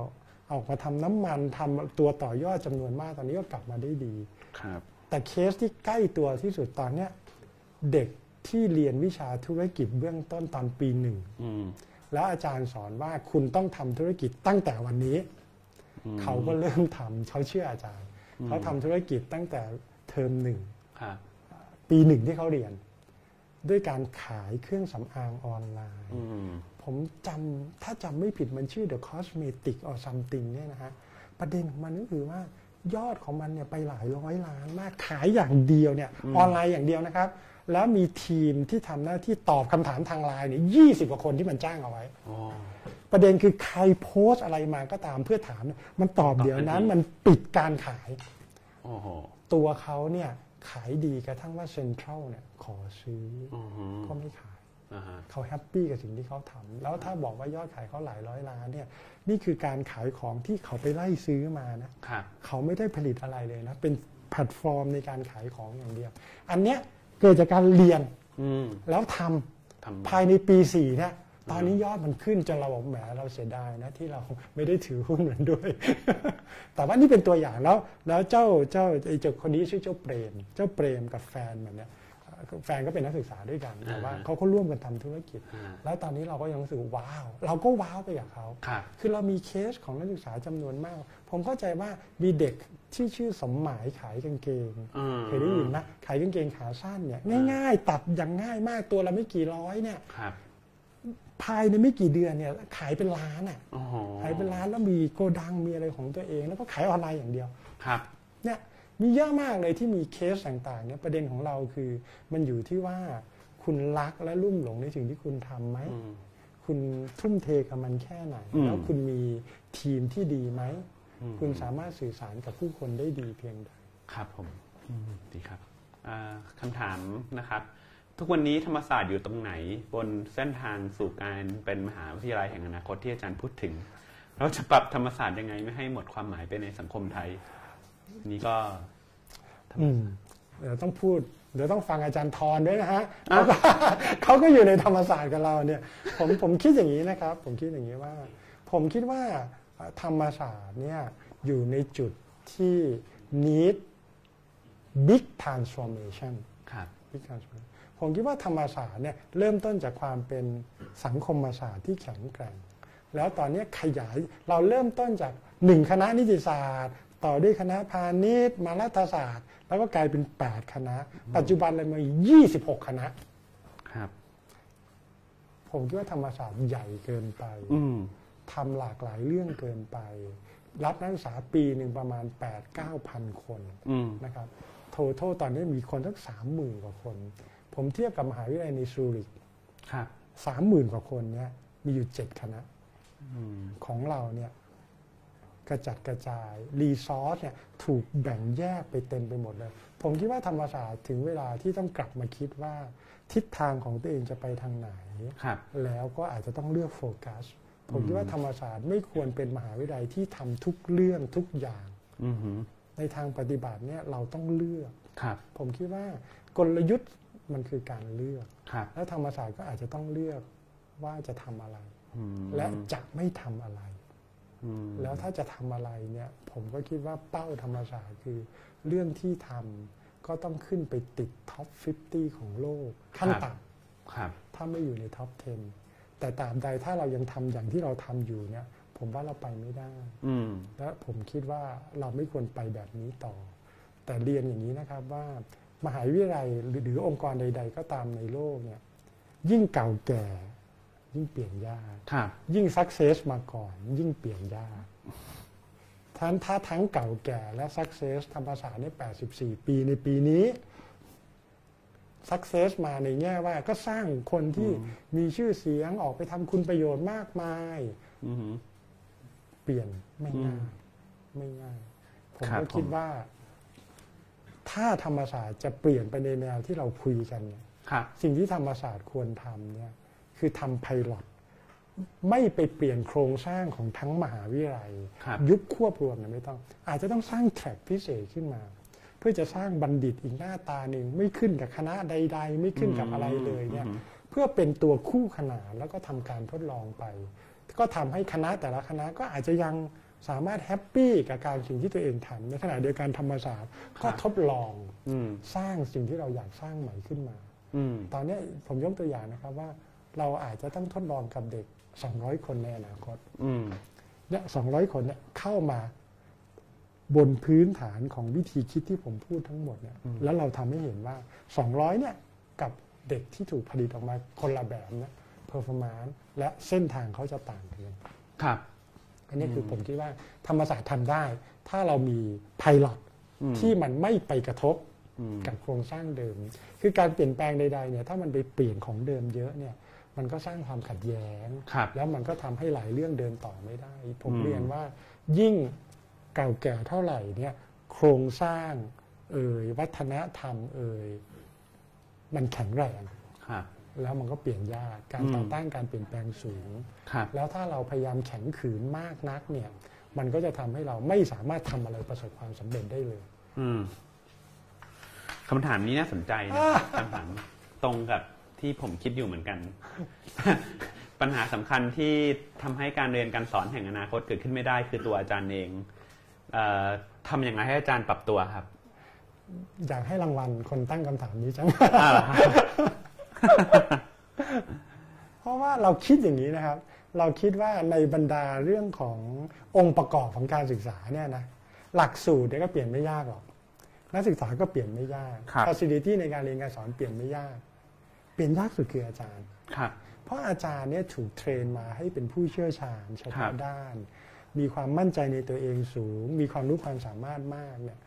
Speaker 2: ออกมาทำน้ำมันทำตัวต่อยอดจำนวนมากตอนนี้ก็กลับมาได้ดี
Speaker 1: ครับ
Speaker 2: แต่เคสที่ใกล้ตัวที่สุดตอนเนี้ยเด็กที่เรียนวิชาธุรกิจเบื้องต้นตอนปีหนึ่ง
Speaker 1: อืม
Speaker 2: แล้วอาจารย์สอนว่าคุณต้องทำธุรกิจตั้งแต่วันนี้
Speaker 1: อืม
Speaker 2: เขาก็เริ่มทำเขาเชื่ออาจารย์ เขาทำธุรกิจตั้งแต่เทอมหนึ่ง
Speaker 1: ครับ
Speaker 2: ปีหนึ่งที่เขาเรียน ด้วยการขายเครื่องสำอางออนไลน์
Speaker 1: อืม
Speaker 2: ผมจำถ้าจำไม่ผิดมันชื่อ The Cosmetic or something เนี่ยนะฮะประเด็นของมันก็คือว่ายอดของมันเนี่ยไปหลายร้อยล้านมากขายอย่างเดียวเนี่ย
Speaker 1: อืม
Speaker 2: ออนไลน์อย่างเดียวนะครับ แล้วมีทีมที่ทำหน้าที่ตอบคำถามทางไลน์เนี่ย20 กว่าคนที่มันจ้างเอาไว้
Speaker 1: อ๋อ
Speaker 2: ประเด็นคือใครโพสต์อะไรมาก็ตามเพื่อถามเนี่ยมันตอบเดี๋ยวนั้น
Speaker 1: ตอบทันที
Speaker 2: มันปิดการขาย
Speaker 1: โอ้โห
Speaker 2: ตัวเขาเนี่ยขายดีกระทั่งว่าเซ็นทรัลเนี่ยขอซื้อ
Speaker 1: อือฮึ
Speaker 2: ก็ไม่ขาย
Speaker 1: อ่าฮะ
Speaker 2: เขาแฮปปี้กับสิ่งที่เขาทำแล้วถ้าบอกว่ายอดขายเขาหลายร้อยล้านเนี่ยนี่คือการขายของที่เขาไปไล่ซื้อมานะ
Speaker 1: ครับ
Speaker 2: เขาไม่ได้ผลิตอะไรเลยนะ เป็นแพลตฟอร์มในการขายของอย่างเดียว อันเนี้ยเกิดจากการเรียน
Speaker 1: อืม
Speaker 2: แล้วทำ
Speaker 1: ทำ
Speaker 2: ภายในปีสี่เนี่ยตอนนี้ยอดมันขึ้นจนเราบอกแหมเราเสียดายนะที่เราไม่ได้ถือหุ้นเหมือนด้วย แต่ว่านี่เป็นตัวอย่างแล้ว แล้วเจ้าเจ้าไอ้เจ้าคนนี้ชื่อเจ้าเปรม เจ้าเปรมกับแฟนมันเนี่ยเอ่อแฟนก็เป็นนักศึกษาด้วยกันแต่ว่า
Speaker 1: อ่าฮะ
Speaker 2: เขาก็ร่วมกันทำธุรกิจ
Speaker 1: อ่า
Speaker 2: แล้วตอนนี้เราก็ยังรู้สึกว้าว เราก็ว้าวไปกับเขา
Speaker 1: ครับ
Speaker 2: คือเรามีเคสของนักศึกษาจำนวนมาก ผมเข้าใจว่ามีเด็กที่ชื่อสมหมายขายกางเกง
Speaker 1: อืม
Speaker 2: เคยได้ยินไหมขายกางเกงขาสั้นเนี่ยง่ายๆ ตัดอย่างง่ายมากตัวละไม่กี่ร้อยเนี่ย
Speaker 1: ครับ
Speaker 2: ภายในไม่กี่เดือนเนี่ยขายเป็นล้านอ่ะ
Speaker 1: โอ้โห
Speaker 2: ขายเป็นล้านแล้วมีโกดังมีอะไรของตัวเอง แล้วก็ขายออนไลน์อย่างเดียว
Speaker 1: ครับ
Speaker 2: เนี่ยมีเยอะมากเลยที่มีเคสต่างๆเนี่ยประเด็นของเราคือมันอยู่ที่ว่าคุณรักและลุ่มหลงในสิ่งที่คุณทำไหม
Speaker 1: อืม
Speaker 2: คุณทุ่มเทกับมันแค่ไหน
Speaker 1: อืม
Speaker 2: แล้วคุณมีทีมที่ดีไหม คุณสามารถสื่อสารกับผู้คนได้ดีเพียงใด
Speaker 1: ครับผมอืมดีครับอ่าคำถามนะครับ ทุกวันนี้ธรรมศาสตร์อยู่ตรงไหน บนเส้นทางสู่การเป็นมหาวิทยาลัยแห่งอนาคตที่อาจารย์พูดถึง เราจะปรับธรรมศาสตร์ยังไงไม่ให้หมดความหมายไปในสังคมไทย นี่ก็
Speaker 2: อืมเดี๋ยวต้องพูด เดี๋ยวต้องฟังอาจารย์ทรด้วยนะฮะ
Speaker 1: อ่ะ
Speaker 2: เพราะว่าเขาก็อยู่ในธรรมศาสตร์กับเราเนี่ย ผมผมคิดอย่างนี้นะครับ ผมคิดอย่างนี้ว่า ผมคิดว่าเอ่อธรรมศาสตร์เนี่ยอยู่ในจุดที่ need big transformation
Speaker 1: ครับ
Speaker 2: big transformation ผมคิดว่าธรรมศาสตร์เนี่ยเริ่มต้นจากความเป็นสังคมศาสตร์ที่แข็งแกร่ง แล้วตอนเนี้ยขยายเราเริ่มต้นจากหนึ่งคณะนิติศาสตร์ ต่อด้วยคณะพาณิชย์มารัฐศาสตร์ แล้วก็กลายเป็น 8 คณะ ปัจจุบันเลยมี 26 คณะ
Speaker 1: ครับ
Speaker 2: ผมคิดว่าธรรมศาสตร์ใหญ่เกินไป
Speaker 1: อืม
Speaker 2: ทำหลากหลายเรื่องเกินไป รับนักศึกษาปีหนึ่งประมาณ 8-9,000 คน
Speaker 1: อืม
Speaker 2: นะครับโททตอนนี้มีคนทั้งสามหมื่นกว่าคน ผมเทียบกับมหาวิทยาลัยในซูริก
Speaker 1: ครับ
Speaker 2: สามหมื่นกว่าคนเนี่ยมีอยู่เจ็ดคณะ
Speaker 1: อืม
Speaker 2: ของเราเนี่ยกระจัดกระจาย รีซอสเนี่ยถูกแบ่งแยกไปเต็มไปหมดเลย ผมคิดว่าธรรมศาสตร์ถึงเวลาที่ต้องกลับมาคิดว่าทิศทางของตัวเองจะไปทางไหน
Speaker 1: ครับ
Speaker 2: แล้วก็อาจจะต้องเลือกโฟกัส ผมคิดว่าธรรมศาสตร์ไม่ควรเป็นมหาวิทยาลัยที่ทำทุกเรื่องทุกอย่าง
Speaker 1: อืม
Speaker 2: ในทางปฏิบัติเนี่ยเราต้องเลือก
Speaker 1: ครับ
Speaker 2: ผมคิดว่ากลยุทธ์มันคือการเลือก
Speaker 1: ครับ
Speaker 2: และธรรมศาสตร์ก็อาจจะต้องเลือกว่าจะทำอะไร
Speaker 1: อืม
Speaker 2: และจะไม่ทำอะไร
Speaker 1: อืม
Speaker 2: แล้วถ้าจะทำอะไรเนี่ยผมก็คิดว่าเป้าธรรมศาสตร์คือ เรื่องที่ทำก็ต้องขึ้นไปติดท็อป 50 ของโลกขั้นต่
Speaker 1: ครับ
Speaker 2: ำถ้าไม่อยู่ในท็อป 10 แต่ตามใดถ้าเรายังทำอย่างที่เราทำอยู่เนี่ยผมว่าเราไปไม่ได้
Speaker 1: อืม
Speaker 2: และผมคิดว่าเราไม่ควรไปแบบนี้ต่อ แต่เรียนอย่างนี้นะครับว่า มหาวิทยาลัยหรือหรือองค์กรใด ๆ ก็ตามในโลกเนี่ยยิ่งเก่าแก่ ยิ่งเปลี่ยนยาก
Speaker 1: ครับ
Speaker 2: ยิ่ง success มาก่อน ยิ่งเปลี่ยนยากทั้งถ้าทั้งเก่าแก่และ success ธรรมศาสตร์ใน84 ปีในปีนี้ success มาในแง่ว่าก็สร้างคนที่มีชื่อเสียงออกไปทำคุณประโยชน์มากมาย
Speaker 1: อืม
Speaker 2: เปลี่ยนไม่ง่า
Speaker 1: อืม
Speaker 2: ยไม่ง่าย ผม
Speaker 1: ครับ
Speaker 2: ก็คิ
Speaker 1: ผ
Speaker 2: ด
Speaker 1: ม
Speaker 2: ว่า ถ้าธรรมศาสตร์จะเปลี่ยนไปในแนวที่เราคุยกันเนี่ย
Speaker 1: ครับ
Speaker 2: สิ่งที่ธรรมศาสตร์ควรทำเนี่ย คือทำไพลอตไม่ไปเปลี่ยนโครงสร้างของทั้งมหาวิทยาลัย
Speaker 1: ครับ
Speaker 2: ยุบควบรวมเนี่ยไม่ต้อง อาจจะต้องสร้างแทร็กพิเศษขึ้นมา เพื่อจะสร้างบัณฑิตอีกหน้าตาหนึ่งไม่ขึ้นกับคณะใด ๆ ไม่ขึ้นกับอะไรเลยเนี่ย
Speaker 1: อืม
Speaker 2: เพื่อเป็นตัวคู่ขนานแล้วก็ทำการทดลองไป ก็ทำให้คณะแต่ละคณะก็อาจจะยังสามารถแฮปปี้กับการสิ่งที่ตัวเองทำในขณะเดียวกันธรรมศาสตร์ก็ทดลอง
Speaker 1: อืม
Speaker 2: สร้างสิ่งที่เราอยากสร้างใหม่ขึ้นมา
Speaker 1: อืม
Speaker 2: ตอนเนี้ยผมยกตัวอย่างนะครับว่า เราอาจจะต้องทดลองกับเด็ก 200 คนในอนาคต
Speaker 1: อืม
Speaker 2: เนี่ย200 คนเนี่ยเข้ามาบนพื้นฐานของวิธีคิดที่ผมพูดทั้งหมดเนี่ย
Speaker 1: อืม
Speaker 2: แล้วเราทำให้เห็นว่า 200เนี่ยกับเด็กที่ถูกผลิตออกมาคนละแบบนะเพอร์ฟอร์มานและเส้นทางเขาจะต่างกัน
Speaker 1: ครับ
Speaker 2: อันนี้คืออ
Speaker 1: ม
Speaker 2: ผมคิดว่าธรรมศาสตร์ทำได้ ถ้าเรามีไพลอต
Speaker 1: อืม
Speaker 2: ที่มันไม่ไปกระทบ
Speaker 1: อืม
Speaker 2: กับโครงสร้างเดิม คือการเปลี่ยนแปลงใดๆเนี่ยถ้ามันไปเปลี่ยนของเดิมเยอะเนี่ยมันก็สร้างความขัดแย้ง
Speaker 1: ครับ
Speaker 2: แล้วมันก็ทำให้หลายเรื่องเดินต่อไม่ได้ ผม
Speaker 1: อืม
Speaker 2: เรียนว่ายิ่งเก่าแก่เท่าไหร่เนี่ยโครงสร้างเอ่ยวัฒนธรรมเอ่ยมันแข็งแรง
Speaker 1: ครับ
Speaker 2: แล้วมันก็เปลี่ยนยากการ
Speaker 1: อืม
Speaker 2: ต่อต้านการเปลี่ยนแปลงสูง
Speaker 1: ครับ
Speaker 2: แล้วถ้าเราพยายามแข็งขืนมากนักเนี่ย มันก็จะทำให้เราไม่สามารถทำอะไรประสบความสำเร็จได้เลย
Speaker 1: อืมคำถามนี้น่าสนใจนะครับคำถามตรงกับที่ผมคิดอยู่เหมือนกัน ปัญหาสำคัญที่ทำให้การเรียนการสอนแห่งอนาคตเกิดขึ้นไม่ได้คือตัวอาจารย์เองเอ่อทำอย่างไรให้อาจารย์ปรับตัวครับ
Speaker 2: อยากให้รางวัลคนตั้งคำถามนี้จัง
Speaker 1: อ่า เหรอครับ
Speaker 2: เพราะว่าเราคิดอย่างนี้นะครับ เราคิดว่าในบรรดาเรื่องขององค์ประกอบของการศึกษาเนี่ยนะหลักสูตรเนี่ยก็เปลี่ยนไม่ยากหรอกนักศึกษาก็เปลี่ยนไม่ยาก
Speaker 1: ครับ
Speaker 2: ฟ a ซิลิตี้ในการเรียนการสอนเปลี่ยนไม่ยาก เปลี่ยนยากสุดคืออาจารย์
Speaker 1: ครับ
Speaker 2: เพราะอาจารย์เนี่ยถูกเทรนมาให้เป็นผู้เชี่ยวชาญเฉ
Speaker 1: ครั
Speaker 2: พาะ
Speaker 1: บ
Speaker 2: ด้าน มีความมั่นใจในตัวเองสูง มีความรู้ความสามารถมากเนี่ย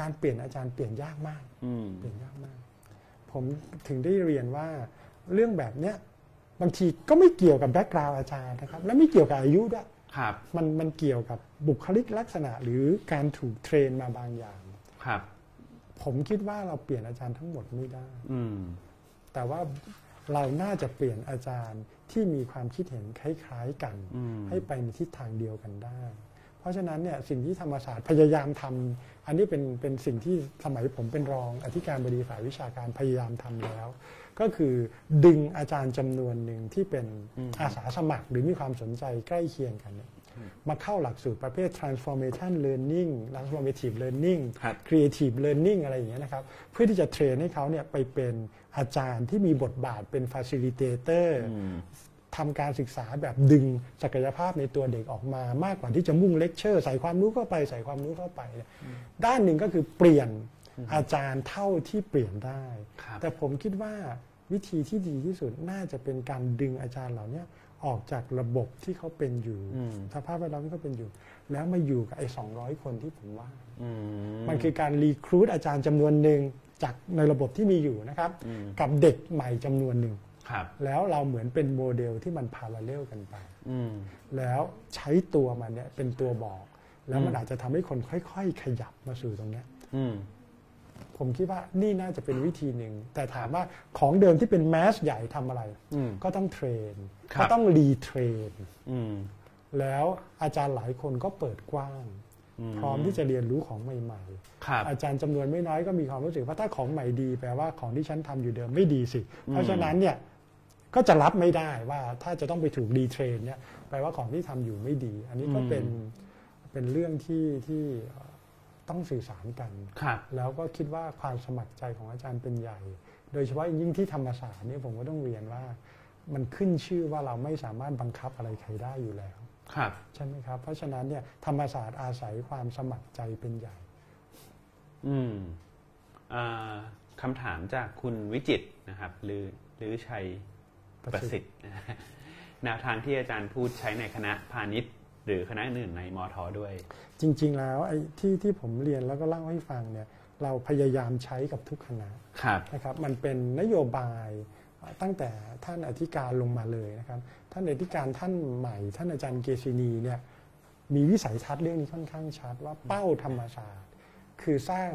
Speaker 2: การเปลี่ยนอาจารย์เปลี่ยนยากมาก
Speaker 1: อืม
Speaker 2: เปลี่ยนยากมาก ผมถึงได้เรียนว่าเรื่องแบบเนี้ยบางทีก็ไม่เกี่ยวกับแบ็กกราวอาจารย์นะครับ และไม่เกี่ยวกับอายุด้วย
Speaker 1: ครับ
Speaker 2: มันมันเกี่ยวกับบุคลิกลักษณะหรือการถูกเทรนมาบางอย่าง
Speaker 1: ครับ
Speaker 2: ผมคิดว่าเราเปลี่ยนอาจารย์ทั้งหมดไม่ได้
Speaker 1: อืม
Speaker 2: แต่ว่าเราน่าจะเปลี่ยนอาจารย์ที่มีความคิดเห็นคล้ายๆกัน
Speaker 1: อืม
Speaker 2: ให้ไปในทิศทางเดียวกันได้ เพราะฉะนั้นเนี่ยสิ่งที่ธรรมศาสตร์พยายามทำอันนี้เป็นเป็นสิ่งที่สมัยผมเป็นรองอธิการบดีฝ่ายวิชาการพยายามทำแล้ว ก็คือดึงอาจารย์จำนวนหนึ่งที่เป็นอาสาสมัครหรือมีความสนใจใกล้เคียงกันเนี่ยมาเข้าหลักสูตรประเภท transformation learning transformative learning
Speaker 1: ครับ
Speaker 2: creative learning อะไรอย่างเงี้ยนะครับ เพื่อที่จะเทรนให้เขาเนี่ยไปเป็นอาจารย์ที่มีบทบาทเป็น facilitator
Speaker 1: อืม
Speaker 2: ทำการศึกษาแบบดึงศักยภาพในตัวเด็กออกมามากกว่าที่จะมุ่งเลคเชอร์ ใส่ความรู้เข้าไปใส่ความรู้เข้าไปเนี่ยด้านหนึ่งก็คือเปลี่ยนอาจารย์เท่าที่เปลี่ยนได้
Speaker 1: ครับ
Speaker 2: แต่ผมคิดว่าวิธีที่ดีที่สุดน่าจะเป็นการดึงอาจารย์เหล่าเนี้ยออกจากระบบที่เขาเป็นอยู่สภาพแวดล้อมที่เขาเป็นอยู่ แล้วมาอยู่กับไอ้สองคนที่ผมว่า
Speaker 1: อืม
Speaker 2: มันคือการรีครูดอาจารย์จำนวนหนึ่งจากในระบบที่มีอยู่นะครับ
Speaker 1: อืม
Speaker 2: กับเด็กใหม่จำนวนหนึ่ง
Speaker 1: ครับ
Speaker 2: แล้วเราเหมือนเป็นโมเดลที่มันพาราเลลกันไป
Speaker 1: อืม
Speaker 2: แล้วใช้ตัวมันเนี่ยเป็นตัวบอก แล้วมันอาจจะทำให้คนค่อย ๆ ขยับมาสู่ตรงเนี้ย
Speaker 1: อืม
Speaker 2: ผมคิดว่านี่น่าจะเป็นวิธีหนึ่ง แต่ถามว่าของเดิมที่เป็นแมสใหญ่ทำอะไร
Speaker 1: อืม
Speaker 2: ก็ต้องเทรน
Speaker 1: ครับ
Speaker 2: ก็ต้องรีเทรน
Speaker 1: อืม
Speaker 2: แล้วอาจารย์หลายคนก็เปิดกว้าง
Speaker 1: อืม
Speaker 2: พร้อมที่จะเรียนรู้ของใหม่ ๆ
Speaker 1: ครับ
Speaker 2: อาจารย์จำนวนไม่น้อยก็มีความรู้สึกว่าถ้าของใหม่ดีแปลว่าของที่ฉันทำอยู่เดิมไม่ดีสิ เพราะฉะนั้นเนี่ยก็จะรับไม่ได้ว่าถ้าจะต้องไปถูกดีเทรนเนี่ยแปลว่าของที่ทำอยู่ไม่ดี อันนี้ก็เป็นเป็นเรื่องที่ที่เอ่อต้องสื่อสารกัน
Speaker 1: ครับ
Speaker 2: แล้วก็คิดว่าความสมัครใจของอาจารย์เป็นใหญ่ โดยเฉพาะอย่างยิ่งที่ธรรมศาสตร์เนี่ยผมก็ต้องเรียนว่า มันขึ้นชื่อว่าเราไม่สามารถบังคับอะไรใครได้อยู่แล้ว
Speaker 1: ครับ
Speaker 2: ใช่ไหมครับ เพราะฉะนั้นเนี่ยธรรมศาสตร์อาศัยความสมัครใจเป็นใหญ่
Speaker 1: อืมอ่าคำถามจากคุณวิจิตรนะครับหรือหรือชัยประสิทธิ์ นะฮะแนวทางที่อาจารย์พูดใช้ในคณะพาณิชย์ หรือคณะอื่นในมอทอด้วย
Speaker 2: จริงๆ แล้วไอ้ที่ที่ผมเรียนแล้วก็เล่าให้ฟังเนี่ยเราพยายามใช้กับทุกคณะ
Speaker 1: ครับ
Speaker 2: นะครับมันเป็นนโยบายเอ่อตั้งแต่ท่านอธิการลงมาเลยนะครับท่านอธิการท่านใหม่ ท่านอาจารย์เกษินีเนี่ยมีวิสัยทัศน์เรื่องนี้ค่อนข้างชัดว่าเป้าธรรมศาสตร์ คือสร้าง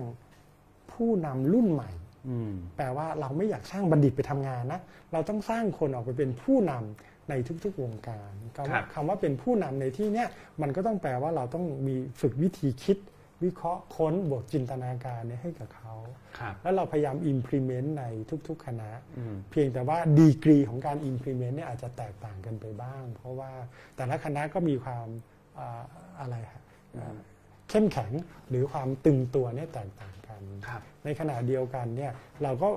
Speaker 2: ผู้นำรุ่นใหม่
Speaker 1: อืม
Speaker 2: แปลว่าเราไม่อยากสร้างบัณฑิตไปทำงานนะ เราต้องสร้างคนออกไปเป็นผู้นำในทุกๆวงการ
Speaker 1: ครั
Speaker 2: คำว่า
Speaker 1: บ
Speaker 2: คำว่าเป็นผู้นำในที่เนี้ยมันก็ต้องแปลว่าเราต้องมีฝึกวิธีคิด วิเคราะห์ค้นบวกจินตนาการเนี่ยให้กับเขา
Speaker 1: ครับ
Speaker 2: แล้วเราพยายาม implement ในทุกๆ คณะ
Speaker 1: อืม
Speaker 2: เพียงแต่ว่าดีกรีของการ implement เนี่ยอาจจะแตกต่างกันไปบ้าง เพราะว่าแต่ละคณะก็มีความอ่าอะไรฮะอ่าเข้มแข็งหรือความตึงตัวเนี่ยแตกต่างกัน
Speaker 1: ครับ
Speaker 2: ในขณะเดียวกันเนี่ยเราก็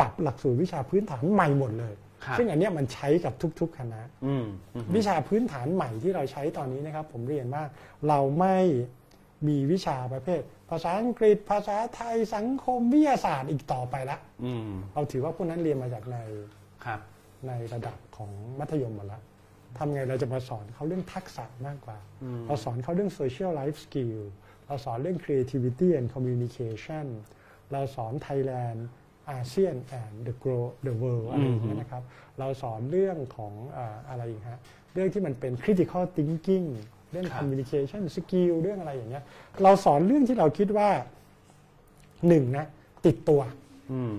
Speaker 2: ปรับหลักสูตรวิชาพื้นฐานใหม่หมดเลย
Speaker 1: ครับ
Speaker 2: ซึ่งอันเนี้ยมันใช้กับทุก ๆ คณะ
Speaker 1: อืมอืม
Speaker 2: วิชาพื้นฐานใหม่ที่เราใช้ตอนนี้นะครับ ผมเรียนว่าเราไม่มีวิชาประเภท ภาษาอังกฤษ ภาษาไทยสังคมวิทยาศาสตร์อีกต่อไปละ
Speaker 1: อืม
Speaker 2: เราถือว่าพวกนั้นเรียนมาจากใน
Speaker 1: ครับ
Speaker 2: ในระดับของมัธยมหมดละทำไงเราจะมาสอนเขาเรื่องทักษะมากกว่า
Speaker 1: อืม
Speaker 2: เราสอนเขาเรื่อง social life skill เราสอนเรื่อง creativity and communication เราสอน Thailand อาเซียน and the grow the world อะไรอย่างเงี้ยนะครับ เราสอนเรื่องของเอ่ออะไรอีกฮะ เรื่องที่มันเป็น critical thinking เรื่อง
Speaker 1: ครับ
Speaker 2: communication skill เรื่องอะไรอย่างเงี้ย เราสอนเรื่องที่เราคิดว่าหนึ่งนะ ติดตัว
Speaker 1: อืม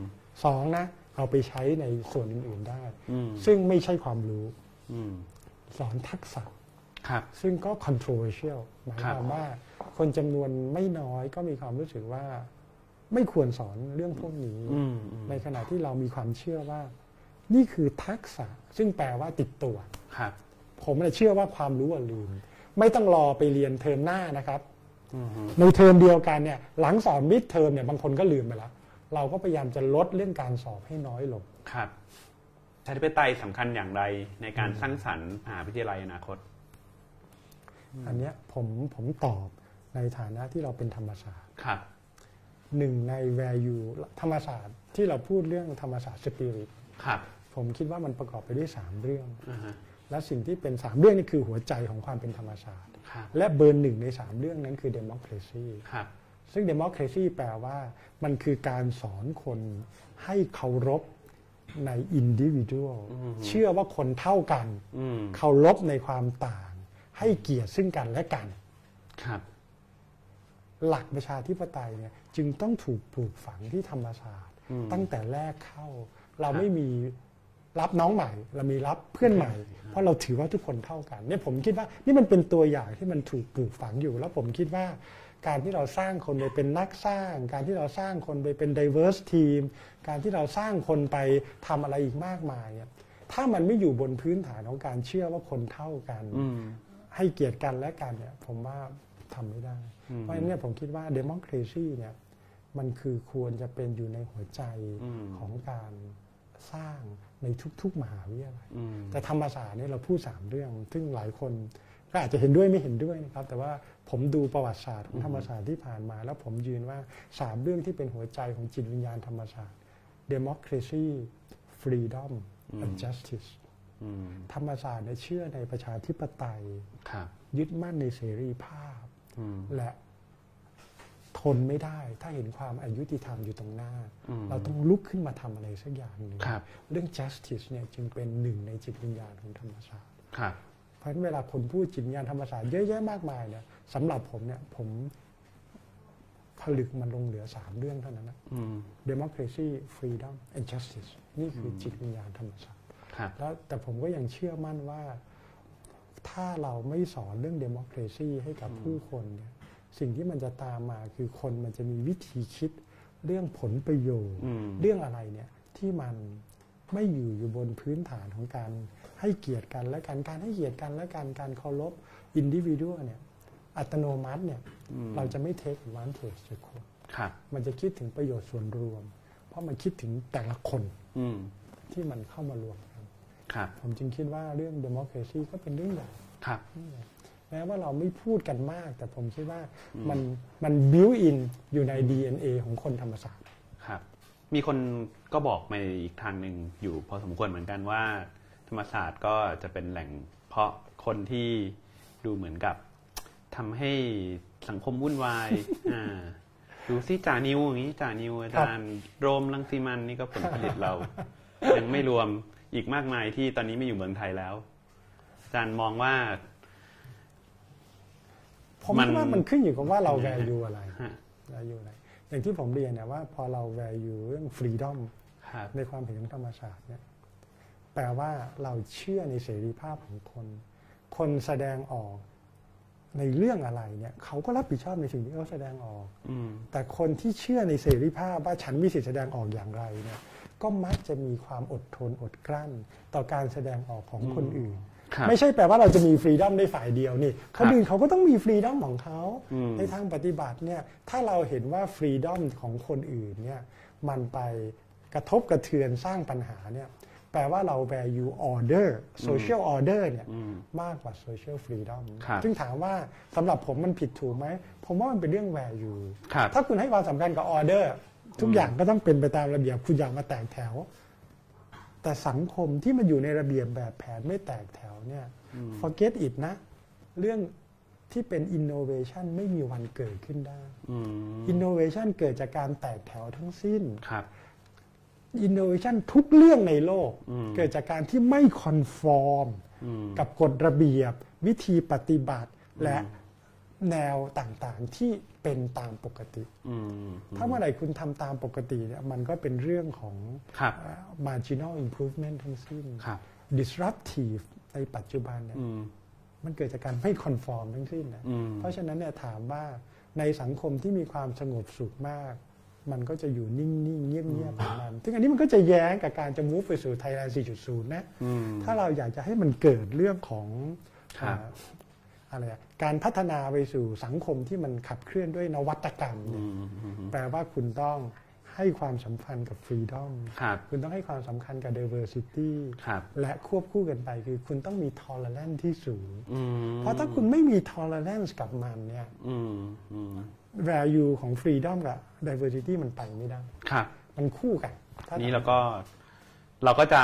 Speaker 2: สองนะ เอาไปใช้ในส่วนอื่น ๆได้
Speaker 1: อืม
Speaker 2: ซึ่งไม่ใช่ความรู้
Speaker 1: อืม
Speaker 2: สอนทักษะ
Speaker 1: ครับ
Speaker 2: ซึ่งก็ controversial หมาย
Speaker 1: ค
Speaker 2: ครับ วามว่าคนจำนวนไม่น้อยก็มีความรู้สึกว่า ไม่ควรสอนเรื่องพวกนี้
Speaker 1: อืมอืม
Speaker 2: ในขณะที่เรามีความเชื่อว่า นี่คือทักษะ ซึ่งแปลว่าติดตัว
Speaker 1: ครับ
Speaker 2: ผมน่ะเชื่อว่าความรู้อะลืม ไม่ต้องรอไปเรียนเทอมหน้านะครับ
Speaker 1: อืม
Speaker 2: ในเทอมเดียวกันเนี่ยหลังสอบมิดเทอมเนี่ยบางคนก็ลืมไปแล้ว เราก็พยายามจะลดเรื่องการสอบให้น้อยลง
Speaker 1: ครับประชาธิปไตยสำคัญอย่างไรในการสร้างสรรค์มหาวิทยาลัยอนาคต
Speaker 2: อันเนี้ยผมผมตอบในฐานะที่เราเป็นธรรมศาสตร์
Speaker 1: ครับ
Speaker 2: หนึ่งใน value ธรรมศาสตร์ที่เราพูดเรื่องธรรมศาสตร์สปิริต
Speaker 1: ครับ
Speaker 2: ผมคิดว่ามันประกอบไปด้วย 3 เรื่อง
Speaker 1: อ่าฮะ
Speaker 2: และสิ่งที่เป็น 3 เรื่องนี่คือหัวใจของความเป็นธรรมศาสตร์
Speaker 1: ครับ
Speaker 2: และเบอร์หนึ่งใน 3 เรื่องนั้นคือ democracy
Speaker 1: ครับ
Speaker 2: ซึ่ง democracy แปลว่ามันคือการสอนคนให้เคารพใน individual เชื่อว่าคนเท่ากัน
Speaker 1: อืม
Speaker 2: เคารพในความต่าง ให้เกียรติซึ่งกันและกัน
Speaker 1: ครับ
Speaker 2: หลักประชาธิปไตยเนี่ยจึงต้องถูกปลูกฝังที่ธรรมศาสตร์
Speaker 1: อืม
Speaker 2: ตั้งแต่แรกเข้า เรา
Speaker 1: ครับ
Speaker 2: ไม่มีรับน้องใหม่ เรามีรับเพื่อนใหม่
Speaker 1: ครับ
Speaker 2: เพราะเราถือว่าทุกคนเท่ากันเนี่ยผมคิดว่านี่มันเป็นตัวอย่างที่มันถูกปลูกฝังอยู่ แล้วผมคิดว่า การที่เราสร้างคนไปเป็นนักสร้าง การที่เราสร้างคนไปเป็น diverse team การที่เราสร้างคนไปทำอะไรอีกมากมายเนี่ยถ้ามันไม่อยู่บนพื้นฐานของการเชื่อว่าคนเท่ากัน
Speaker 1: อืม
Speaker 2: ให้เกียรติกันและกันเนี่ยผมว่าทำไม่ได้
Speaker 1: อืม
Speaker 2: เพราะฉะนั้นเนี่ยผมคิดว่าเดโมคราซีเนี่ยมันคือควรจะเป็นอยู่ในหัวใจ
Speaker 1: อืม
Speaker 2: ของการสร้างในทุกๆ มหาวิทยาลัย
Speaker 1: อืม
Speaker 2: แต่ธรรมศาสตร์เนี่ยเราพูด 3 เรื่อง ซึ่งหลายคนก็อาจจะเห็นด้วยไม่เห็นด้วยนะครับ แต่ว่าผมดูประวัติศาสตร์ของธรรมศาสตร์ที่ผ่านมา แล้วผมยืนว่า 3 เรื่องที่เป็นหัวใจของจิตวิญญาณธรรมศาสตร์ democracy freedom
Speaker 1: อืม
Speaker 2: and justice
Speaker 1: อืม
Speaker 2: ธรรมศาสตร์เนี่ยเชื่อในประชาธิปไตย
Speaker 1: ครับ
Speaker 2: ยึดมั่นในเสรีภาพ
Speaker 1: อืม
Speaker 2: และทนไม่ได้ ถ้าเห็นความอายุติธรรมอยู่ตรงหน้า
Speaker 1: อืม
Speaker 2: เราต้องลุกขึ้นมาทำอะไรสักอย่างหนึ่ง
Speaker 1: ครับ
Speaker 2: เรื่อง justice เนี่ยจึงเป็นหนึ่งในจิตวิญญาณของธรรมศาสตร์
Speaker 1: ครับ
Speaker 2: เพราะฉะนั้นเวลาคนพูดจิตวิญญาณธรรมศาสตร์เยอะแยะมากมายเนี่ยสำหรับผมเนี่ยผมผลึกมันลงเหลือสามเรื่องเท่านั้นนะ
Speaker 1: อืม
Speaker 2: democracy freedom and justice นี่คือจิตวิญญาณธรรมศาสตร์
Speaker 1: ครับ
Speaker 2: แล้วแต่ผมก็ยังเชื่อมั่นว่าถ้าเราไม่สอนเรื่องเดโมคราซีให้กับผู้คนเนี่ยสิ่งที่มันจะตามมาคือคนมันจะมีวิธีคิดเรื่องผลประโยชน์
Speaker 1: อืม
Speaker 2: เรื่องอะไรเนี่ยที่มันไม่อยู่อยู่บนพื้นฐานของการให้เกียรติกันและกันการให้เกียรติกันและกันการเคารพอินดิวิ d ด a l เนี่ยอัตโนมัติเนี่ย
Speaker 1: อืม
Speaker 2: เราจะไม่เทควัน a g e จากคน
Speaker 1: ครับ
Speaker 2: มันจะคิดถึงประโยชน์ส่วนรวม เพราะมันคิดถึงแต่ละคน
Speaker 1: อืม
Speaker 2: ที่มันเข้ามารวมกัน
Speaker 1: ครับ
Speaker 2: ผมจึงคิดว่าเรื่อง democracy ก็เป็นเรื่องใหญ่
Speaker 1: ครับ
Speaker 2: เรื่องใหญ่แม้ว่าเราไม่พูดกันมาก แต่ผมคิดว่ามันมัน built in อยู่ใน DNA ของคนธรรมศาสตร์
Speaker 1: ครับ มีคนก็บอกมาอีกทางหนึ่งอยู่พอสมควรเหมือนกันว่า ธรรมศาสตร์ก็จะเป็นแหล่งเพาะคนที่ดูเหมือนกับทำให้สังคมวุ่นว าย อ่าดูสิจ่านิวอย่างนี้จ่านิวอาจารย์โรมลังสีมันนี่ก็ผลผลิตเรา ยังไม่รวมอีกมากมายที่ตอนนี้ไม่อยู่เมืองไทยแล้ว อาจารย์มองว่า
Speaker 2: ผม
Speaker 1: มัน
Speaker 2: คิดว่ามันขึ้นอยู่กับว่าเรา value อะไร
Speaker 1: ฮะ
Speaker 2: value อะไร อย่างที่ผมเรียนนะว่าพอเรา value เรื่อง freedom
Speaker 1: ครับ
Speaker 2: ในความเห็นของธรรมศาสตร์เนี่ยแปลว่าเราเชื่อในเสรีภาพของคน คนแสดงออกในเรื่องอะไรเนี่ยเขาก็รับผิดชอบในสิ่งที่เขาแสดงออก
Speaker 1: อืม
Speaker 2: แต่คนที่เชื่อในเสรีภาพว่าฉันมีสิทธิแสดงออกอย่างไรเนี่ยก็มักจะมีความอดทนอดกลั้น ต่อการแสดงออกของคนอื่น
Speaker 1: ครับ
Speaker 2: ไม่ใช่แปลว่าเราจะมีฟรีดอมได้ฝ่ายเดียวนี่คนอื่นเขาก็ต้องมีฟรีดอมของเขา
Speaker 1: อืม
Speaker 2: ในทางปฏิบัติเนี่ยถ้าเราเห็นว่าฟรีดอมของคนอื่นเนี่ยมันไปกระทบกระเทือนสร้างปัญหาเนี่ยแปลว่าเรา value order social order เนี่ย
Speaker 1: อืม
Speaker 2: มากกว่า social freedom
Speaker 1: ครับ
Speaker 2: ซึ่งถามว่าสำหรับผมมันผิดถูกไหมผมว่ามันเป็นเรื่อง value
Speaker 1: ครับ
Speaker 2: ถ้าคุณให้ความสำคัญกับออเดอร์ ทุกอย่างก็ต้องเป็นไปตามระเบียบคุณอย่ามาแตกแถว แต่สังคมที่มันอยู่ในระเบียบแบบแผนไม่แตกแถวเนี่ย forget it นะ เรื่องที่เป็น innovation ไม่มีวันเกิดขึ้นได้
Speaker 1: อืม
Speaker 2: innovation เกิดจากการแตกแถวทั้งสิ้น
Speaker 1: ครับ
Speaker 2: innovation ทุกเรื่องในโลก
Speaker 1: อืม
Speaker 2: เกิดจากการที่ไม่ conform
Speaker 1: อืม
Speaker 2: กับกฎระเบียบ วิธีปฏิบัติและแนวต่างๆที่เป็นตามปกติ
Speaker 1: อืม
Speaker 2: ถ้าเมื่อไหร่คุณทำตามปกติเนี่ยมันก็เป็นเรื่องของ
Speaker 1: ครับ
Speaker 2: เอ่อ marginal improvement ทั้งสิ้น
Speaker 1: ครับ
Speaker 2: disruptive ในปัจจุบันเนี่ย
Speaker 1: อืม
Speaker 2: มันเกิดจากการไม่ conform ทั้งสิ้นนะ
Speaker 1: อืม
Speaker 2: เพราะฉะนั้นเนี่ยถามว่าในสังคมที่มีความสงบสุขมาก มันก็จะอยู่นิ่ง ๆ เงียบ ๆ ของมัน ซึ่งอันนี้มันก็จะแย้งกับการจะ move ไปสู่ไทยแลนด์4.0 นะ
Speaker 1: อืม
Speaker 2: ถ้าเราอยากจะให้มันเกิดเรื่องของ
Speaker 1: ครับ
Speaker 2: เอ่ออะไรอะการพัฒนาไปสู่สังคมที่มันขับเคลื่อนด้วยนวัตกรรมเนี่ย
Speaker 1: อืมอืม
Speaker 2: แปลว่าคุณต้องให้ความสำคัญกับฟรีดอม
Speaker 1: ครับ
Speaker 2: คุณต้องให้ความสำคัญกับ diversity
Speaker 1: ครับ
Speaker 2: และควบคู่กันไปคือคุณต้องมี tolerance ที่สูง
Speaker 1: อืม
Speaker 2: เพราะถ้าคุณไม่มี tolerance กับมันเนี่ย
Speaker 1: อืมอืม
Speaker 2: value ของ freedom กับ diversity มันไปไม่ได้
Speaker 1: ครับ
Speaker 2: มันคู่กันถ้
Speaker 1: นี้เราก็เราก็จะ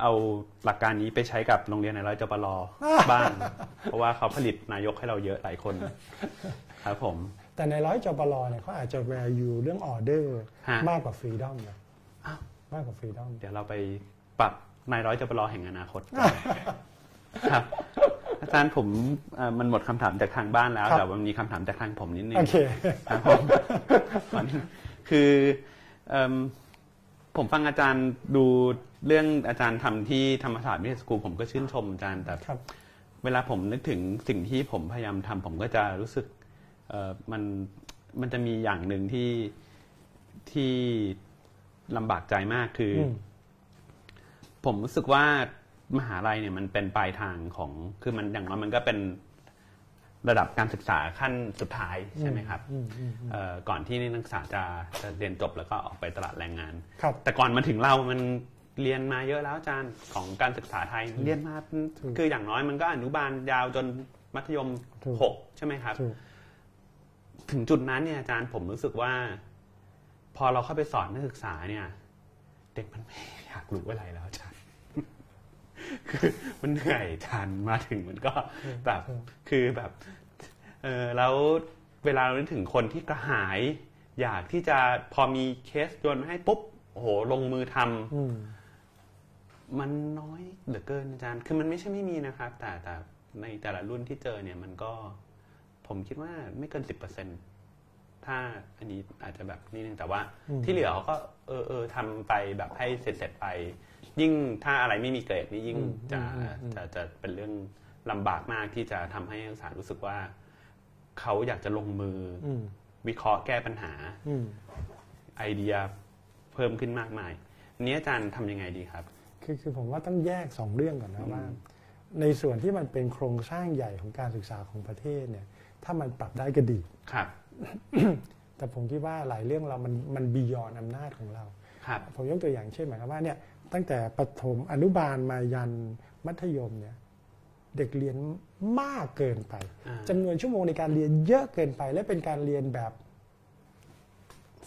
Speaker 1: เอาหลักการนี้ไปใช้กับโรงเรียนในร้อยจปล อบ้าง เพราะว่าเขาผลิตนายกให้เราเยอะหลาย คน ครับผม
Speaker 2: แต่ในร้อยจบลอเนี่ยเขาอาจจะ value เรื่อง order
Speaker 1: ฮะ
Speaker 2: มากกว่า freedom นะ
Speaker 1: อ้าว
Speaker 2: มากกว่า freedom
Speaker 1: เดี๋ยวเราไปปรับนายร้อยจปลอแห่งอนาคต ครับ อาจารย์ผมเอ่อมันหมดคำถามจากทางบ้านแล้ว
Speaker 2: ครับ
Speaker 1: แต่ว่ามันมีคำถามจากทางผมนิดนึง
Speaker 2: โอเค
Speaker 1: ครับผม คือเอิ่มผมฟังอาจารย์ดูเรื่องอาจารย์ทำที่ธรรมศาสตร์วิทยาสกูลผมก็ชื่นชมอาจารย์แต่
Speaker 2: ครับ
Speaker 1: เวลาผมนึกถึงสิ่งที่ผมพยายามทำผมก็จะรู้สึกเอ่อมันมันจะมีอย่างหนึ่งที่ที่ลำบากใจมากคืออ
Speaker 2: ม
Speaker 1: ผมรู้สึกว่ามหาลัยเนี่ยมันเป็นปลายทางของคือมันอย่างน้อยมันก็เป็นระดับการศึกษาขั้นสุดท้ายใช่ไหมครับ
Speaker 2: อืมอืมอืม
Speaker 1: เอ่อก่อนที่นักศึกษาจะจะเรียนจบแล้วก็ออกไปตลาดแรงงาน
Speaker 2: ครับ
Speaker 1: แต่ก่อนมาถึงเรามันเรียนมาเยอะแล้วอาจารย์ของการศึกษาไทยเรียนมา
Speaker 2: ถูก
Speaker 1: คืออย่างน้อยมันก็อนุบาลยาวจนมัธยม
Speaker 2: ถูก
Speaker 1: หกใช่ไหมครับ
Speaker 2: ถูก
Speaker 1: ถึงจุดนั้นเนี่ยอาจารย์ผมรู้สึกว่า พอเราเข้าไปสอนนักศึกษาเนี่ย เด็กมันไม่อยากรู้อะไรแล้วอาจารย์ คือมันเหนื่อยอาจารย์มาถึงมันก็แบบ
Speaker 2: อืม
Speaker 1: คือแบบเออแล้วเวลาเรานึกถึงคนที่กระหาย อยากที่จะพอมีเคสโยนมาให้ปุ๊บโอ้โหลงมือทำ
Speaker 2: อืม
Speaker 1: มันน้อยเหลือเกินอาจารย์ คือมันไม่ใช่ไม่มีนะครับ แต่แต่ในแต่ละรุ่นที่เจอเนี่ยมันก็ ผมคิดว่าไม่เกินสิบเปอร์เซ็นถ้าอันนี้อาจจะแบบนี่นึงแต่ว่า
Speaker 2: อืม
Speaker 1: ที่เหลือเขาก็เออเออทำไปแบบให้เสร็จเสร็จๆไป ยิ่งถ้าอะไรไม่มีเกรดนี่ยิ่งจะจะจะเป็นเรื่องลำบากมากที่จะทำให้นักศึกษารู้สึกว่า เขาอยากจะลงมืออ
Speaker 2: อืม
Speaker 1: วิเคราะห์แก้ปัญหา
Speaker 2: อืม
Speaker 1: ไอเดียเพิ่มขึ้นมากมายอันนี้อาจารย์ทำยังไงดีครับ
Speaker 2: คือคือผมว่าต้องแยกสองเรื่องก่อนนะว่า ในส่วนที่มันเป็นโครงสร้างใหญ่ของการศึกษาของประเทศเนี่ย ถ้ามันปรับได้ก็ดี
Speaker 1: ครับ
Speaker 2: แต่ผมคิดว่าหลายเรื่องเรามันมันบียอนอำนาจของเรา
Speaker 1: ครับ
Speaker 2: ผมยกตัวอย่างเช่นหมายความว่าเนี่ยตั้งแต่ประถมอนุบาลมายันมัธยมเนี่ยเด็กเรียนมากเกินไป
Speaker 1: อ่า
Speaker 2: จำนวนชั่วโมงในการเรียนเยอะเกินไป และเป็นการเรียนแบบ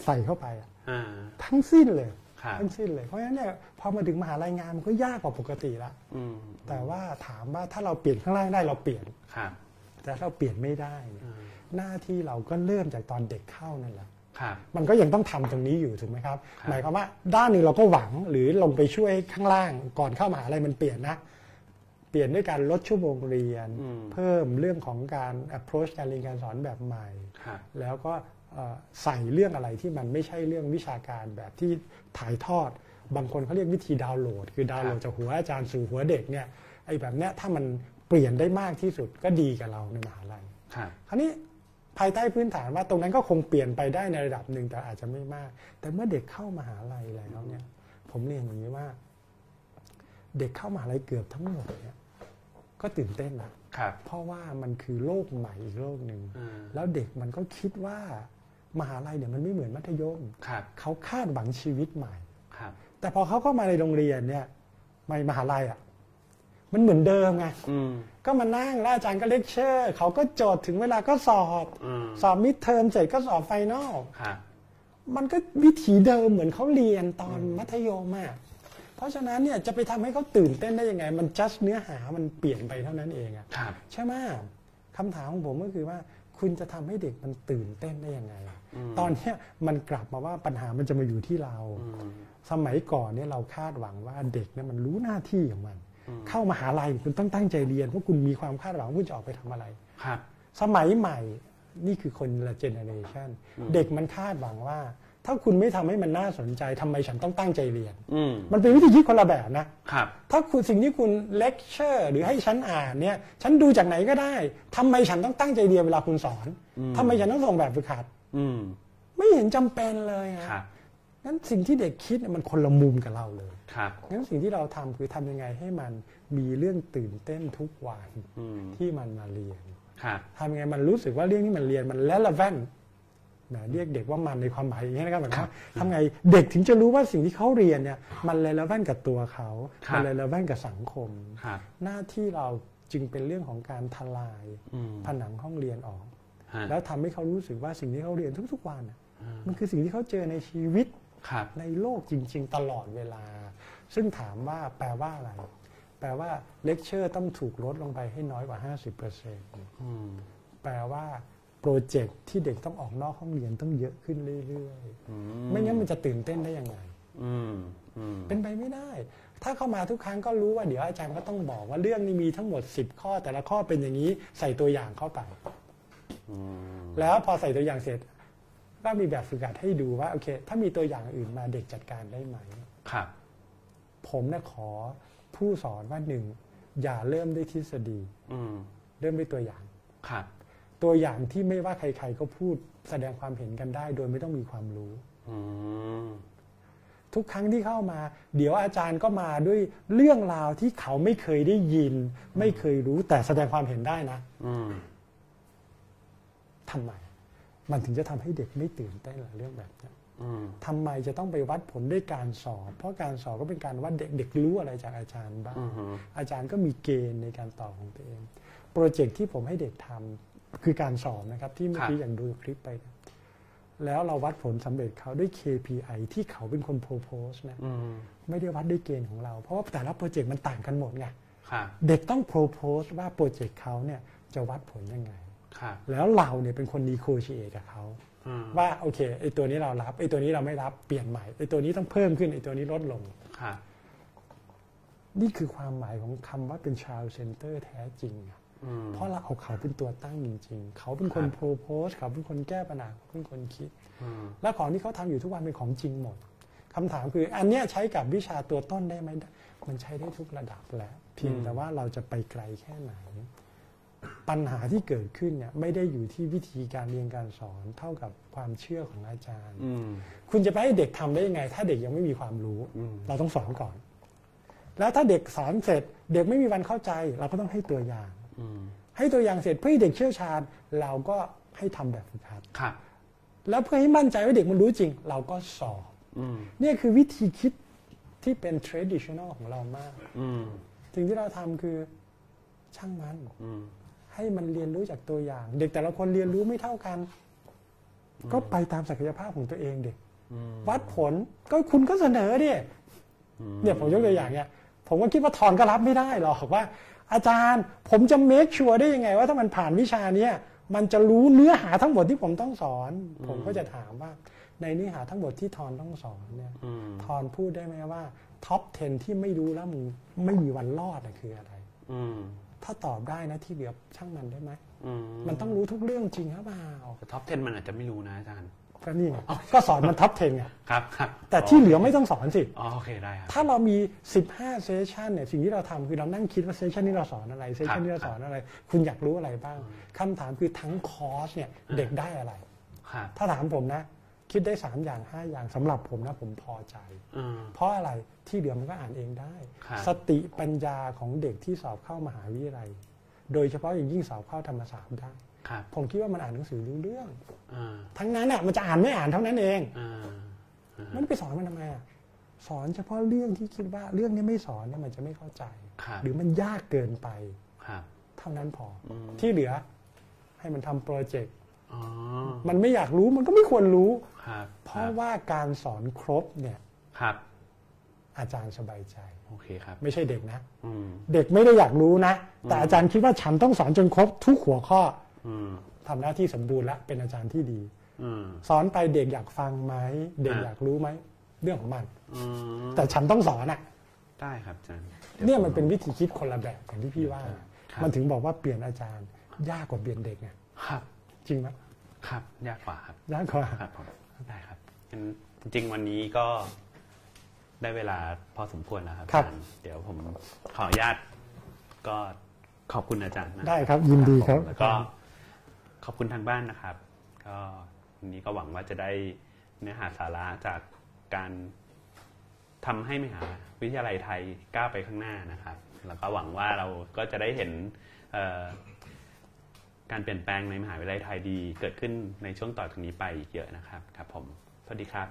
Speaker 2: ใส่เข้าไปอะ
Speaker 1: อ่า
Speaker 2: ทั้งสิ้นเลย
Speaker 1: ครับ
Speaker 2: ทั้งสิ้นเลยเพราะฉะนั้นเนี่ยพอมาถึงมหาลัยงานมันก็ยากกว่าปกติละ
Speaker 1: อืม
Speaker 2: แต่ว่าถามว่าถ้าเราเปลี่ยนข้างล่างได้เราเปลี่ยน
Speaker 1: ครับ
Speaker 2: แต่ถ้าเราเปลี่ยนไม่ได้เนี่ย
Speaker 1: อ่า
Speaker 2: หน้าที่เราก็เริ่มจากตอนเด็กเข้านั่นแหละ
Speaker 1: ครับ
Speaker 2: มันก็ยังต้องทำตรงนี้อยู่ถูกไหมครับ
Speaker 1: ครับ
Speaker 2: หมายความว่าด้านหนึ่งเราก็หวังหรือลงไปช่วยข้างล่าง ก่อนเข้ามหาลัยมันเปลี่ยนนะ เปลี่ยนด้วยการลดชั่วโมงเรียน
Speaker 1: อืม
Speaker 2: เพิ่มเรื่องของการ approach การเรียนการสอนแบบใหม่
Speaker 1: ครับ
Speaker 2: แล้วก็เอ่อใส่เรื่องอะไรที่มันไม่ใช่เรื่องวิชาการแบบที่ถ่ายทอด บางคนเขาเรียกวิธีดาวน์โหลด คือดาวน์โหลดจากหัวอาจารย์สู่หัวเด็กเนี่ยไอ้แบบเนี้ยถ้ามันเปลี่ยนได้มากที่สุดก็ดีกับเราในมหาลัย
Speaker 1: ครับ
Speaker 2: คราวนี้ภายใต้พื้นฐานว่าตรงนั้นก็คงเปลี่ยนไปได้ในระดับหนึ่งแต่อาจจะไม่มาก แต่เมื่อเด็กเข้ามหาลัยแล้วเนี่ย ผมเรียนอย่างนี้ว่า เด็กเข้ามหาลัยเกือบทั้งหมดเนี่ยก็ตื่นเต้นนะครับ เพราะว่ามันคือโลกใหม่อีกโลกหนึ่ง
Speaker 1: อ่า
Speaker 2: แล้วเด็กมันก็คิดว่ามหาลัยเนี่ยมันไม่เหมือนมัธยม
Speaker 1: ครับ
Speaker 2: เขาคาดหวังชีวิตใหม่
Speaker 1: ครับ
Speaker 2: แต่พอเขาเข้ามาในโรงเรียนเนี่ยไม่มหาลัยอ่ะมันเหมือนเดิมไง
Speaker 1: อืม
Speaker 2: ก็มานั่งแล้วอาจารย์ก็เลคเชอร์ เขาก็โจทย์ถึงเวลาก็สอบ
Speaker 1: อืม
Speaker 2: สอบมิดเทอมเสร็จก็สอบไฟนอล
Speaker 1: ครับ
Speaker 2: มันก็วิถีเดิมเหมือนเขาเรียนตอนมัธยมอะเพราะฉะนั้นเนี่ยจะไปทำให้เขาตื่นเต้นได้ยังไง มันจัดเนื้อหามันเปลี่ยนไปเท่านั้นเองอะ
Speaker 1: ครับ
Speaker 2: ใช่ไหมคำถามของผมก็คือว่า คุณจะทำให้เด็กมันตื่นเต้นได้ยังไงอะ
Speaker 1: อืม
Speaker 2: ตอนเนี้ยมันกลับมาว่าปัญหามันจะมาอยู่ที่เรา
Speaker 1: อืม
Speaker 2: สมัยก่อนเนี่ยเราคาดหวังว่าเด็กเนี่ยมันรู้หน้าที่ของมัน
Speaker 1: อืม
Speaker 2: เข้ามหาลัยคุณต้องตั้งใจเรียนเพราะคุณมีความคาดหวังว่าคุณจะออกไปทำอะไร
Speaker 1: ครับ
Speaker 2: สมัยใหม่นี่คือคนละเจเนอเรชันเด็กมันคาดหวังว่า ถ้าคุณไม่ทำให้มันน่าสนใจทำไมฉันต้องตั้งใจเรียน
Speaker 1: อืม
Speaker 2: มันเป็นวิธีคิดคนละแบบนะ
Speaker 1: ครับ
Speaker 2: ถ้าคุณสิ่งที่คุณเลคเชอร์หรือให้ฉันอ่านเนี่ยฉันดูจากไหนก็ได้ทำไมฉันต้องตั้งใจเรียนเวลาคุณสอนทำไมฉันต้องส่งแบบฝึกหัด
Speaker 1: อืม
Speaker 2: ไม่เห็นจำเป็นเลยนะครับ งั้นสิ่งที่เด็กคิดเนี่ยมันคนละมุมกับเราเลย
Speaker 1: ครับ
Speaker 2: งั้นสิ่งที่เราทำคือทำยังไงให้มันมีเรื่องตื่นเต้นทุกวัน
Speaker 1: อืม
Speaker 2: ที่มันมาเรียน
Speaker 1: ครับ
Speaker 2: ทำยังไงมันรู้สึกว่าเรื่องที่มันเรียนมันและละแวนแหมเรียกเด็กว่ามันในความหมายอย่างนี้นะครับหมายความว่าทำไงเด็กถึงจะรู้ว่าสิ่งที่เขาเรียนเนี่ยมันและละแวนกับตัวเขา
Speaker 1: ครับ
Speaker 2: มันและละแวนกับสังคม
Speaker 1: ครับ
Speaker 2: หน้าที่เราจึงเป็นเรื่องของการทลาย
Speaker 1: อืม
Speaker 2: ผนังห้องเรียนออก
Speaker 1: ฮะ
Speaker 2: แล้วทำให้เขารู้สึกว่าสิ่งที่เขาเรียนทุกๆวันน่ะมันคือสิ่งที่เขาเจอในชีวิต
Speaker 1: ครับ
Speaker 2: ในโลกจริง ๆ ตลอดเวลา ซึ่งถามว่าแปลว่าอะไร แปลว่าเลคเชอร์ต้องถูกลดลงไปให้น้อยกว่า 50%
Speaker 1: อืม
Speaker 2: แปลว่าโปรเจกต์ที่เด็กต้องออกนอกห้องเรียนต้องเยอะขึ้นเรื่อย
Speaker 1: อืม
Speaker 2: ๆ ไม่งั้นมันจะตื่นเต้นได้ยังไง
Speaker 1: อืม อืม
Speaker 2: เป็นไปไม่ได้ ถ้าเข้ามาทุกครั้งก็รู้ว่าเดี๋ยวอาจารย์ก็ต้องบอกว่าเรื่องนี้มีทั้งหมด 10 ข้อ แต่ละข้อเป็นอย่างนี้ใส่ตัวอย่างเข้าไป
Speaker 1: อืม
Speaker 2: แล้วพอใส่ตัวอย่างเสร็จก็มีแบบฝึกหัดให้ดูว่าโอเค ถ้ามีตัวอย่างอื่นมาเด็กจัดการได้ไหม
Speaker 1: ครับ
Speaker 2: ผมนะขอผู้สอนว่าหนึ่งอย่าเริ่มด้วยทฤษฎี
Speaker 1: อืม
Speaker 2: เริ่มด้วยตัวอย่าง
Speaker 1: ครับ
Speaker 2: ตัวอย่างที่ไม่ว่าใคร ๆ ก็พูดแสดงความเห็นกันได้ โดยไม่ต้องมีความรู้
Speaker 1: อืม
Speaker 2: ทุกครั้งที่เข้ามา เดี๋ยวอาจารย์ก็มาด้วยเรื่องราวที่เขาไม่เคยได้ยิน ไม่เคยรู้แต่แสดงความเห็นได้นะ
Speaker 1: อืม
Speaker 2: ทำไม มันถึงจะทำให้เด็กไม่ตื่นเต้นเหรอเรื่องแบบเนี้ย
Speaker 1: อืม
Speaker 2: ทำไมจะต้องไปวัดผลด้วยการสอบ เพราะการสอบก็เป็นการวัดเด็กเด็กรู้อะไรจากอาจารย์บ้าง
Speaker 1: อืมฮึ
Speaker 2: อาจารย์ก็มีเกณฑ์ในการตอบของตัวเอง โปรเจกต์ที่ผมให้เด็กทำคือการสอบนะครับ ที่เมื่อกี้อย่างดูคลิปไปนะแล้วเราวัดผลสำเร็จเขาด้วย KPI ที่เขาเป็นคน propose นะ
Speaker 1: อืม
Speaker 2: ไม่ได้วัดด้วยเกณฑ์ของเรา เพราะว่าแต่ละโปรเจกต์มันต่างกันหมดไง
Speaker 1: ครับ
Speaker 2: เด็กต้อง propose ว่าโปรเจกต์เขาเนี่ยจะวัดผลยังไง
Speaker 1: ครับ
Speaker 2: แล้วเราเนี่ยเป็นคน negotiate กับเขา
Speaker 1: อืม
Speaker 2: ว่าโอเคไอตัวนี้เรารับไอตัวนี้เราไม่รับเปลี่ยนใหม่ไอตัวนี้ต้องเพิ่มขึ้นไอตัวนี้ลดลง
Speaker 1: ครับ
Speaker 2: นี่คือความหมายของคำว่าเป็น child center แท้จริงอะ
Speaker 1: อืม
Speaker 2: เพราะเราเอาเขาเป็นตัวตั้งจริง ๆ เขาเป็นคน
Speaker 1: ครับ
Speaker 2: propose เขาเป็นคนแก้ปัญหาเขาเป็นคนคิด
Speaker 1: อืม
Speaker 2: และของที่เขาทำอยู่ทุกวันเป็นของจริงหมดคำถามคืออันเนี้ยใช้กับวิชาตัวต้นได้ไหมได้มันใช้ได้ทุกระดับแหละเพียง
Speaker 1: อืม
Speaker 2: แต่ว่าเราจะไปไกลแค่ไหน ปัญหาที่เกิดขึ้นเนี่ยไม่ได้อยู่ที่วิธีการเรียนการสอนเท่ากับความเชื่อของอาจารย์
Speaker 1: อืม
Speaker 2: คุณจะไปให้เด็กทำได้ยังไง ถ้าเด็กยังไม่มีความรู้
Speaker 1: อืม
Speaker 2: เราต้องสอนก่อน แล้วถ้าเด็กสอนเสร็จ เด็กไม่มีวันเข้าใจ เราก็ต้องให้ตัวอย่าง
Speaker 1: อืม
Speaker 2: ให้ตัวอย่างเสร็จเพื่อให้เด็กเชี่ยวชาญ เราก็ให้ทำแบบฝึกหัด
Speaker 1: ครับ
Speaker 2: แล้วเพื่อให้มั่นใจว่าเด็กมันรู้จริง เราก็สอบ
Speaker 1: อืม
Speaker 2: เนี่ยคือวิธีคิดที่เป็น traditional ของเรามาก
Speaker 1: อืม
Speaker 2: สิ่งที่เราทำคือช่างมัน
Speaker 1: อืม
Speaker 2: ให้มันเรียนรู้จากตัวอย่าง เด็กแต่ละคนเรียนรู้ไม่เท่ากัน ก็ไปตามศักยภาพของตัวเองเด็ก
Speaker 1: อืม
Speaker 2: วัดผลก็คุณก็เสนอดิ
Speaker 1: อืม
Speaker 2: เนี่ยผมยกตัวอย่างเนี่ยผมก็คิดว่าทอนก็รับไม่ได้หรอกว่า อาจารย์ผมจะ make sure ได้ยังไง ว่าถ้ามันผ่านวิชาเนี้ยมันจะรู้เนื้อหาทั้งหมดที่ผมต้องสอน ผมก็จะถามว่า ในเนื้อหาทั้งหมดที่ทอนต้องสอนเนี่ย
Speaker 1: อืม
Speaker 2: ทอนพูดได้ไหมว่าท็อป 10 ที่ไม่รู้แล้วมึงไม่มีวันรอดนะคืออะไร
Speaker 1: อืม
Speaker 2: ถ้าตอบได้นะที่เหลือช่างมันได้ไหม
Speaker 1: อืม
Speaker 2: มันต้องรู้ทุกเรื่องจริงหรือเปล่า
Speaker 1: ท็อป 10 มันอาจจะไม่รู้นะอาจารย์
Speaker 2: ก็นี่ไงก็สอนมันท็อป 10ไง
Speaker 1: ครับ ครับ
Speaker 2: แต่ที่เหลือไม่ต้องสอนสิ
Speaker 1: อ๋อโอเค ได้ครับ
Speaker 2: ถ้าเรามี 15 เซสชันเนี่ยสิ่งที่เราทำคือเรานั่งคิดว่าเซสชันนี้เราสอนอะไรเซสชันนี้เราสอนอะไร คุณอยากรู้อะไรบ้างคำถามคือทั้งคอร์สเนี่ยเด็กได้อะไร
Speaker 1: ครับ
Speaker 2: ถ้าถามผมนะ คิดได้ 3 อย่าง 5 อย่างสำหรับผมนะผมพอใจ
Speaker 1: อืม
Speaker 2: เพราะอะไรที่เหลือมันก็อ่านเองได้
Speaker 1: ครับ
Speaker 2: สติปัญญาของเด็กที่สอบเข้ามหาวิทยาลัย โดยเฉพาะอย่างยิ่งสอบเข้าธรรมศาสตร์ได้
Speaker 1: ครับ
Speaker 2: ผมคิดว่ามันอ่านหนังสือรู้เรื่อง
Speaker 1: อ่า
Speaker 2: ทั้งนั้นอ่ะมันจะอ่านไม่อ่านเท่านั้นเอง
Speaker 1: อ่า
Speaker 2: มันไปสอนมันทำไมอ่ะสอนเฉพาะเรื่องที่คิดว่าเรื่องนี้ไม่สอนเนี่ยมันจะไม่เข้าใจ
Speaker 1: ครับ
Speaker 2: หรือมันยากเกินไป
Speaker 1: ครับ
Speaker 2: เท่านั้นพออ
Speaker 1: ม
Speaker 2: ที่เหลือให้มันทำโปรเจกต์
Speaker 1: อ๋อ
Speaker 2: มันไม่อยากรู้มันก็ไม่ควรรู้
Speaker 1: ครับ
Speaker 2: เพราะว่าการสอนครบเนี่ย
Speaker 1: ครับ
Speaker 2: อาจารย์สบายใจ
Speaker 1: โอเคครับ
Speaker 2: ไม่ใช่เด็กนะ
Speaker 1: อืม
Speaker 2: เด็กไม่ได้อยากรู้นะ แต่อาจารย์คิดว่าฉันต้องสอนจนครบทุกหัวข้อ
Speaker 1: อืม
Speaker 2: ทำหน้าที่สมบูรณ์และเป็นอาจารย์ที่ดี
Speaker 1: อืม
Speaker 2: สอนไปเด็กอยากฟังไหมเด็ก
Speaker 1: อ่ะ
Speaker 2: อยากรู้ไหมเรื่องของมัน
Speaker 1: อืม
Speaker 2: แต่ฉันต้องสอนอ่ะ
Speaker 1: ได้ครับอาจารย์
Speaker 2: เนี่ยมันเป็นวิธีคิดคนละแบบอย่างที่พี่ว่า
Speaker 1: ครับ
Speaker 2: มันถึงบอกว่าเปลี่ยนอาจารย์ ยากกว่าเปลี่ยนเด็กไง
Speaker 1: ครับ
Speaker 2: จริงไหม
Speaker 1: ครับ ยากกว่าครับ
Speaker 2: ยากกว่า
Speaker 1: ครับผมได้ครับงั้นจริงๆวันนี้ก็ได้เวลาพอสมควรแล้วครับ
Speaker 2: ครับ
Speaker 1: อาจารย์เดี๋ยวผมขออนุญาตก็ขอบคุณอาจารย์นะ
Speaker 2: ได้ครับยินดีครับ
Speaker 1: แล้วก็ขอบคุณทางบ้านนะครับ ก็วันนี้ก็หวังว่าจะได้เนื้อหาสาระจากการทำให้มหาวิทยาลัยไทยก้าวไปข้างหน้านะครับ แล้วก็หวังว่าเราก็จะได้เห็นเอ่อ การเปลี่ยนแปลงในมหาวิทยาลัยไทยดีเกิดขึ้นในช่วงต่อจากนี้ไปอีกเยอะนะครับ ครับผม สวัสดีครับ